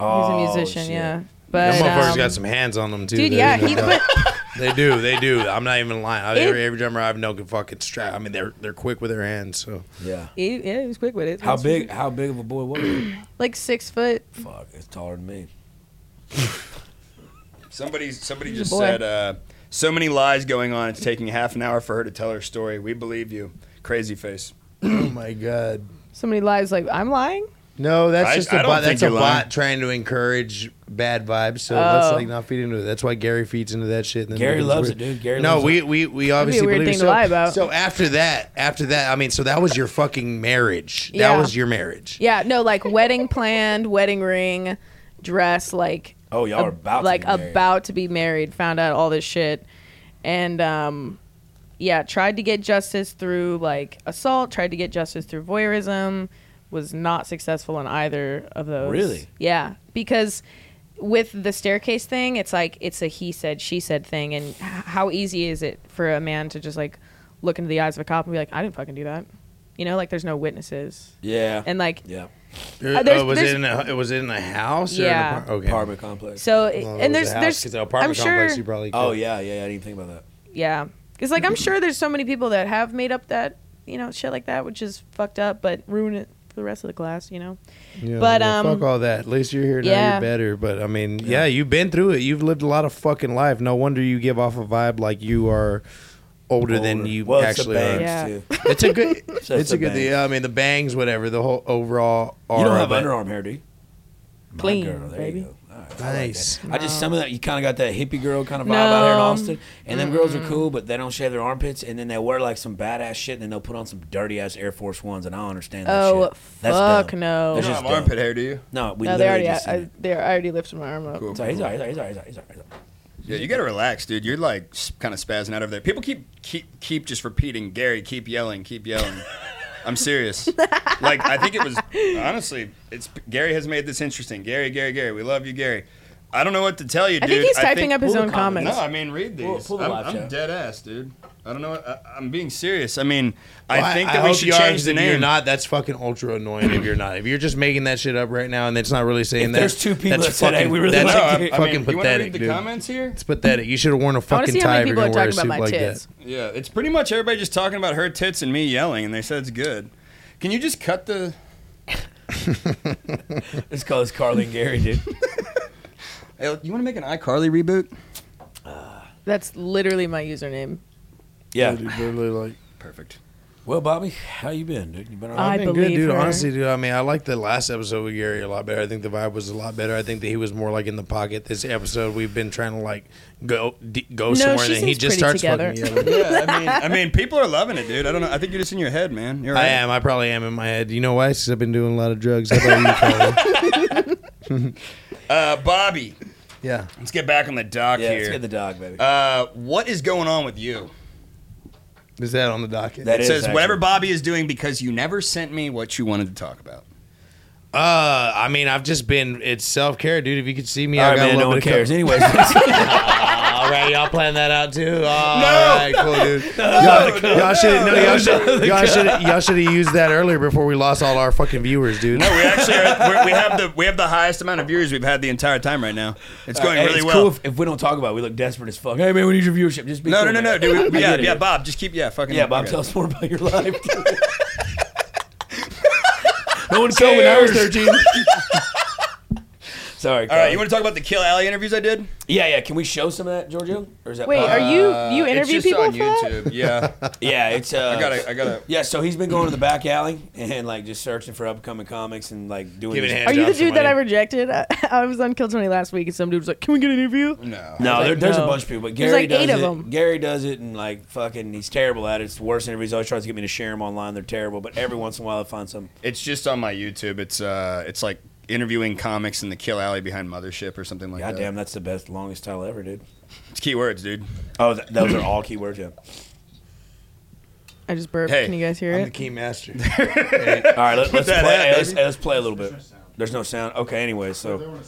a Oh, musician. shit. Yeah. That But motherfucker's um, got some hands on them too. dude, They yeah, do. he put [LAUGHS] they do, they do. I'm not even lying. I- every, It- every drummer I've known can fucking strap. I mean, they're they're quick with their hands. So Yeah. he, yeah, he was quick with it. How big how big of a boy was [CLEARS THROAT] he? Like six foot. fuck, it's taller than me. Somebody somebody a just boy. said uh, so many lies going on. It's taking half an hour for her to tell her story. We believe you, crazy face. oh my god. Somebody lies like I'm lying. No, that's I- just I a don't bot. think That's a you're bot lying. trying to encourage bad vibes. So let's Oh. like not feed into it. That's why Gary feeds into that shit. And then Gary becomes loves weird. it, dude. Gary No, loves we we we obviously weird believe thing to so. lie about. So after that, after that, I mean, so that was your fucking marriage. Yeah. That was your marriage. Yeah. No, like wedding planned, wedding ring, dress, like Oh, y'all are about to like be married. about to be married. Found out all this shit, and um, yeah, tried to get justice through like assault. Tried to get justice through voyeurism. Was not successful in either of those. Really? Yeah, because with the staircase thing, it's like it's a he said she said thing, and h- how easy is it for a man to just like look into the eyes of a cop and be like, I didn't fucking do that. You know, like there's no witnesses, Yeah. and like yeah. Uh, Uh, there's- was it there's- in a it was it in a house? Yeah. Or an apart- okay. Apartment complex. so, Well, it and was there's a house, there's 'cause the apartment I'm complex, sure you probably oh could- yeah, yeah, yeah. I didn't think about that. Yeah. Because, like, I'm sure there's so many people that have made up that, you know, shit like that, which is fucked up, but ruin it for the rest of the class, you know? Yeah, But, well, um, fuck all that. At least you're here now. yeah. You're better. But I mean, yeah. you've been through it. You've lived a lot of fucking life. No wonder you give off a vibe like you are older, than Older. you well, actually it's the are. bangs, [LAUGHS] Yeah. too. It's a good. So [LAUGHS] it's it's the a good. bangs. Thing. I mean, the bangs, whatever. The whole overall. You don't aura, have but- underarm hair, do you? My Clean, girl, there baby. You go. All right. I like Nice. that. I just some of that you kind of got that hippie girl kind of vibe out here in No. Austin, and them girls are cool, but they don't shave their armpits, and then they wear like some badass shit, and then they'll put on some dirty ass Air Force Ones, and I don't understand that Oh, shit. That's fuck dumb. no. That's You just uh, have armpit dumb. hair, do you? No, we No, they literally already. uh, just. I, seen it. I, they I already lifted my arm up. Cool. It's all right, it's all right, it's all right, it's all right, it's all right, it's all right. Yeah, you gotta relax, dude. You're like kind of spazzing out over there. People keep keep keep just repeating, Gary, keep yelling, keep [LAUGHS] yelling. I'm serious. Like I think it was honestly, it's Gary has made this interesting. Gary, Gary, Gary, we love you, Gary. I don't know what to tell you, I dude. think he's typing up his pull the own comments. comments. No, I mean read these. Pull- pull the I'm, live I'm chat. dead ass, dude. I don't know. What, I, I'm being serious. I mean, Well, I think that we hope should you are, change 'cause the if You're name. not. That's fucking ultra annoying. if you're not, if you're just making that shit up right now, and it's not really saying If that. there's two people that's that said, fucking, "Hey, we really that's like no, [LAUGHS] I, I it." fucking mean, you wanna pathetic, read the dude. comments here? It's pathetic. You should have worn a I want fucking to see how tie. many If you're people gonna are wear a talking suit about my like tits. that. Yeah, it's pretty much everybody just talking about her tits and me yelling, and they said it's good. Can you just cut the? Let's call this Carly and Gary, [LAUGHS] dude. Hey, you want to make an iCarly reboot? That's literally my username. Yeah. Literally, like, [LAUGHS] Perfect. Well, Bobby, how you been, dude? You been all I right? I've been believe dude. her. Honestly, dude, I mean, I like the last episode with Gary a lot better. I think the vibe was a lot better. I think that he was more like in the pocket. This episode, we've been trying to like go d- go No, somewhere, she and then he seems just pretty starts together. fucking [LAUGHS] yelling. Yeah, I mean, I mean, people are loving it, dude. I don't know. I think you're just in your head, man. You're right. I am. I probably am in my head. You know why? Because I've been doing a lot of drugs. How [LAUGHS] about you, Colin? Uh, Bobby, yeah. let's get back on the dock Yeah, here. let's get the dog, baby. uh, what is going on with you? Is that on the docket? That It is says actually- whatever Bobby is doing because you never sent me what you wanted to talk about. Uh, I mean, I've just been. It's self care, dude. If you could see me, all I right, got man. a No little one bit of cares. co- [LAUGHS] Anyways, All right, y'all plan that out [LAUGHS] too. All right, cool, dude. no, [LAUGHS] y'all y'all should [LAUGHS] no, y'all no, should y'all should y'all should have used that earlier before we lost all our fucking viewers, dude. No, we actually are, we're, we have the we have the highest amount of viewers we've had the entire time right now. Uh, It's going Hey, really it's well. Cool if, if we don't talk about it, we look desperate as fuck. Hey, man, we need your viewership. Just be no, cool, no, no, no, man. dude. I [LAUGHS] We, yeah, get it, yeah, dude. Bob, just keep yeah, fucking Yeah, Bob, okay. tell us more about your [LAUGHS] life. no one cared when I was 13. [LAUGHS] Sorry. All right, you want to talk about the Kill Alley interviews I did? yeah, yeah. Can we show some of that, Giorgio? Or is that Wait, are you you Uh, interview it's just people on for that? YouTube. [LAUGHS] Yeah, Yeah, it's. Uh, I gotta, I gotta. Yeah, so he's been going to the back alley and like just searching for upcoming comics and like doing. Giving these- hand- Are you the Jobs dude that I somebody. rejected? [LAUGHS] I, I was on Kill Tony last week, and some dude was like, "Can we get an interview?" No. No, I was there, like, there's a no. bunch of people, but There's, Gary like, does eight it. of 'em. Gary does it, and like fucking, he's terrible at it. It's the worst interviews. He always tries to get me to share them online. They're terrible, but every once in a while I find some. It's just on my YouTube. It's uh, it's like interviewing comics in the Kill Alley behind Mothership or something like God that. damn, that's the best, longest title ever, dude. It's keywords, dude. Oh, th- those are all keywords. Yeah. I just burped. Hey, Can you guys hear I'm the it? key master. [LAUGHS] All right, let, let's play. that out, hey, let's, baby. hey, let's play a little bit. There's no sound. Okay, anyway, so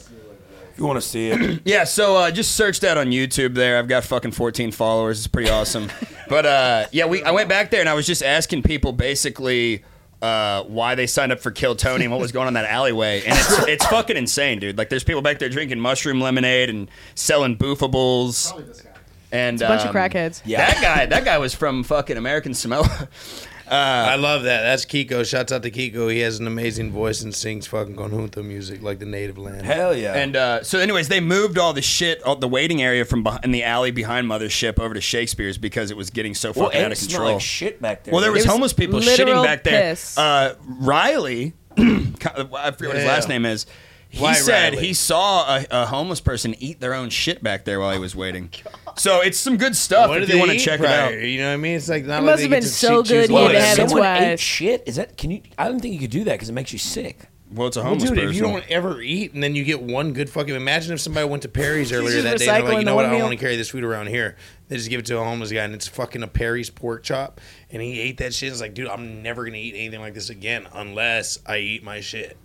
if you want to see it, Yeah, so uh, just search that on YouTube. There, I've got fucking 14 followers. It's [LAUGHS] pretty awesome. but uh, yeah, we I went back there and I was just asking people basically uh, why they signed up for Kill Tony and what was going on in that alleyway. And [LAUGHS] it's it's fucking insane, dude. Like there's people back there drinking mushroom lemonade and selling boofables. And a bunch of um, crackheads. Yeah. That guy, that guy was from fucking American Samoa. [LAUGHS] [LAUGHS] I love that. That's Kiko. Shouts out to Kiko. He has an amazing voice and sings fucking conjunto music like the native land. hell yeah. And uh, so, anyways, they moved all the shit, all the waiting area from behind the alley behind Mothership over to Shakespeare's because it was getting so fucking well, and out it of smelled control. like shit back there. Well, there was, It was homeless people shitting literal back there. piss. Uh, Riley, [CLEARS THROAT] I forget what his Yeah. last name is. He Why said Riley? he saw a, a homeless person eat their own shit back there while he was [LAUGHS] waiting. Oh so it's some good stuff What do if they you want to eat check prior? it out. You know what I mean? It's like not like It must they have get been to so choose- good choose one. he had to have it someone ate twice. shit. Is that can you? I don't think you could do that because it makes you sick. Well, it's a Well, homeless dude, person. if you don't ever eat and then you get one good fucking, imagine if somebody went to Perry's earlier just that day and they're like, recycling you the know what, I whole don't want meal. to carry this food around here. They just give it to a homeless guy and it's fucking a Perry's pork chop, and he ate that shit. It's like, dude, I'm never gonna eat anything like this again unless I eat my shit.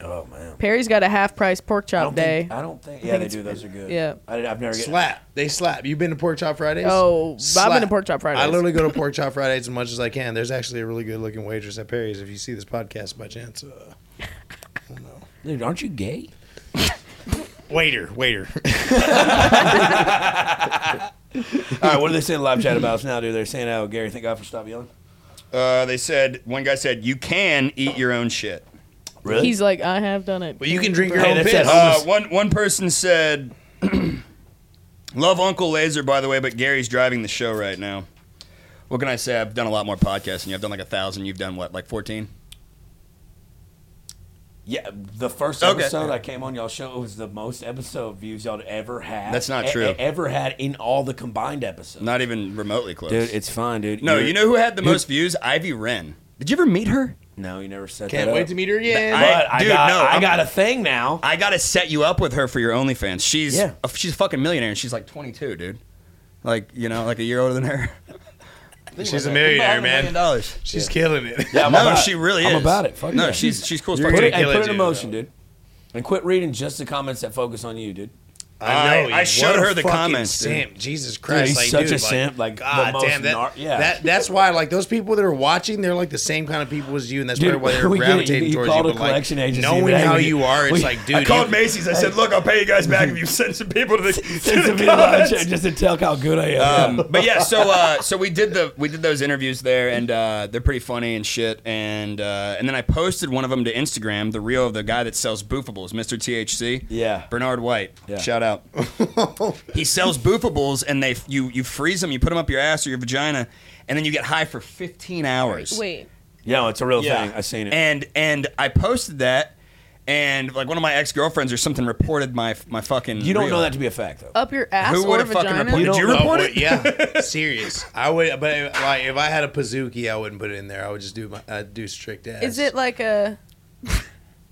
Oh man. Perry's got a half price pork I chop don't day. think. I don't think. Yeah, they it's- do. Those are good. yeah. I, have never get- Slap. They slap. You been to Pork Chop Fridays? Oh, I've been to Pork Chop Fridays. I literally go to Pork Chop Fridays as much as I can. There's actually a really good looking waitress at Perry's. If you see this podcast by chance, uh, Dude, aren't you gay? waiter, waiter. All right, what are they saying in live chat about us now, dude? They're saying, "Oh, Gary, thank God for stop yelling." uh, they said one guy said you can eat your own shit. Really? He's like, I have done it. But you can drink your Hey, own that's it. piss. Oh, Uh, one one person said, [CLEARS THROAT] "Love Uncle Laser, by the way, but Gary's driving the show right now." What can I say? I've done a lot more podcasts, and you. I've done like a thousand. You've done what, like fourteen? Yeah, the first Okay. episode I came on y'all show it was the most episode views y'all ever had. That's not e- true. e- ever had in all the combined episodes. Not even remotely close. Dude, it's fine, dude. no, You're- you know who had the most views? Ivy Wren. Did you ever meet her? No, you never said that. Can't wait to meet her again. But I, Dude, got, no, I I'm- got a thing now. I gotta set you up with her for your OnlyFans. She's Yeah. a, she's a fucking millionaire, and she's like 22, dude. Like you know, like a year older than her. She's a millionaire, Million man. dollars. She's killing [LAUGHS] it. Yeah, I'm no, about it. she really is. I'm about it. Fuck no, yeah. she's she's cool. As You're fuck. put it, gonna hey, kill put it, it in dude. motion, dude. And quit reading just the comments that focus on [LAUGHS] you, dude. I- I you. showed What a her the fucking comments, dude. Simp. Jesus Christ, he's like, such dude, a simp, like, the God most damn that, nar- yeah. that. That's why, like, those people that are watching, they're like the same kind of people as you, and that's Dude, [LAUGHS] probably why they're we get it. gravitating You towards called a But, like, collection agency, knowing but hey, how we- you are, it's we- like, dude, I called you- Macy's. I said, "Look, I'll pay you guys [LAUGHS] back if you send some people to the, Send to some the people out comments." there just to tell how good I am. Um, but yeah, so uh, so we did the we did those interviews there, and uh, they're pretty funny and shit. And uh, and then I posted one of them to Instagram, the reel of the guy that sells boofables, Mr. THC. Yeah. Bernard White. Yeah. Shout [LAUGHS] out. he sells boofables, and they you you freeze them, you put them up your ass or your vagina, and then you get high for 15 hours. Wait. yeah, no, it's a real Yeah. thing. I seen it. And and I posted that, and like one of my ex girlfriends or something reported my my fucking. you don't reel. know that to be a fact, though. Up your ass Who or would've fucking vagina? reported- You Did don't you know. report Oh, it? [LAUGHS] yeah, serious. I would, but if, like, if I had a Pazuki, I wouldn't put it in there. I would just do my, I'd do strict ass. Is it like a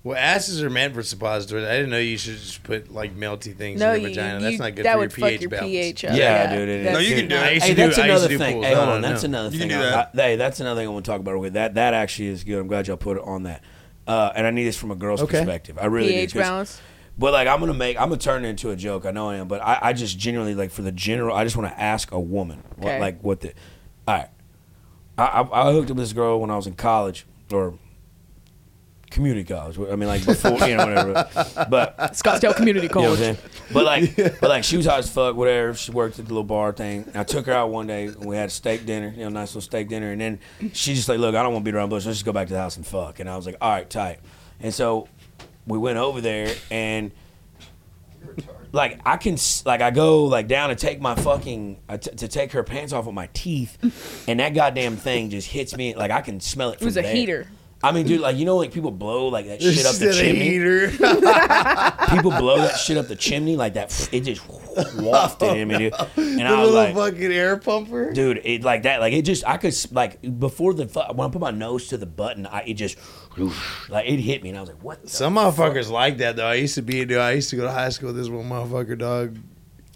Well, asses are meant for suppositories. I didn't know you should just put like melty things no? in your you, vagina. you- That's not good that for would your fuck pH your balance. pH up. Yeah, dude, it is. that's- No, you can do it. I used Hey, to do that's it. I used another to do thing. pools. Hey, hold No, on. no, That's no. another You thing. can do I- that. I- hey, that's another thing I want to talk about. real quick. That that actually is good. I'm glad y'all put it on that. Uh, and I need this from a girl's Okay. perspective. I really pH do. 'cause- balance. But like, I'm gonna make. I'm gonna turn it into a joke. I know I am. But I, I just genuinely like for the general. I just want to ask a woman. What, Okay. like what the. All right. I, I I hooked up with this girl when I was in college or community college. I mean, like before, you know, [LAUGHS] whatever. But Scottsdale Community College. you know what I'm saying? But like, but like, she was hot as fuck. Whatever. She worked at the little bar thing. And I took her out one day. and We had a steak dinner. You know, nice little steak dinner. And then she just like, look, I don't want to be around the bush. Let's just go back to the house and fuck. And I was like, all right, tight. And so we went over there and. Like I can, s- like I go like down to take my fucking uh, t- to take her pants off with my teeth, and that goddamn thing just hits me. Like I can smell it. From was a there. heater. I mean, dude, like you know, like people blow like that shit up Is the that a chimney heater? people blow that shit up the chimney like that. [SNIFFS] It just wafted at me, dude. And The I was little like, fucking air pumper. dude, it like that, like it just, I could s- like before the fu- when I put my nose to the button, I it just like it hit me, and I was like, what? The? Some motherfuckers like that though. I used to be, dude. I used to go to high school. with This one motherfucker, dog.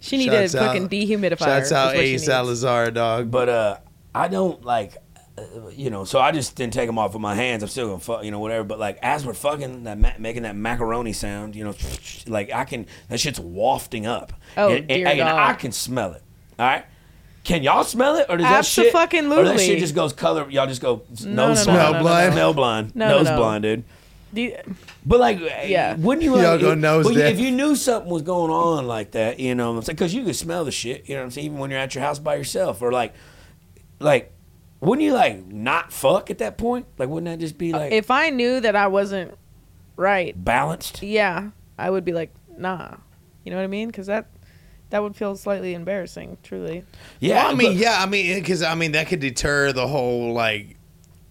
She needed a Shouts out- fucking dehumidifier. Shouts out is what she A needs. Salazar, dog. But uh, I don't like. uh, You know, so I just didn't take them off with my hands. I'm still gonna fuck, you know, whatever. But like, as we're fucking, that ma- making that macaroni sound, you know, [SNIFFS] like I can, that shit's wafting up. Oh, and, and, dear and God. I can smell it. All right, can y'all smell it, or does that shit, or that Abso-fucking-lutely. shit just goes color? Y'all just go nose No, no, no, blind, no, no, no, no. smell blind, No, no, nose no. blind, dude. The- But like, Yeah. yeah, wouldn't you? Y'all like, go if- nose well, you- down. if you knew something was going on like that, you know what I'm saying? Because you could smell the shit. You know what I'm saying? Even when you're at your house by yourself, or like, like, wouldn't you like not fuck at that point? Like, wouldn't that just be like Uh, if I knew that I wasn't right, balanced? yeah, I would be like, nah. You know what I mean? Because that that would feel slightly embarrassing. Truly, Yeah, Well, I mean, but- yeah, I mean, because I mean that could deter the whole like.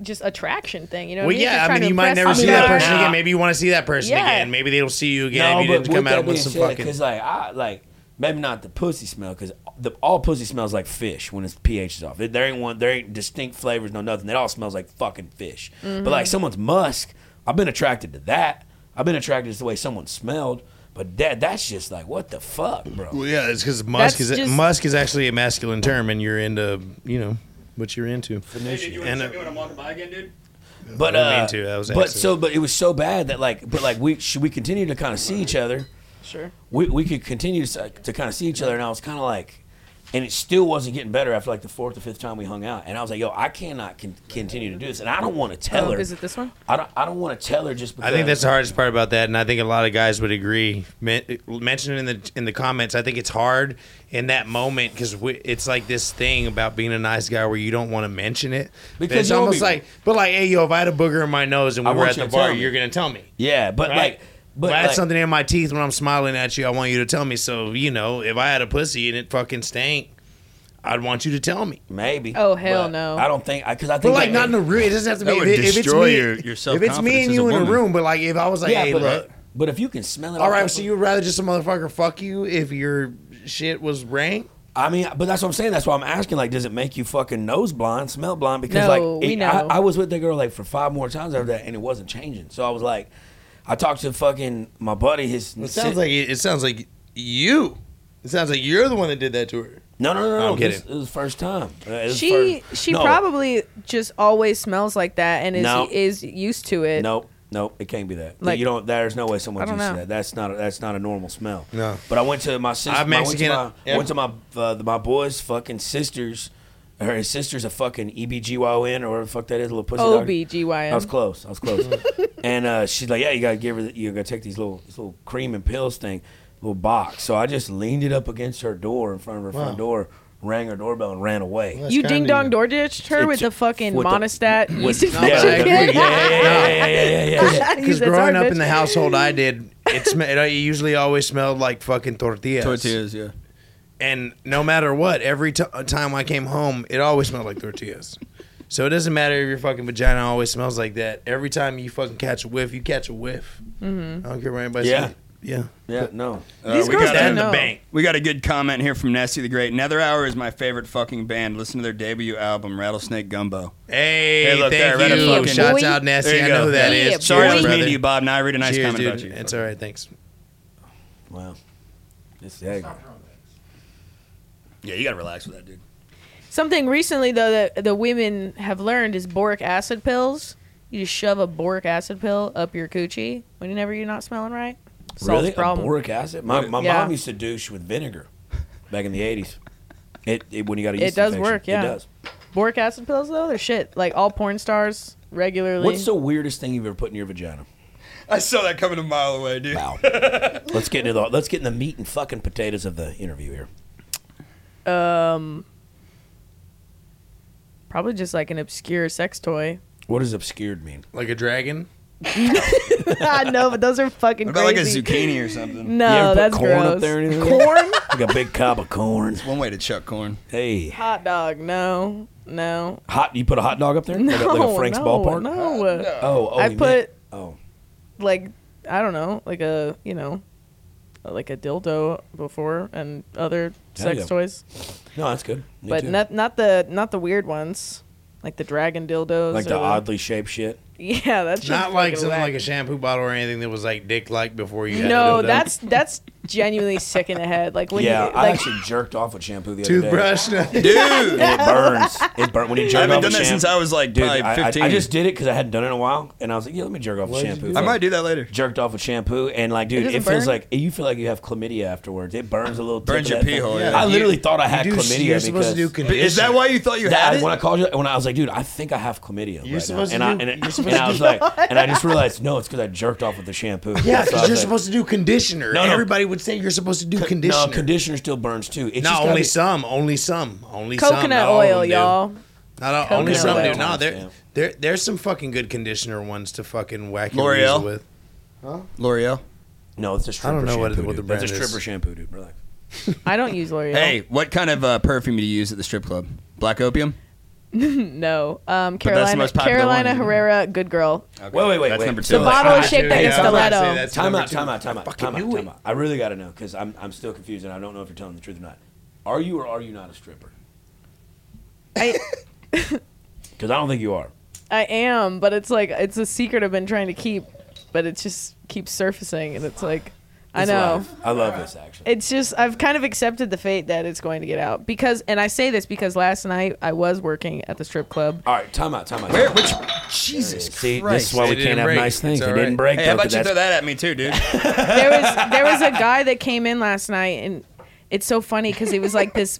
just attraction thing. You know? Well, what I mean? If you're yeah, I trying mean, to you might impress never see somebody. that someone, person Nah. again. Maybe you want to see that person Yeah. again. Maybe they don't see you again No, if you but didn't come with at that them with being some said, fucking. Cause like I like maybe not the pussy smell because the all pussy smells like fish when its pH is off. There ain't one. There ain't distinct flavors. No nothing. It all smells like fucking fish. But like someone's musk, I've been attracted to that. I've been attracted to the way someone smelled. But that that's just like what the fuck, bro. [LAUGHS] Well, yeah, it's because musk That's is just- musk is actually a masculine term, and you're into you know what you're into. And, uh, I'm walking by again, dude? But I didn't mean uh, to. That was an but accident. so but it was so bad that like but like we should we continue to kind of see each other. sure. we, we could continue to, to kind of see each other. And I was kind of like, and it still wasn't getting better after like the fourth or fifth time we hung out. And I was like, yo, I cannot con- continue to do this. And I don't want to tell Oh, her. is it this one? I don't, I don't want to tell her just because. I think that's the hardest part about that, and I think a lot of guys would agree. Men- Mention it in the in the comments. I think it's hard in that moment because it's like this thing about being a nice guy where you don't want to mention it. Because Because it's you'll almost be- like, but like, hey, yo, if I had a booger in my nose and I we were want at you the to tell bar, me. you're gonna tell me. Yeah, but Right. like. But if I had like, something in my teeth when I'm smiling at you, I want you to tell me. So you know, if I had a pussy and it fucking stank, I'd want you to tell me. Maybe. Oh, hell But no. I don't think because I think But that- like not in a room. It doesn't have to be. That would if, if it's destroy me, your- your if it's self-confidence me and as you a in a woman. room, but uh, like if I was like, yeah, hey, but, look, but if you can smell it, all off right, of so it- you would rather just a motherfucker fuck you if your shit was rank? I mean, but that's what I'm saying. That's why I'm asking. Like, does it make you fucking nose blind, smell blind? Because No, like, we it- know. I, I was with that girl like for five more times after that, and it wasn't changing. So I was like, I talked to fucking my buddy. His It sounds like it, it sounds like you. It sounds like you're the one that did that to her. no, no, no, no. I'm this, kidding. it was the first time. Uh, it was She first- she No. probably just always smells like that and is No. is used to it. Nope, nope, it can't be that. Like- you don't. There's no way I someone's don't used to know. that. That's not. A, that's not a normal smell. No. But I went to my sister. I'm my- Mexican, I went to my, yeah. went to my uh, the- my boy's fucking sisters. Her his sister's a fucking E EBGYN or whatever the fuck that is. Little pussy. doctor. OBGYN. I was close. I was close. and uh, she's like, "Yeah, you gotta give her. The, you gotta take these little this little cream and pills thing, little box." So I just leaned it up against her door in front of her front door, rang her doorbell, and ran away. you kinda ding dong you. door ditched her with It's- the fucking with the- monostat [LAUGHS] yeast [LAUGHS] yeah, infection. yeah, yeah, yeah, [LAUGHS] yeah, yeah, yeah, yeah, yeah. He Because said, growing "Sorry, up bitch." in the household I did, it, sm- it usually always smelled like fucking tortillas. Tortillas, yeah. And no matter what, every t- time I came home, it always smelled like tortillas. so it doesn't matter if your fucking vagina always smells like that. Every time you fucking catch a whiff, you catch a whiff. Mm-hmm. I don't care what anybody Yeah. says. Yeah. Yeah, no. These we girls That got Yeah, don't in the know. bank. We got a good comment here from Nessie the Great. Nether Hour is my favorite fucking band. Listen to their debut album, Rattlesnake Gumbo. Hey, Hey, look there, thank right you. up fucking- Shouts Boy. out, Nasty. There you I go. know who that Yeah, is. boy. Sorry, I Cheers, was mean brother. to you, Bob. Now I read a nice Cheers, comment dude. about you. It's all right. Thanks. Wow. It's yeah. Yeah, you gotta relax with that, dude. Something recently though that the women have learned is boric acid pills. You just shove a boric acid pill up your coochie whenever you're not smelling right. Solves Really? the problem. Boric acid? My, my Yeah. mom used to douche with vinegar back in the 80s. It, it when you got a It yeast does infection. work, yeah. It does. Boric acid pills though, they're shit. Like all porn stars regularly. What's the weirdest thing you've ever put in your vagina? I saw that coming a mile away, dude. Wow. [LAUGHS] let's get into the let's get in the meat and fucking potatoes of the interview here. Probably just like an obscure sex toy. What does obscured mean? Like a dragon. [LAUGHS] I know, but those are fucking What about like a crazy. zucchini or something? you No, ever put that's corn gross. up there or anything? [LAUGHS] corn? Like a big cob of corn. One way to chuck corn. Hey, Hot dog? No, no. hot! You put a hot dog up there? like, a, no, like a Frank's no, ballpark? No, Oh, oh, I you meant- put- oh, like I don't know, like a you know, like a dildo before and other Hell sex yeah. toys, no, that's good. Me but too. not not the not the weird ones, like the dragon dildos. like or the oddly shaped shit. [LAUGHS] Yeah, that's Not like something like a shampoo bottle or anything that was like dick like before you. had No, it. that's that's genuinely sick in the head. Like when yeah, you I like actually jerked off with shampoo the other day. toothbrush. Dude! and it burns. It burns when you [LAUGHS] I jerk haven't off done with that since shampoo. I was like Dude, probably I, I- 15. I just did it because I hadn't done it in a while, and I was like, "Yeah, let me jerk off with shampoo." I first. might do that later. jerked off with shampoo, and like, dude, It it, doesn't feels burn? like you feel like you have chlamydia afterwards. It burns a little. tip Burns of your that pee thing. hole, yeah. I You- literally thought I had [LAUGHS] You do- chlamydia You're because supposed to do conditioning. Is that why you thought you that- had it? when I called you, when I was like, dude, I think I have chlamydia. right now. supposed to and I, do- and, it- you're supposed and I to was like, and I just realized, no, it's because I jerked off with the shampoo. Yeah, So I because was you're like, supposed to do conditioner. No, no. Everybody would say you're supposed to do conditioner. No, conditioner still burns too. It's just Not gotta only be- some, only some, only some. coconut Not all of oil, them do. y'all. Not all, only Coconut some oil. do. No, Yeah. there, there, there's some fucking good conditioner ones to fucking whack your L'Oreal? weasel with. L'Oreal. No, it's a stripper. know what- shampoo, what the dude. That's brand a is. stripper shampoo, dude. Relax. I don't use L'Oreal. Hey, what kind of uh, perfume do you use at the strip club? Black opium? no, um, But that's the Carolina most popular Carolina one. Herrera, [LAUGHS] good girl. Wait, wait, wait, That's wait. number The two. The bottle I is shaped do, like a yeah, I was about to say, stiletto. that's- Time number out, two. time out, time I out, fucking time out, knew time it. out. I really got to know because I'm, I'm still confused and I don't know if you're telling the truth or not. Are you or are you not a stripper? I- Because I don't think you are. I am, but it's like it's a secret I've been trying to keep, but it just keeps surfacing, and it's like, I It's know. live. I love this actually. It's just I've kind of accepted the fate that it's going to get out because, and I say this because last night I was working at the strip club. All right, time out, time out. Where? time out. Which? There it Jesus is. See, Christ. this is why we It didn't can't have break. nice things. It's It all didn't right. break. Hey, though, how about 'cause you that's- throw that at me too, dude? There was there was a guy that came in last night, and it's so funny because he was like this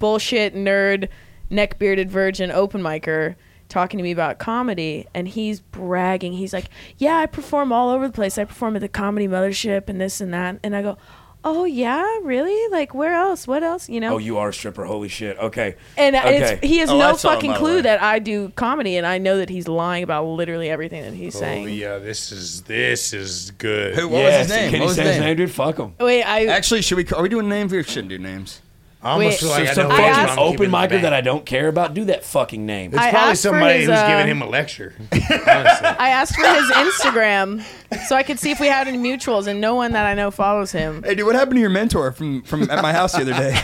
bullshit nerd, neck bearded virgin open micer talking to me about comedy and he's bragging he's like yeah i perform all over the place i perform at the comedy mothership and this and that and i go oh yeah really like where else what else you know Oh, you are a stripper. Holy shit. Okay. and okay. it's, he has Oh, I no saw him, fucking by the clue way. that i do comedy and i know that he's lying about literally everything that he's Oh, saying yeah, this is this is good. [LAUGHS] Who? What was his name? Can What you was say his name? dude? Fuck him. wait i Actually, should we? Are we doing names? We shouldn't do names. I almost feel Wait. like So I Some know which I one asked- fucking I'm open keeping in the micer that bank. I don't care about. Do that fucking [LAUGHS] name. It's I probably asked for somebody his, who's uh, giving him a lecture. Honestly. I asked for his Instagram so I could see if we had any mutuals, and no one that I know follows him. Hey, dude, what happened to your mentor from from at my house the other day?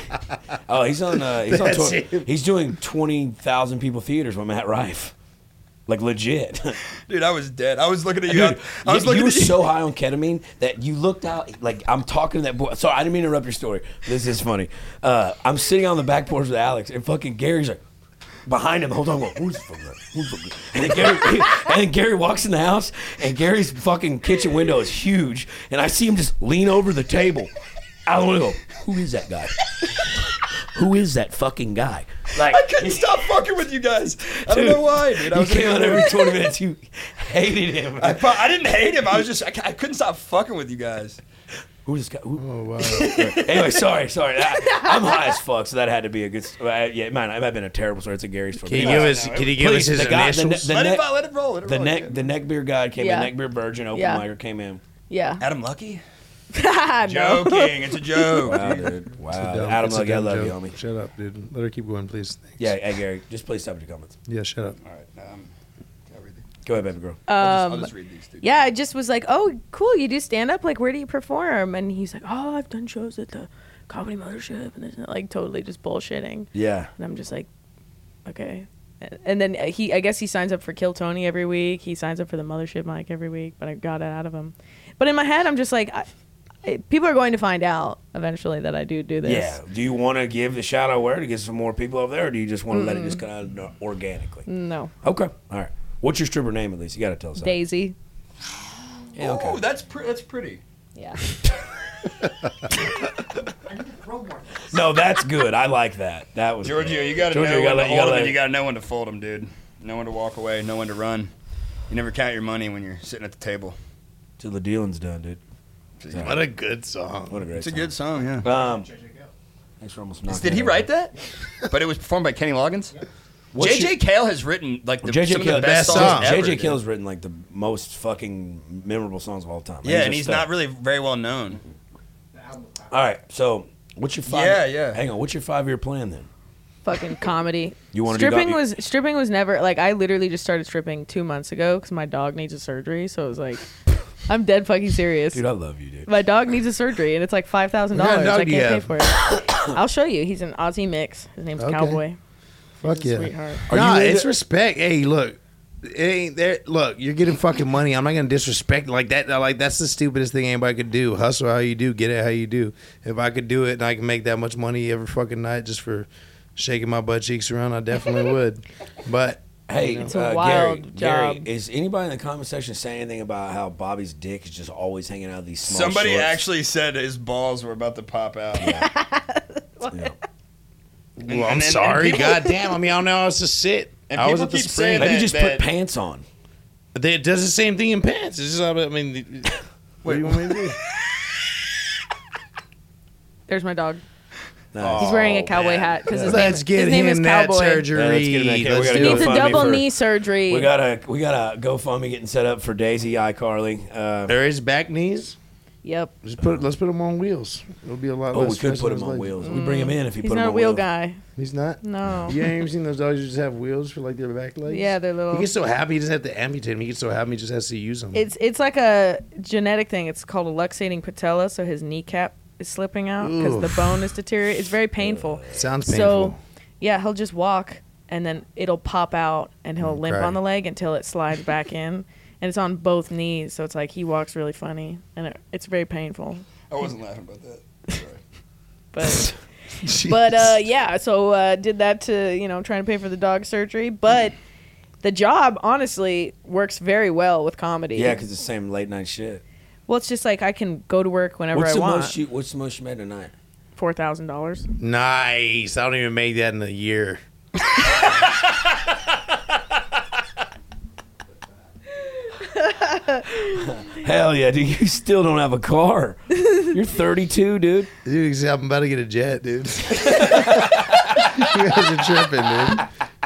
Oh, he's on. Uh, he's on. That's Tw- him. he's doing twenty thousand people theaters with Matt Rife. Like legit. [LAUGHS] [LAUGHS] Dude, I was dead. I was looking at you. Dude, I was you, looking you were at you. so high on ketamine that you looked out like I'm talking to that boy. Sorry, I didn't mean to interrupt your story. This is funny. Uh, I'm sitting on the back porch with Alex, and fucking Gary's like behind him the whole time. Going, Who's from there? Who's from there?" And then Gary, [LAUGHS] and then Gary walks in the house, and Gary's fucking kitchen window is huge, and I see him just lean over the table. I want to go. Who is that guy? Who is that fucking guy? Like [LAUGHS] I couldn't stop fucking with you guys. I don't know why, dude. I you was came out like- every 20 minutes. You hated him. [LAUGHS] I, fu- I didn't hate him. I was just I, c- I couldn't stop fucking with you guys. Who just got? Who? Oh wow. anyway, sorry, [LAUGHS] sorry. I, I'm high as fuck, so that had to be a good. s- Uh, yeah, man, I've been a terrible story. It's a Gary story. Can you give us? Can you give us his the guy, the, ne- initials? the, let, neck- it, fi- let it roll. Let it the roll. neck, the neck beer guy came Yeah. in. Neck beer virgin open Yeah. micer came in. Yeah. Adam [LAUGHS] Lucky? [LAUGHS] no. Joking. [LAUGHS] It's a joke. Wow, dude. Wow, Adam, It's a Lucky, I dumb love you, joke. homie. Shut up, dude. Let her keep going, please. Thanks. Yeah, hey Gary, just please stop with your comments. Yeah, shut up. All right. Um, I'll read these. Go ahead, baby girl. I'll Um, just- I'll just read these two. Yeah, I just was like, oh, cool, you do stand up. Like, where do you perform? And he's like, oh, I've done shows at the Comedy Mothership, and this and that, like totally just bullshitting. yeah, And I'm just like, okay. And then uh, he, I guess he signs up for Kill Tony every week. He signs up for the Mothership mic every week, but I got it out of him. But in my head, I'm just like, I, I, people are going to find out eventually that I do do this. yeah. Do you want to give the shout out where to get some more people over there, or do you just want to let it just kind of organically? No. Okay, all right. What's your stripper name at least? You got to tell us. that. Daisy. Yeah, okay. Oh, that's pre- that's pretty. Yeah. No, that's good. I like that. That was Giorgio, good. you got to Giorgio, know you gotta when to let- you hold gotta 'em let- and you got to know when to fold them, dude. No one to walk away, no one to run. You never count your money when you're sitting at the table. till the dealing's done, dude. What a good song. What a great. It's a good song, yeah. song. Um, thanks for almost knocking Did he it write over. that? but it was performed by Kenny Loggins. What's JJ Cale has written like the, your- JJ some Kill, of the best, best song. songs ever. JJ dude. Kill's written like the most fucking memorable songs of all time. Yeah, and just he's a- not really very well known. All right, so what's your five? Yeah, yeah. Hang on, what's your five year plan then? Fucking comedy. [LAUGHS] You wanna do stripping doggy? was stripping was never like I literally just started stripping two months ago because my dog needs a surgery. So it was like, I'm dead fucking serious. Dude, I love you, dude. my dog needs a surgery and it's like five thousand What kind dollars. of I dog can't do you pay have? for it. [COUGHS] I'll show you. He's an Aussie mix. His name's Okay. Cowboy. Fuck yeah. Sweetheart. Are nah, you it's into- respect. Hey, look, it ain't there. Look, you're getting fucking money. I'm not gonna disrespect like that. Like that's the stupidest thing anybody could do. Hustle how you do, get it how you do. If I could do it and I can make that much money every fucking night just for shaking my butt cheeks around, I [LAUGHS] definitely would. But Hey, It's a uh, wild Gary, job. Gary, is anybody in the comment section saying anything about how Bobby's dick is just always hanging out of these small Somebody shorts? actually said his balls were about to pop out. [LAUGHS] Yeah. well, I'm and- and sorry. people- Goddamn. I mean, I don't know how else to sit. And I was people at the keep saying spring. Maybe that- just that- put pants on. They- It does the same thing in pants. It's just, I mean, [LAUGHS] the- what do you want me to [LAUGHS] do? There's my dog. Nice. He's wearing a cowboy hat because his name, Let's get his name him is that Cowboy. surgery. Yeah, let's get him that kid. We Let's gotta He do go needs a find me double for- knee Oh. surgery. We gotta we gotta GoFundMe getting set up for Daisy iCarly. Uh, There is back knees. yep. Just put let's put them on wheels. It'll be a lot. oh, less we could stress put his him on legs. wheels. We bring him in if you Mm. He's put him not a on wheel wheels. guy. He's not. No. You ain't even seen those dogs who just have wheels for like their back legs. Yeah, they're little. He gets so happy he doesn't have to amputate him. He gets so happy he just has to use them. It's it's like a genetic thing. It's called a luxating patella, so his kneecap is slipping out because the Oof. bone is deteriorating. It's very painful. Sounds So, painful. yeah, he'll just walk and then it'll pop out and Mm, he'll limp cry. on the leg until it slides back [LAUGHS] in. And it's on both knees, so it's like he walks really funny and it, it's very painful. I wasn't laughing about that. [LAUGHS] But but uh, yeah, so uh, did that to you know trying to pay for the dog surgery, but the job honestly works very well with comedy. Yeah, because it's the same late night shit. well, it's just like I can go to work whenever What's I the want. most you What's the most you made tonight? Four thousand dollars. nice. I don't even make that in a year. Hell yeah, dude! You still don't have a [LAUGHS] car. You're 32, dude. Dude, I'm about to get a jet, dude. [LAUGHS] you guys are tripping, dude.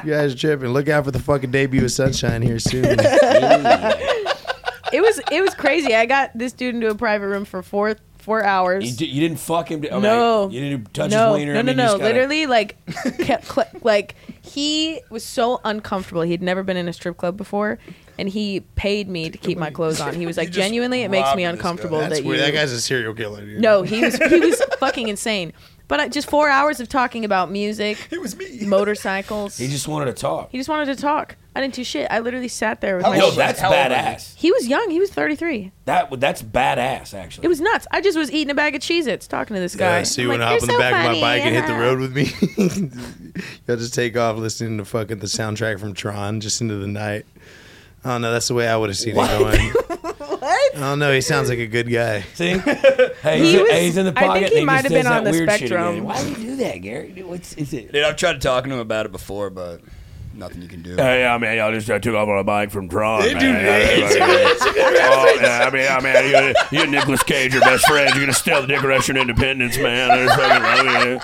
You guys are tripping. Look out for the fucking debut of Sunshine here soon. It was it was crazy. I got this dude into a private room for four four hours. You, di- you didn't fuck him. To, okay. No. You didn't touch no, his wiener. No, I no, mean, you no. just gotta- Literally, like, kept cl- like he was so uncomfortable. He'd never been in a strip club before, and he paid me to keep my clothes on. He was like, [LAUGHS] You just genuinely, it makes robbed me this guy. uncomfortable That's that you. weird. That guy's a serial killer. Dude. no, he was he was fucking insane. But I, just four hours of talking about music, It was me. motorcycles. He just wanted to talk. He just wanted to talk. I didn't do shit. I literally sat there with How my. Oh, Yo, shit. that's How old was he? badass. he was young. He was 33. That w- that's badass. Actually, It was nuts. I just was eating a bag of Cheez Its talking to this guy. Yeah, so you I'm want to like, hop on the "You're so back of my funny, bike and hit the huh?" road with me? [LAUGHS] Y'all just take off listening to fucking the soundtrack from Tron just into the night. I don't know. That's the way I would have seen it [LAUGHS] going. what? I don't know. He sounds like a good guy. See, hey, he's, He in- was- hey, he's in the I think pocket. he and might just have been does on that the weird shit spectrum. again. Why do you do that, Gary? What's is it? Dude, I've tried talking to him about it before, but nothing you can do. Hey, I mean, I just uh, took off on a bike from Tron. man. it's- [LAUGHS] oh, yeah, I mean, I mean, you, and- you and Nicolas Cage are best friends. You're gonna steal the Declaration of Independence, man. There's fucking- I mean,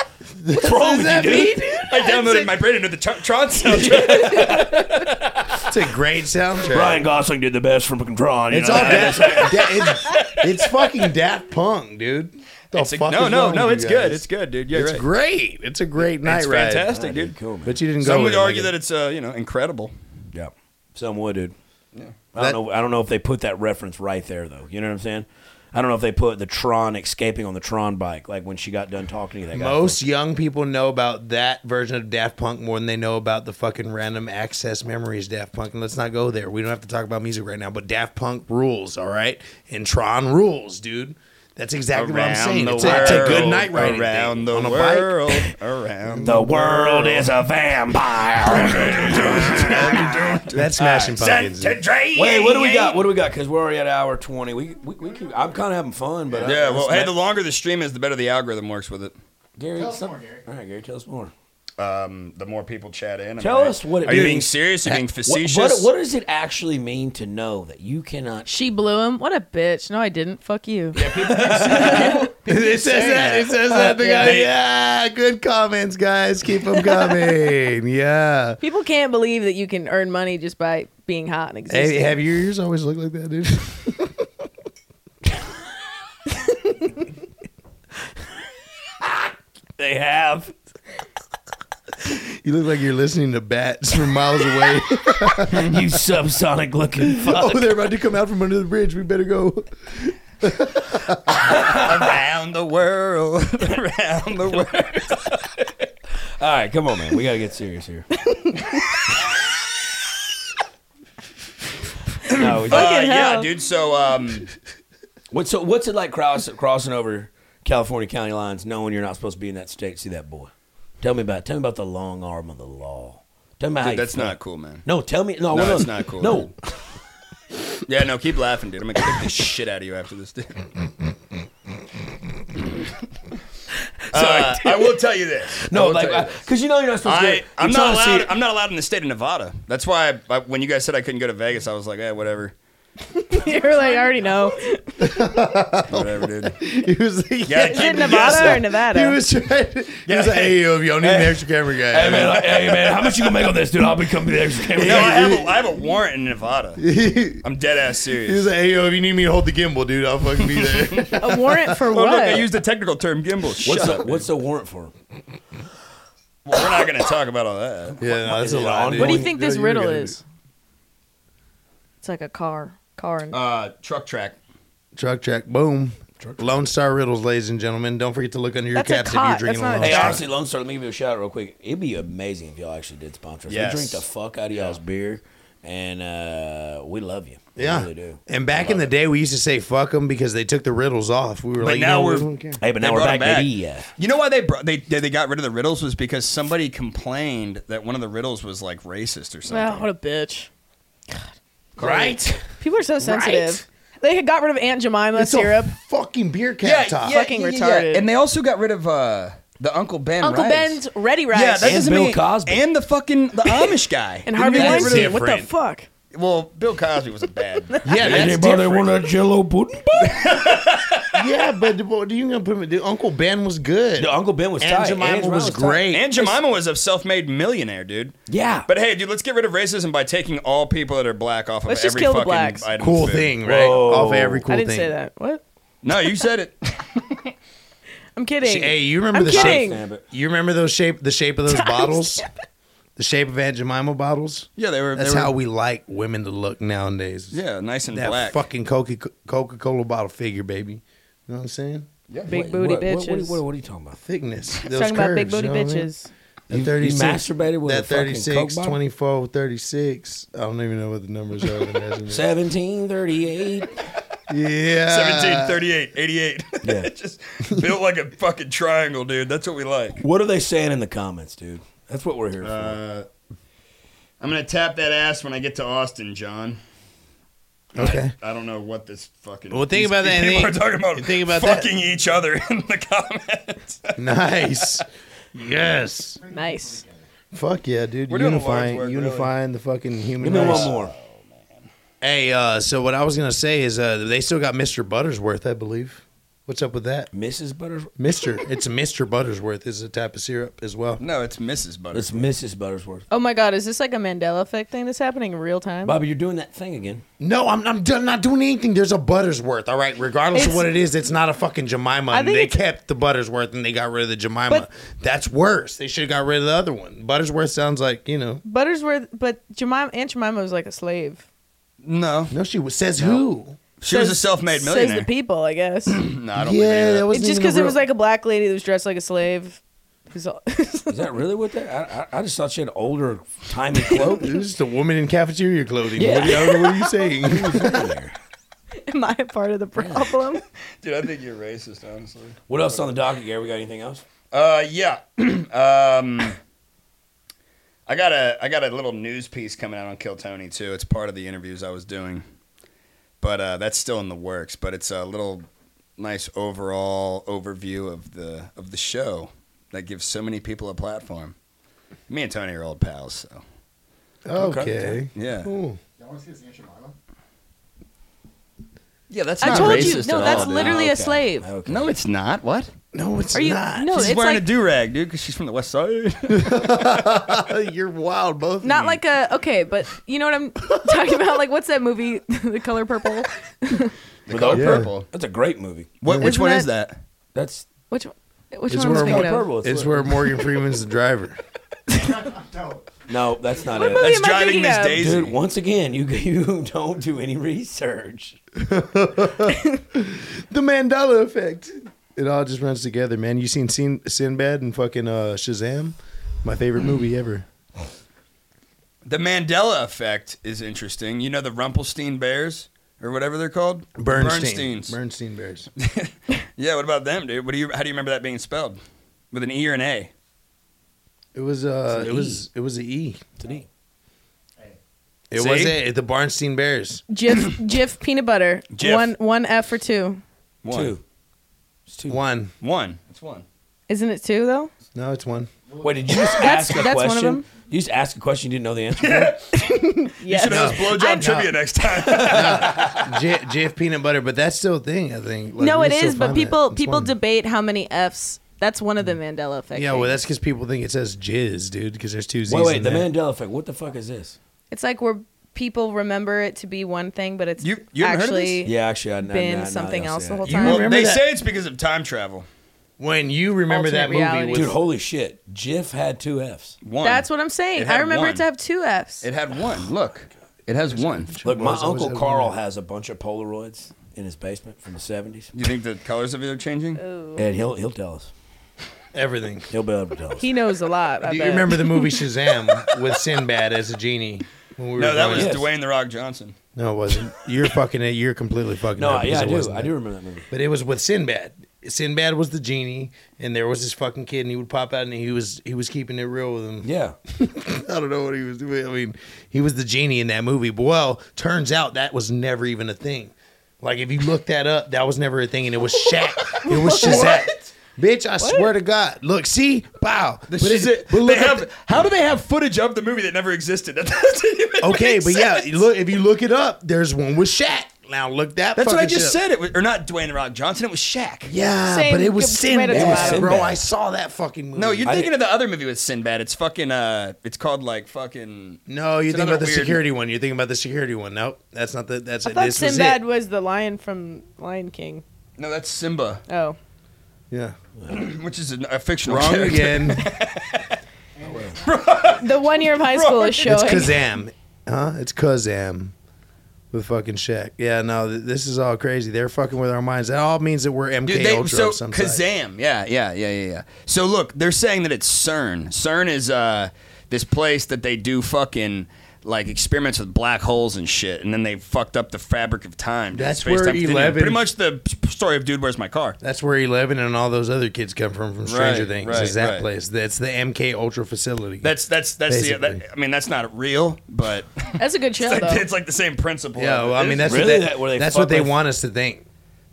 What's wrong with you, dude? I downloaded my brain into the tr- Tron soundtrack. It's a great soundtrack. Ryan Gosling did the best from Tron. you It's know? all Daft. da- it's, it's fucking Daft Punk, dude. The It's like, fuck no, is no, wrong no. with It's you good. guys? It's good, dude. Yeah, it's right. great. It's a great night It's ride. fantastic, dude. Cool, man. But you didn't go. Some with would it, like argue it- that it's uh, you know incredible. Yeah. Some would, dude. I That- don't know. I don't know if they put that reference right there though. You know what I'm saying? I don't know if they put the Tron escaping on the Tron bike, like when she got done talking to that guy. Most young people know about that version of Daft Punk more than they know about the fucking random access memories Daft Punk. And let's not go there. We don't have to talk about music right now, but Daft Punk rules, all right? And Tron rules, dude. That's exactly what I'm saying. It's a, it's a good night riding around thing. the on a bike. [LAUGHS] world, around the world is a vampire. [LAUGHS] That's smashing pumpkins. dude. [LAUGHS] Wait, what do we got? What do we got? Because we're already at hour twenty. We we, we keep, I'm kind of having fun, but I- Yeah, well, it's hey, not- the longer the stream is, the better the algorithm works with it. Gary, some- All right, Gary, tell us more. Um, the more people chat in. Tell us what it Are you means. being serious? Are you being What, facetious? what, what does it actually mean to know that you cannot? She blew him. What a bitch. No, I didn't. Fuck you. it says that. It says that. The guy, yeah, good comments, guys. Keep them coming. Yeah. People can't believe that you can earn money just by being hot and existing. Hey, have your ears always looked like that, dude? They have. [LAUGHS] You look like you're listening to bats from miles [LAUGHS] away. you subsonic [LAUGHS] looking fuck. oh, they're about to come out from under the bridge. We better go. around the world, [LAUGHS] around the world. All right, come on, man. We gotta get serious here. no, we don't. Fucking Uh, yeah, hell. dude. So, um, [COUGHS] What's so, what's it like cross, crossing over California county lines, knowing you're not supposed to be in that state? to See that boy? Tell me about. Tell me about the long arm of the law. Tell me how dude, you that's feel. not cool, man. No, tell me. No, No, no it's not cool. No, Yeah, no, keep laughing, dude. I'm gonna kick the shit out of you after this, dude. Uh, I will tell you this. I no, will like tell you this. because you know you're not supposed to. I, Get, I'm you're not trying to see allowed. it. I'm not allowed in the state of Nevada. That's why I, I, when you guys said I couldn't go to Vegas, I was like, eh, whatever, [LAUGHS] You're like, I already [LAUGHS] know. whatever, dude. [LAUGHS] [LAUGHS] He was like, [LAUGHS] Yeah, Is it Yes, Nevada sir. or Nevada? [LAUGHS] He was Oh, trying. To, he [LAUGHS] was like, hey, yo, if y'all need an extra camera guy. Hey man, like, hey man, how much you gonna make on this, dude? I'll become the extra camera. No, I guy. have a, I have a warrant in Nevada. I'm dead ass he was serious. like, hey, yo, if you need me to hold the gimbal, dude, I'll fucking be there. A warrant for Oh, what? look, I used the technical term gimbal. Shut What's the, up. what's the warrant for? Well, we're not gonna talk about all that. yeah, no, that's Is a it lot. on? dude. what do you think No, this you're riddle good. is? It's like a car. Car Oh, and Uh, truck track. Truck track, boom. Lone Star Riddles, ladies and gentlemen. Don't forget to look under your That's a caps if cot. you're That's drinking not a a Lone Hey, truck. Star. honestly, Lone Star, let me give you a shout out real quick. It'd be amazing if y'all actually did sponsor us. Yes. We drink the fuck out of y'all's beer, and uh, we love you. We Yeah. really do. And back in the day, we used to say fuck them because they took the riddles off. We were like, now no, we're- we don't care. Hey, but now They we're brought 'em back, back. baby. Yeah. You know why they brought they they they got rid of the riddles was because somebody complained that one of the riddles was like racist or Wow, something. what a bitch. Right. People are so sensitive. They had got rid of Aunt Jemima It's syrup. a fucking beer cap top. Fucking retarded. And they also got rid of uh the Uncle Ben. Uncle rice. Ben's ready rice. Yeah, that And doesn't Bill mean Cosby. and the fucking the Amish guy [LAUGHS] and Didn't Harvey they get rid Weinstein. of- What the fuck? Well, Bill Cosby was a [LAUGHS] bad. Yeah, [LAUGHS] that's [LAUGHS] different. want a Jello pudding? yeah, but what do you gonna put him? Dude, Uncle Ben was good. No, Uncle Ben was Aunt tight. Jemima Aunt was tight. great. and Jemima was a self-made millionaire, dude. Yeah. But hey, dude, let's get rid of racism by taking all people that are black off of Let's just every kill the fucking blacks. item of cool food. thing, right? Whoa. Off every cool I didn't thing. say that. What? No, you said it. I'm kidding. Hey, you remember I'm the kidding. shape? You remember those shape? The shape of [LAUGHS] those bottles? The shape of Aunt Jemima bottles? Yeah, they were. That's they were, how we like women to look nowadays. Yeah, nice and that black. fucking Coca Coca Cola bottle figure, baby. You know what I'm saying? big booty what, bitches. What, what, what, what are you talking about? Thickness. Those Talking about big curves, booty you know what I mean? bitches. That You- you 36, masturbated with a that fucking Coke 36, bottle? 24, 36. I don't even know what the numbers are. in [LAUGHS] that measurement. 1738. yeah. 17, 38, 88. Yeah. [LAUGHS] Just built like a fucking triangle, dude. That's what we [LAUGHS] like. what are they saying in the comments, dude? That's what we're here for. I'm going to tap that ass when I get to Austin, John. Okay. I don't know what this fucking. Well, think these about that and [LAUGHS] People are think- talking about, think about that. fucking each other [LAUGHS] in the comments. [LAUGHS] nice. Yes. Nice. Fuck yeah, dude. We're doing a large unifying work, really. unifying the fucking human Give me race. one more. Hey, uh, so what I was gonna say is uh, they still got Mr. Buttersworth, I believe. What's up with that? Mrs. Buttersworth. Mr. it's a Mr. Buttersworth is a type of syrup as well. no, it's Mrs. Butter. It's Mrs. Buttersworth. Oh my God, is this like a Mandela effect thing that's happening in real time? Bobby, you're doing that thing again. No, I'm, I'm done- not doing anything. There's a Buttersworth, all right? Regardless of It's- what it is, it's not a fucking Jemima. I think They it's- kept the Buttersworth and they got rid of the Jemima. But- That's worse. They should have got rid of the other one. Buttersworth sounds like, you know. Buttersworth, but Jemima, Aunt Jemima was like a slave. no. Oh. No, she was, says who? She was a Says- self made millionaire. Says the people, [CLEARS THROAT] I guess. It's no, I don't believe Yeah, any that of was just because it was like a black lady that was dressed like a slave. Who's all- [LAUGHS] Is that really what that? I, I, I just thought she had older, timey [LAUGHS] clothes. It was just a woman in cafeteria clothing. Yeah. What, do you- I don't know what [LAUGHS] are you saying? Am I a part of the problem? that. Dude, I think you're racist, honestly. what else on the docket, Gary? We got anything else? Uh, yeah. [CLEARS THROAT] um, I got a I got a little news piece coming out on Kill Tony too. It's part of the interviews I was doing, but uh, that's still in the works. But it's a little nice overall overview of the of the show that gives so many people a platform. Me and Tony are old pals, so okay. yeah. Cool. Yeah, that's I told you. No, that's literally a Okay. slave. Okay. No, it's not. What? No, it's Are you? not. No, she's Oh, it's wearing like a do rag, dude, because she's from the west side. [LAUGHS] You're wild, both. of not you. like a okay, but you know what I'm [LAUGHS] talking about? Like what's that movie, [LAUGHS] The Color Purple? the color Yeah. purple. That's a great movie. What, which Isn't one that- is that? That's Which one- which It's one was where I thinking Color of? Purple. It's where Morgan Freeman's the driver. No, that's not What it. movie That's am I driving thinking Miss of? Daisy. Dude, once again, you [LAUGHS] you don't do any research. the Mandela effect. It all just runs together, man. You seen Sin- Sinbad and fucking uh, Shazam? My favorite movie ever. The Mandela effect is interesting. You know the Rumpelstein bears or whatever they're called? Bernstein. Bernsteins. Bernstein Bears. yeah, what about them, dude? What do you how do you remember that being spelled? With an E or an A? It was uh, It's an it was it was an E. Today. It See? was it. The Bernstein Bears. [COUGHS] Jif Jif peanut butter. Jif. One one F for two. One. Two. It's two. One. One. That's one. Isn't it two though? No, it's one. Wait, did you just [LAUGHS] That's- ask a that's one of question? them. You just asked a question you didn't know the answer. Yes. Should have blowjob trivia next [LAUGHS] time. J- Jeff Peanut Butter, but that's still a thing. I think. Like, no, we it still is, but find that. people It's people one. debate how many Fs. That's one of the Mm. Mandela effect. Yeah, well, things. that's because people think it says jizz, dude. Because there's two Z's. wait, wait, in the that. Mandela effect. What the fuck is this? it's like where people remember it to be one thing, but it's You- you haven't heard of this? actually Yeah, actually, I been something else the whole You time. remember well, they that? say it's because of time travel. When you remember that Alternate movie, reality. with- Dude, holy shit! Jif had two F's. One. That's what I'm saying. It had I remember one. it to have two Fs. it had one. Look. It has one. Look, my Well, it's uncle always- Carl has a bunch of Polaroids in his basement from the seventies, You think the colors of it are changing? Oh. and he'll he'll tell us. everything. He'll be able to tell us. he knows a lot. I Do you bet. remember the [LAUGHS] movie Shazam with Sinbad as a genie? When we were No, that growing was up? Yes. Dwayne the Rock Johnson. No, it wasn't. You're fucking it. You're completely fucking. no, up yeah, I because it do. wasn't I that. do remember that movie. But it was with Sinbad. Sinbad was the genie, and there was this fucking kid, and he would pop out, and he was he was keeping it real with him. [LAUGHS] Yeah, I don't know what he was doing. I mean, he was the genie in that movie. But well, turns out that was never even a thing. Like if you look that up, that was never a thing, and it was Shaq. [LAUGHS] It was Shazam. Bitch, I swear to God. Look, see, wow. But, it- but they look at have, the- how do they have footage of the movie that never existed? [LAUGHS] That doesn't even Okay, make but yeah, sense. you look if you look it up, there's one with Shaq. Now look that. That's what I fucking just shit up. said. It was, or not Dwayne the Rock Johnson. It was Shaq. Yeah, Same but it was g- tomato, Sinbad, tomato. bro. Sinbad. I saw that fucking movie. No, you're I thinking did- of the other movie with Sinbad. It's fucking. Uh, it's called like fucking. No, you're thinking It's another about the weird- security one. You're thinking about the security one. Nope, that's not the. That's I it. thought This was Sinbad it. was, the lion from Lion King. No, that's Simba, [LAUGHS] Oh, [LAUGHS] Yeah. which is an- a fictional Wrong character. again. the one year [LAUGHS] of high school is it's showing. Kazam. Huh? It's Kazam. With fucking Shaq. Yeah, no, th- this is all crazy. They're fucking with our minds. That all means that we're MK Dude, they, Ultra so of some type. Kazam, yeah, yeah, yeah, yeah, yeah. So look, they're saying that it's CERN. CERN is uh, this place that they do fucking like experiments with black holes and shit, and then they fucked up the fabric of time. dude. That's Space-time where continuum. 11 Pretty much the story of Dude, Where's My Car? That's where Eleven and all those other kids come from from Stranger Right, Things. right, is that right. place? That's the MK Ultra facility. That's that's that's the, Basically. that, I mean, that's not real, but [LAUGHS] That's a good show, it's, though. like, it's like the same principle. yeah. of it. Well, I This- mean, that's Really? what they, That- where they that's fuck what they with- want us to think.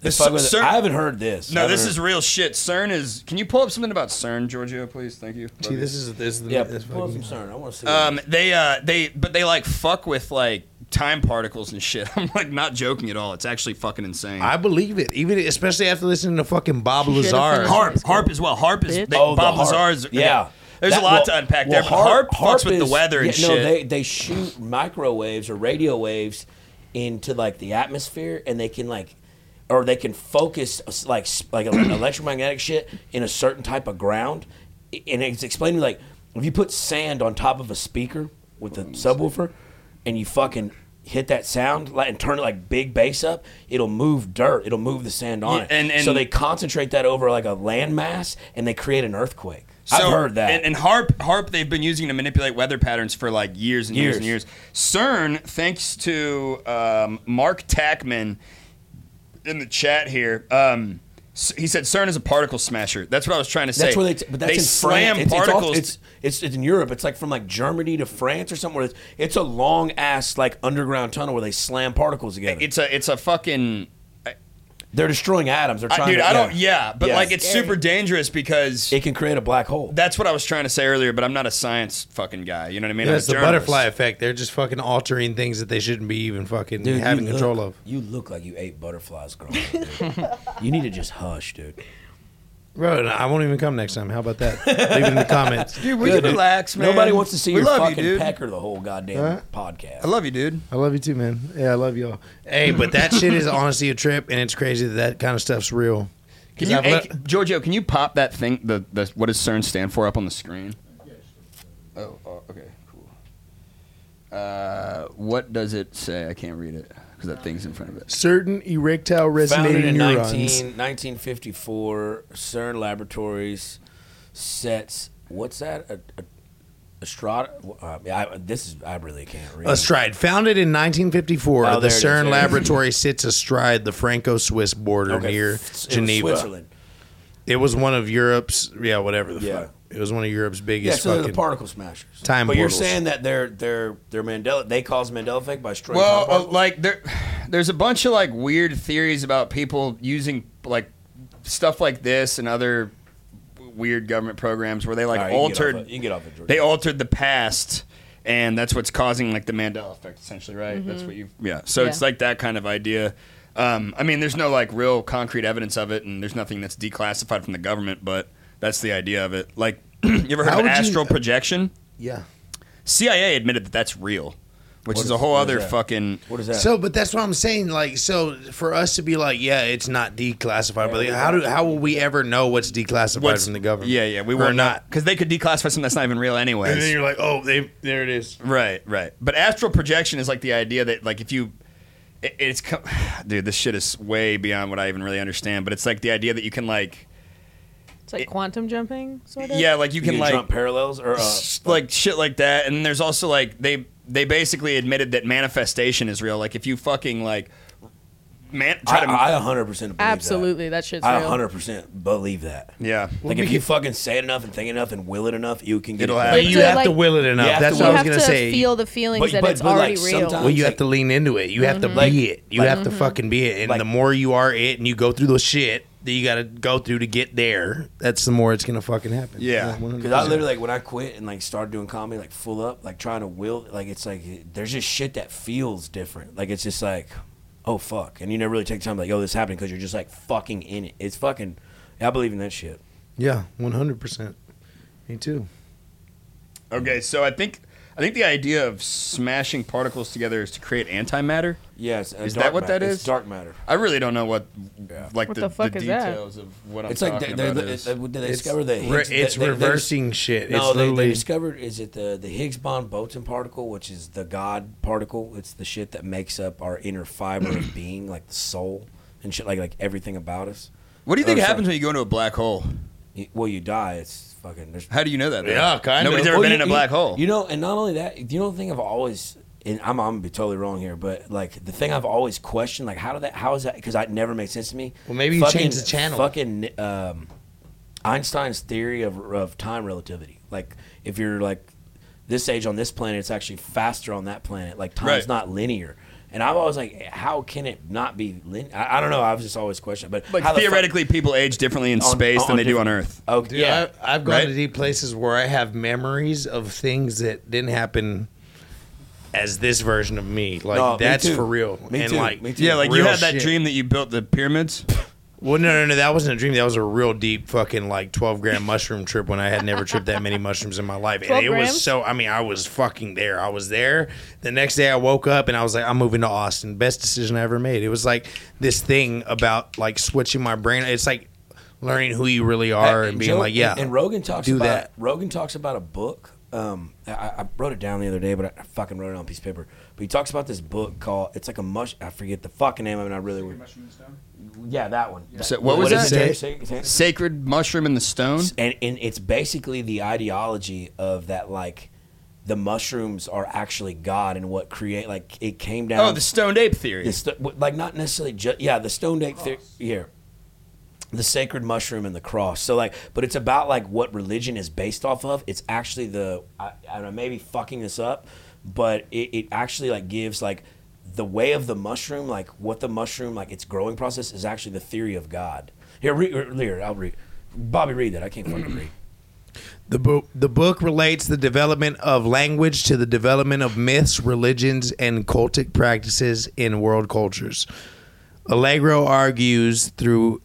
They This fuck with it. cer- I haven't heard this. I no, haven't this is heard- real shit. CERN is. Can you pull up something about CERN, Giorgio, please? Thank you. See, this is this is the yeah. this pull up fucking- some CERN. I want to see. Um, they uh, they but they like fuck with like time particles and shit. [LAUGHS] I'm like not joking at all. It's actually fucking insane. I believe it, even especially after listening to fucking Bob Should've Lazar. finished- harp, harp as well. Harp is Bitch. they, Oh, the Bob harp. Lazar's. Yeah. There's That- a lot well- to unpack well, there. But harp, fucks with the is- weather and yeah, shit. No, they, they shoot microwaves or radio waves into like the atmosphere, and they can like, or they can focus like s- like [CLEARS THROAT] ele- electromagnetic shit in a certain type of ground, I- and it's explaining like if you put sand on top of a speaker with Oh, a subwoofer, and you fucking hit that sound like, and turn it like big bass up, it'll move dirt, it'll move the sand on Yeah, it, and- so and- they concentrate that over like a landmass, and they create an earthquake. So- I've heard that. And, and harp, harp, they've been using to manipulate weather patterns for like years and years, and Years. years. CERN, thanks to um, Mark Tackman in the chat here. Um, s- he said CERN is a particle smasher. That's what I was trying to say. That's where they, t- but that's they in slam France. It's- it's all- particles. It's, it's, it's in Europe. It's like from like Germany to France or somewhere. It's, it's a long ass like underground tunnel where they slam particles together. it's a it's a fucking They're destroying atoms. They're trying. dude. to, I don't. Yeah, but Yeah. like it's Scary. super dangerous because It can create a black hole. that's what I was trying to say earlier. But I'm not a science fucking guy. You know what I mean? I'm That's a the journalist. butterfly effect. They're just fucking altering things that they shouldn't be even fucking Dude, you having control look- of. You look like you ate butterflies growing up. dude. you need to just hush, dude. Bro, no, I won't even come next time. How about [LAUGHS] that? Leave it in the comments. Dude, we can [LAUGHS] relax, man. Nobody wants to see we your love fucking you, dude. pecker the whole goddamn Huh? podcast. I love you, dude. I love you too, man. Yeah, I love y'all. Hey, but that shit is honestly a trip, and it's crazy that that kind of stuff's real. Can 'Cause you, I've let- hey, Giorgio? Can you pop that thing? The, the what does CERN stand for up on the screen? Oh, oh okay, cool. Uh, what does it say? I can't read it because that thing's in front of it. certain erectile Founded resonating in 19, neurons. 1954, CERN Laboratories sets what's that? A, a, Astrod- uh, I, this is I really can't read. Astride, founded in 1954, Oh, the there it is, there it CERN is. laboratory sits astride the Franco-Swiss border Okay, near it was Geneva. Switzerland. It was one of Europe's, yeah, whatever the Yeah. fuck. It was one of Europe's Yeah, biggest so they're the fucking. particle smashers. Time but portals. you're saying that they're they're they're Mandela. They cause Mandela effect by destroying. Well, time uh, particles? like there, there's a bunch of like weird theories about people using like stuff like this and other weird government programs where they like All right, you can get off altered. it. You can get off it, George. they altered the past and that's what's causing like the mandela effect essentially right that's what you yeah so it's Yeah. like that kind of idea um, i mean there's no like real concrete evidence of it and there's nothing that's declassified from the government but that's the idea of it like [CLEARS THROAT] you ever heard How of would you- astral projection yeah. cia admitted that that's real What which is is- a whole what is other that? fucking what is that? So, but that's what I'm saying. Like, so for us to be like, yeah, it's not declassified, but like, how do how will we ever know what's declassified what's from the government? yeah yeah we Or were not because they could declassify something that's not even real anyways And then you're like, oh, they there it is. Right, right. But astral projection is like the idea that like if you it, it's co- [SIGHS] dude, this shit is way beyond what I even really understand, but it's like the idea that you can like It's like quantum jumping, sort of. yeah, like you you, can, can like jump parallels or uh, s- like shit like that and there's also like they they basically admitted that manifestation is real. Like if you fucking like man try to I, I 100% believe that. Absolutely, that shit's I real. 100% believe that. yeah. Like if you fucking say it enough and think enough and will it enough, you can get It'll it. happen. But You you have have to, to like- will it enough. You have That's to what I you was have gonna to say. feel the feelings But- that but- it's but, like, already real. sometimes- Well, you have Like- to lean into it. You have to Mm-hmm. Like- be it. You like- have to fucking be it. And Like- the more you are it, and you go through the shit that you got to go through to get there, that's the more it's gonna fucking happen. Yeah. Because I literally like when I quit and like started doing comedy, like full up, like trying to will, like it's like there's just shit that feels different. Like it's just like, oh fuck, and you never really take time like, oh, this happening because you're just like fucking in it. It's fucking. I believe in that shit. yeah, one hundred percent. Me too. Okay, so I think I think the idea of smashing particles together is to create antimatter. Yes. uh, Is dark that what ma- that it's is? dark matter. I really don't know what, like What the, the fuck is that? details of what I'm It's like they, talking they, about. they, is. they- they discovered the re- Higgs, it's they- they- they- reversing shit. No, It's they, they literally- discovered is it the the Higgs bond Boltzmann particle, which is the God particle. It's the shit that makes up our inner fiber [CLEARS THROAT] of being, like the soul and shit, like like everything about us. what do you think or happens something. when you go into a black hole? You- well, you die. It's fucking. There's How do you know that? though? Yeah, kind Nobody's of. ever Well, been you- in a you- black hole. You know, and not only that, you know, the thing I've always, and I'm, I'm gonna be totally wrong here, but like the thing I've always questioned, like how did that, how is that? Because that never makes sense to me. Well, maybe you Fucking- change the channel. Fucking um, Einstein's theory of of time relativity. Like if you're like this age on this planet, it's actually faster on that planet. Like time's Right. not linear. And I'm always like, how can it not be linear? I, I don't know. I've just always questioned, but like how the fuck- theoretically, people age differently in On- space than on they do on different- Earth. oh Dude, yeah, I, I've gone Right? to deep places where I have memories of things that didn't happen as this version of me. Like No, me that's too. for real. Me and too. like Me too. Yeah, like you real had that shit. dream that you built the pyramids. Well, no, no, no, that wasn't a dream. That was a real deep fucking like twelve gram mushroom trip when I had never tripped that many mushrooms in my life, and 12 it was grams? so. I mean, I was fucking there. I was there. The next day, I woke up and I was like, I'm moving to Austin. Best decision I ever made. It was like this thing about like switching my brain. It's like learning who you really are Uh, and being Joe- like, yeah. And, and Rogan talks do about that. Rogan talks about a book. Um, I, I wrote it down the other day, but I fucking wrote it on a piece of paper. But he talks about this book called it's like a mush. I forget the fucking name of it. I really would. Yeah, that one. So what was is that? it, Dave? Say- say- Sacred mushroom and the stone. and, and it's basically the ideology of that like the mushrooms are actually God and what create like it came down. Oh, the stoned ape theory. The sto- w- like not necessarily just yeah the stone date theory yeah the sacred mushroom and the cross so like but it's about like what religion is based off of it's actually the i, I don't know maybe fucking this up but it, it actually like gives like the way of the mushroom like what the mushroom like its growing process is actually the theory of god here re- re- here i'll read bobby read that i can't fucking read The book the book relates the development of language to the development of myths, religions, and cultic practices in world cultures. Allegro argues through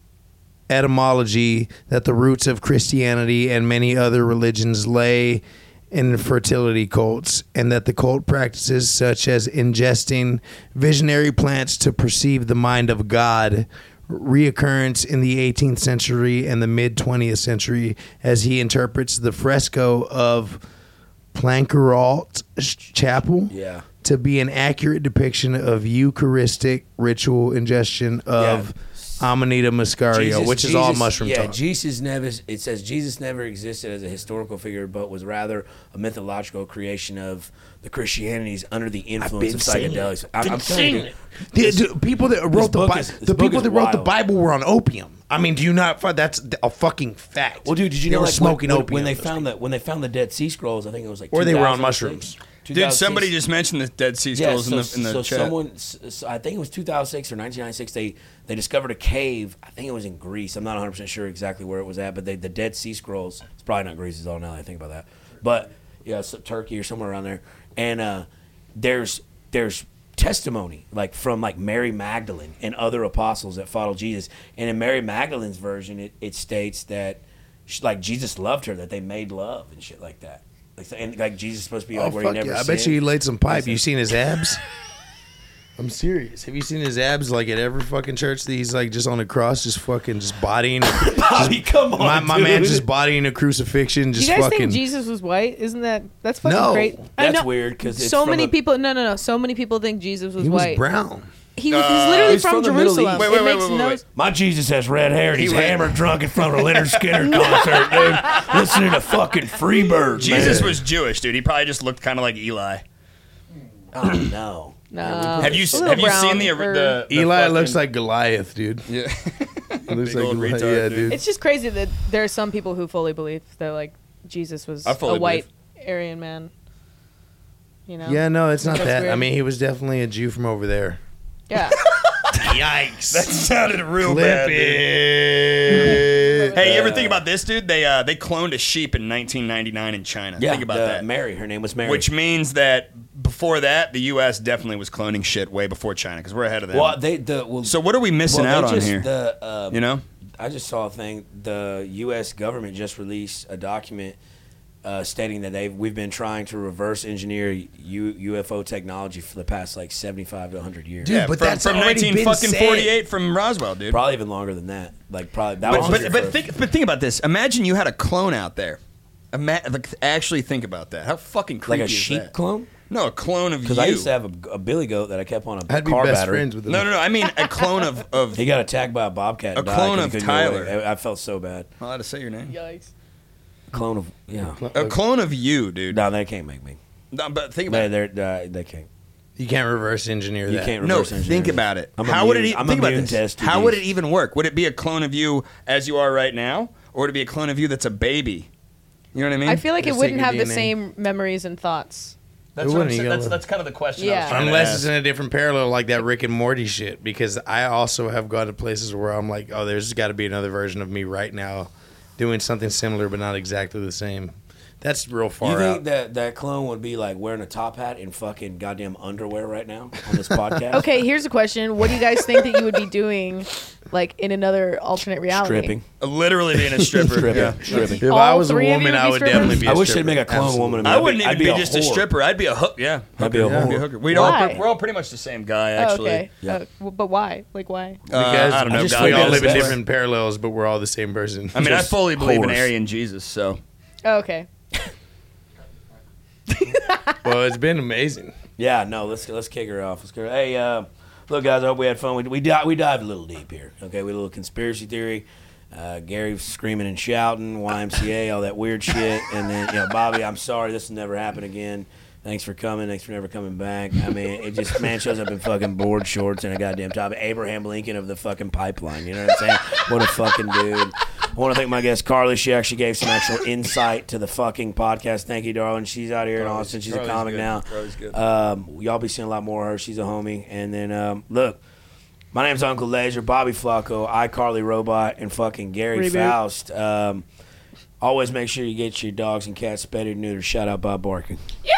etymology that the roots of Christianity and many other religions lay in fertility cults, and that the cult practices such as ingesting visionary plants to perceive the mind of God reoccurrence in the 18th century and the mid 20th century as he interprets the fresco of Planqueralt Chapel Yeah. to be an accurate depiction of Eucharistic ritual ingestion of Amanita muscaria, Jesus- which is all Jesus- mushroom yeah, talk. Jesus never. It says Jesus never existed as a historical figure, but was rather a mythological creation of the Christianities under the influence been of saying it. psychedelics. I, I'm telling you, The, the people that wrote the book Bi- is- this the book people is that wrote the wild. Bible were on opium. I mean, do you not? fi- That's a fucking fact. Well, dude, did you They know were like, smoking when, when- opium? when they found that when they found the Dead Sea Scrolls? I think it was like Or they were on 2006. mushrooms. Dude, somebody 2006. just mentioned the Dead Sea Yeah, Scrolls so- in the in so the chat. someone, so I think it was 2006 or 1996. They they discovered a cave. I think it was in Greece. I'm not 100 percent sure exactly where it was at, but they, the Dead Sea Scrolls. It's probably not Greece. Is all now that I think about that. But yeah, so Turkey or somewhere around there. And uh, there's there's testimony like from like Mary Magdalene and other apostles that followed Jesus. And in Mary Magdalene's version, it, it states that she, like Jesus loved her, that they made love and shit like that. Like, so- and like Jesus is supposed to be Oh, like where he fuck never. yeah. I bet you sinned. he laid some pipe. You seen his [LAUGHS] abs? I'm serious. Have you seen his abs like at every fucking church that he's like just on a cross, just fucking just [LAUGHS] bodying? Bobby, come on, my my man dude. just bodying a crucifixion, Do you just guys fucking. think Jesus was white? Isn't that that's fucking No. great? That's weird, 'cause it's so from many a- people. No, no, no. So many people think Jesus was, he was white. brown. He was he's literally He's from, from the Middle Jerusalem. East. Wait, wait, it wait, makes wait, no wait, wait. My Jesus has red hair and he's He went- hammered drunk in front of a Leonard [LAUGHS] Skinner concert, dude. Listening to fucking Freebird. Jesus man. was Jewish, dude. He probably just looked kind of like Eli. Oh, no. No. Have you A little have you seen brown the, or- the, the Eli fucking- looks like Goliath, dude. Yeah. [LAUGHS] He looks Big like old Goliath. retard, yeah, dude. dude. It's just crazy that there are some people who fully believe that like Jesus was I fully a white Aryan man. You know? Yeah, no, it's not That's that. I weird. mean, he was definitely a Jew from over there. [LAUGHS] Yeah. [LAUGHS] Yikes! that sounded real bad. Clip dude. it. Hey, you Uh, ever think about this, dude? They uh, they cloned a sheep in 1999 in China. Yeah, think about the- that. Mary. Her name was Mary. Which means that before that, the U.S. definitely was cloning shit way before China because we're ahead of them. well, they, the, well, so what are we missing well, they out on just- here? The, um, you know, I just saw a thing. The U.S. government just released a document uh, stating that they've we've been trying to reverse engineer U, UFO technology for the past like seventy five to hundred years. Dude, Yeah, but from, that's from already 19 been fucking said. 48 from Roswell, dude. Probably even longer than that. Like probably that But, was but, your but first- think but think about this. Imagine you had a clone out there. Ima- like, actually think about that. How fucking like creepy a is sheep that? clone. No, a clone of you. Because I used to have a, a billy goat that I kept on a I'd be car best battery. friends with him. no, no, no. I mean a clone of [LAUGHS] of. He got attacked by a bobcat. A and died clone 'cause he of couldn't get away. Tyler. I, I felt so bad. I'm allowed to say your name. Yikes. Clone of yeah. A clone of you, dude. No, they can't make me. No, but think about They it. they're, uh, they can't. You can't reverse engineer that. You can't. No, Reverse engineer think about it. I'm How would it? immune- e- I'm think about immune this. to STDs. How would it even work? Would it be a clone of you as you are right now, or would it be a clone of you that's a baby? You know what I mean? I feel like it Just wouldn't take your have DNA. the same memories and thoughts. that's, It what I'm wouldn't, saying. you that's, gotta- that's kind of the question. I Yeah. was trying to Unless ask. it's in a different parallel, like that Rick and Morty shit, because I also have gone to places where I'm like, oh, there's got to be another version of me right now, doing something similar but not exactly the same. That's real far You think out. that that clone would be like wearing a top hat and fucking goddamn underwear right now on [LAUGHS] this podcast? Okay, here's a question. What do you guys think that you would be doing, like, in another alternate reality? Stripping. literally being [LAUGHS] a stripper. yeah. Stripping. if all I was a three of you woman, would be I would strippers? definitely be. I I wish they'd make a clone woman of me. I wouldn't I'd even be, a just a whore. stripper. I'd be a hook. Yeah, I'd be a I'd be a whore. hooker. We'd all Why? we're all pretty much the same guy Oh, actually. okay. Yeah. Uh, w- but why? Like, why? Uh, Because I don't know. I just God feel we like all knows live in that's- best. different parallels, but we're all the same person. [LAUGHS] I mean, I just fully believe in whores. Aryan Jesus. So Oh, Okay. well, it's been amazing. Yeah, no, let's let's kick her off. Let's go. Hey, uh, look, guys, I hope we had fun. We we, di- we dived a little deep here. Okay, we had a little conspiracy theory. Uh, Gary screaming and shouting, YMCA, all that weird shit, and then you know, Bobby, I'm sorry, this will never happen again. Thanks for coming. Thanks for never coming back. I mean, it just man shows up in fucking board shorts and a goddamn top. Abraham Lincoln of the fucking pipeline. You know what I'm saying? What a fucking dude. I want to thank my guest Carly. She actually gave some actual insight to the fucking podcast. Thank you, darling. She's out here in Carly's- Austin. She's Carly's a comic good. now. Carly's good. Um, y'all be seeing a lot more of her. She's a homie. And then um, look, my name's Uncle Leisure, Bobby Flacco, iCarly Robot, and fucking Gary Reboot. Faust. Um, always make sure you get your dogs and cats spayed or neutered. Shout out Bob Barkin. Yeah!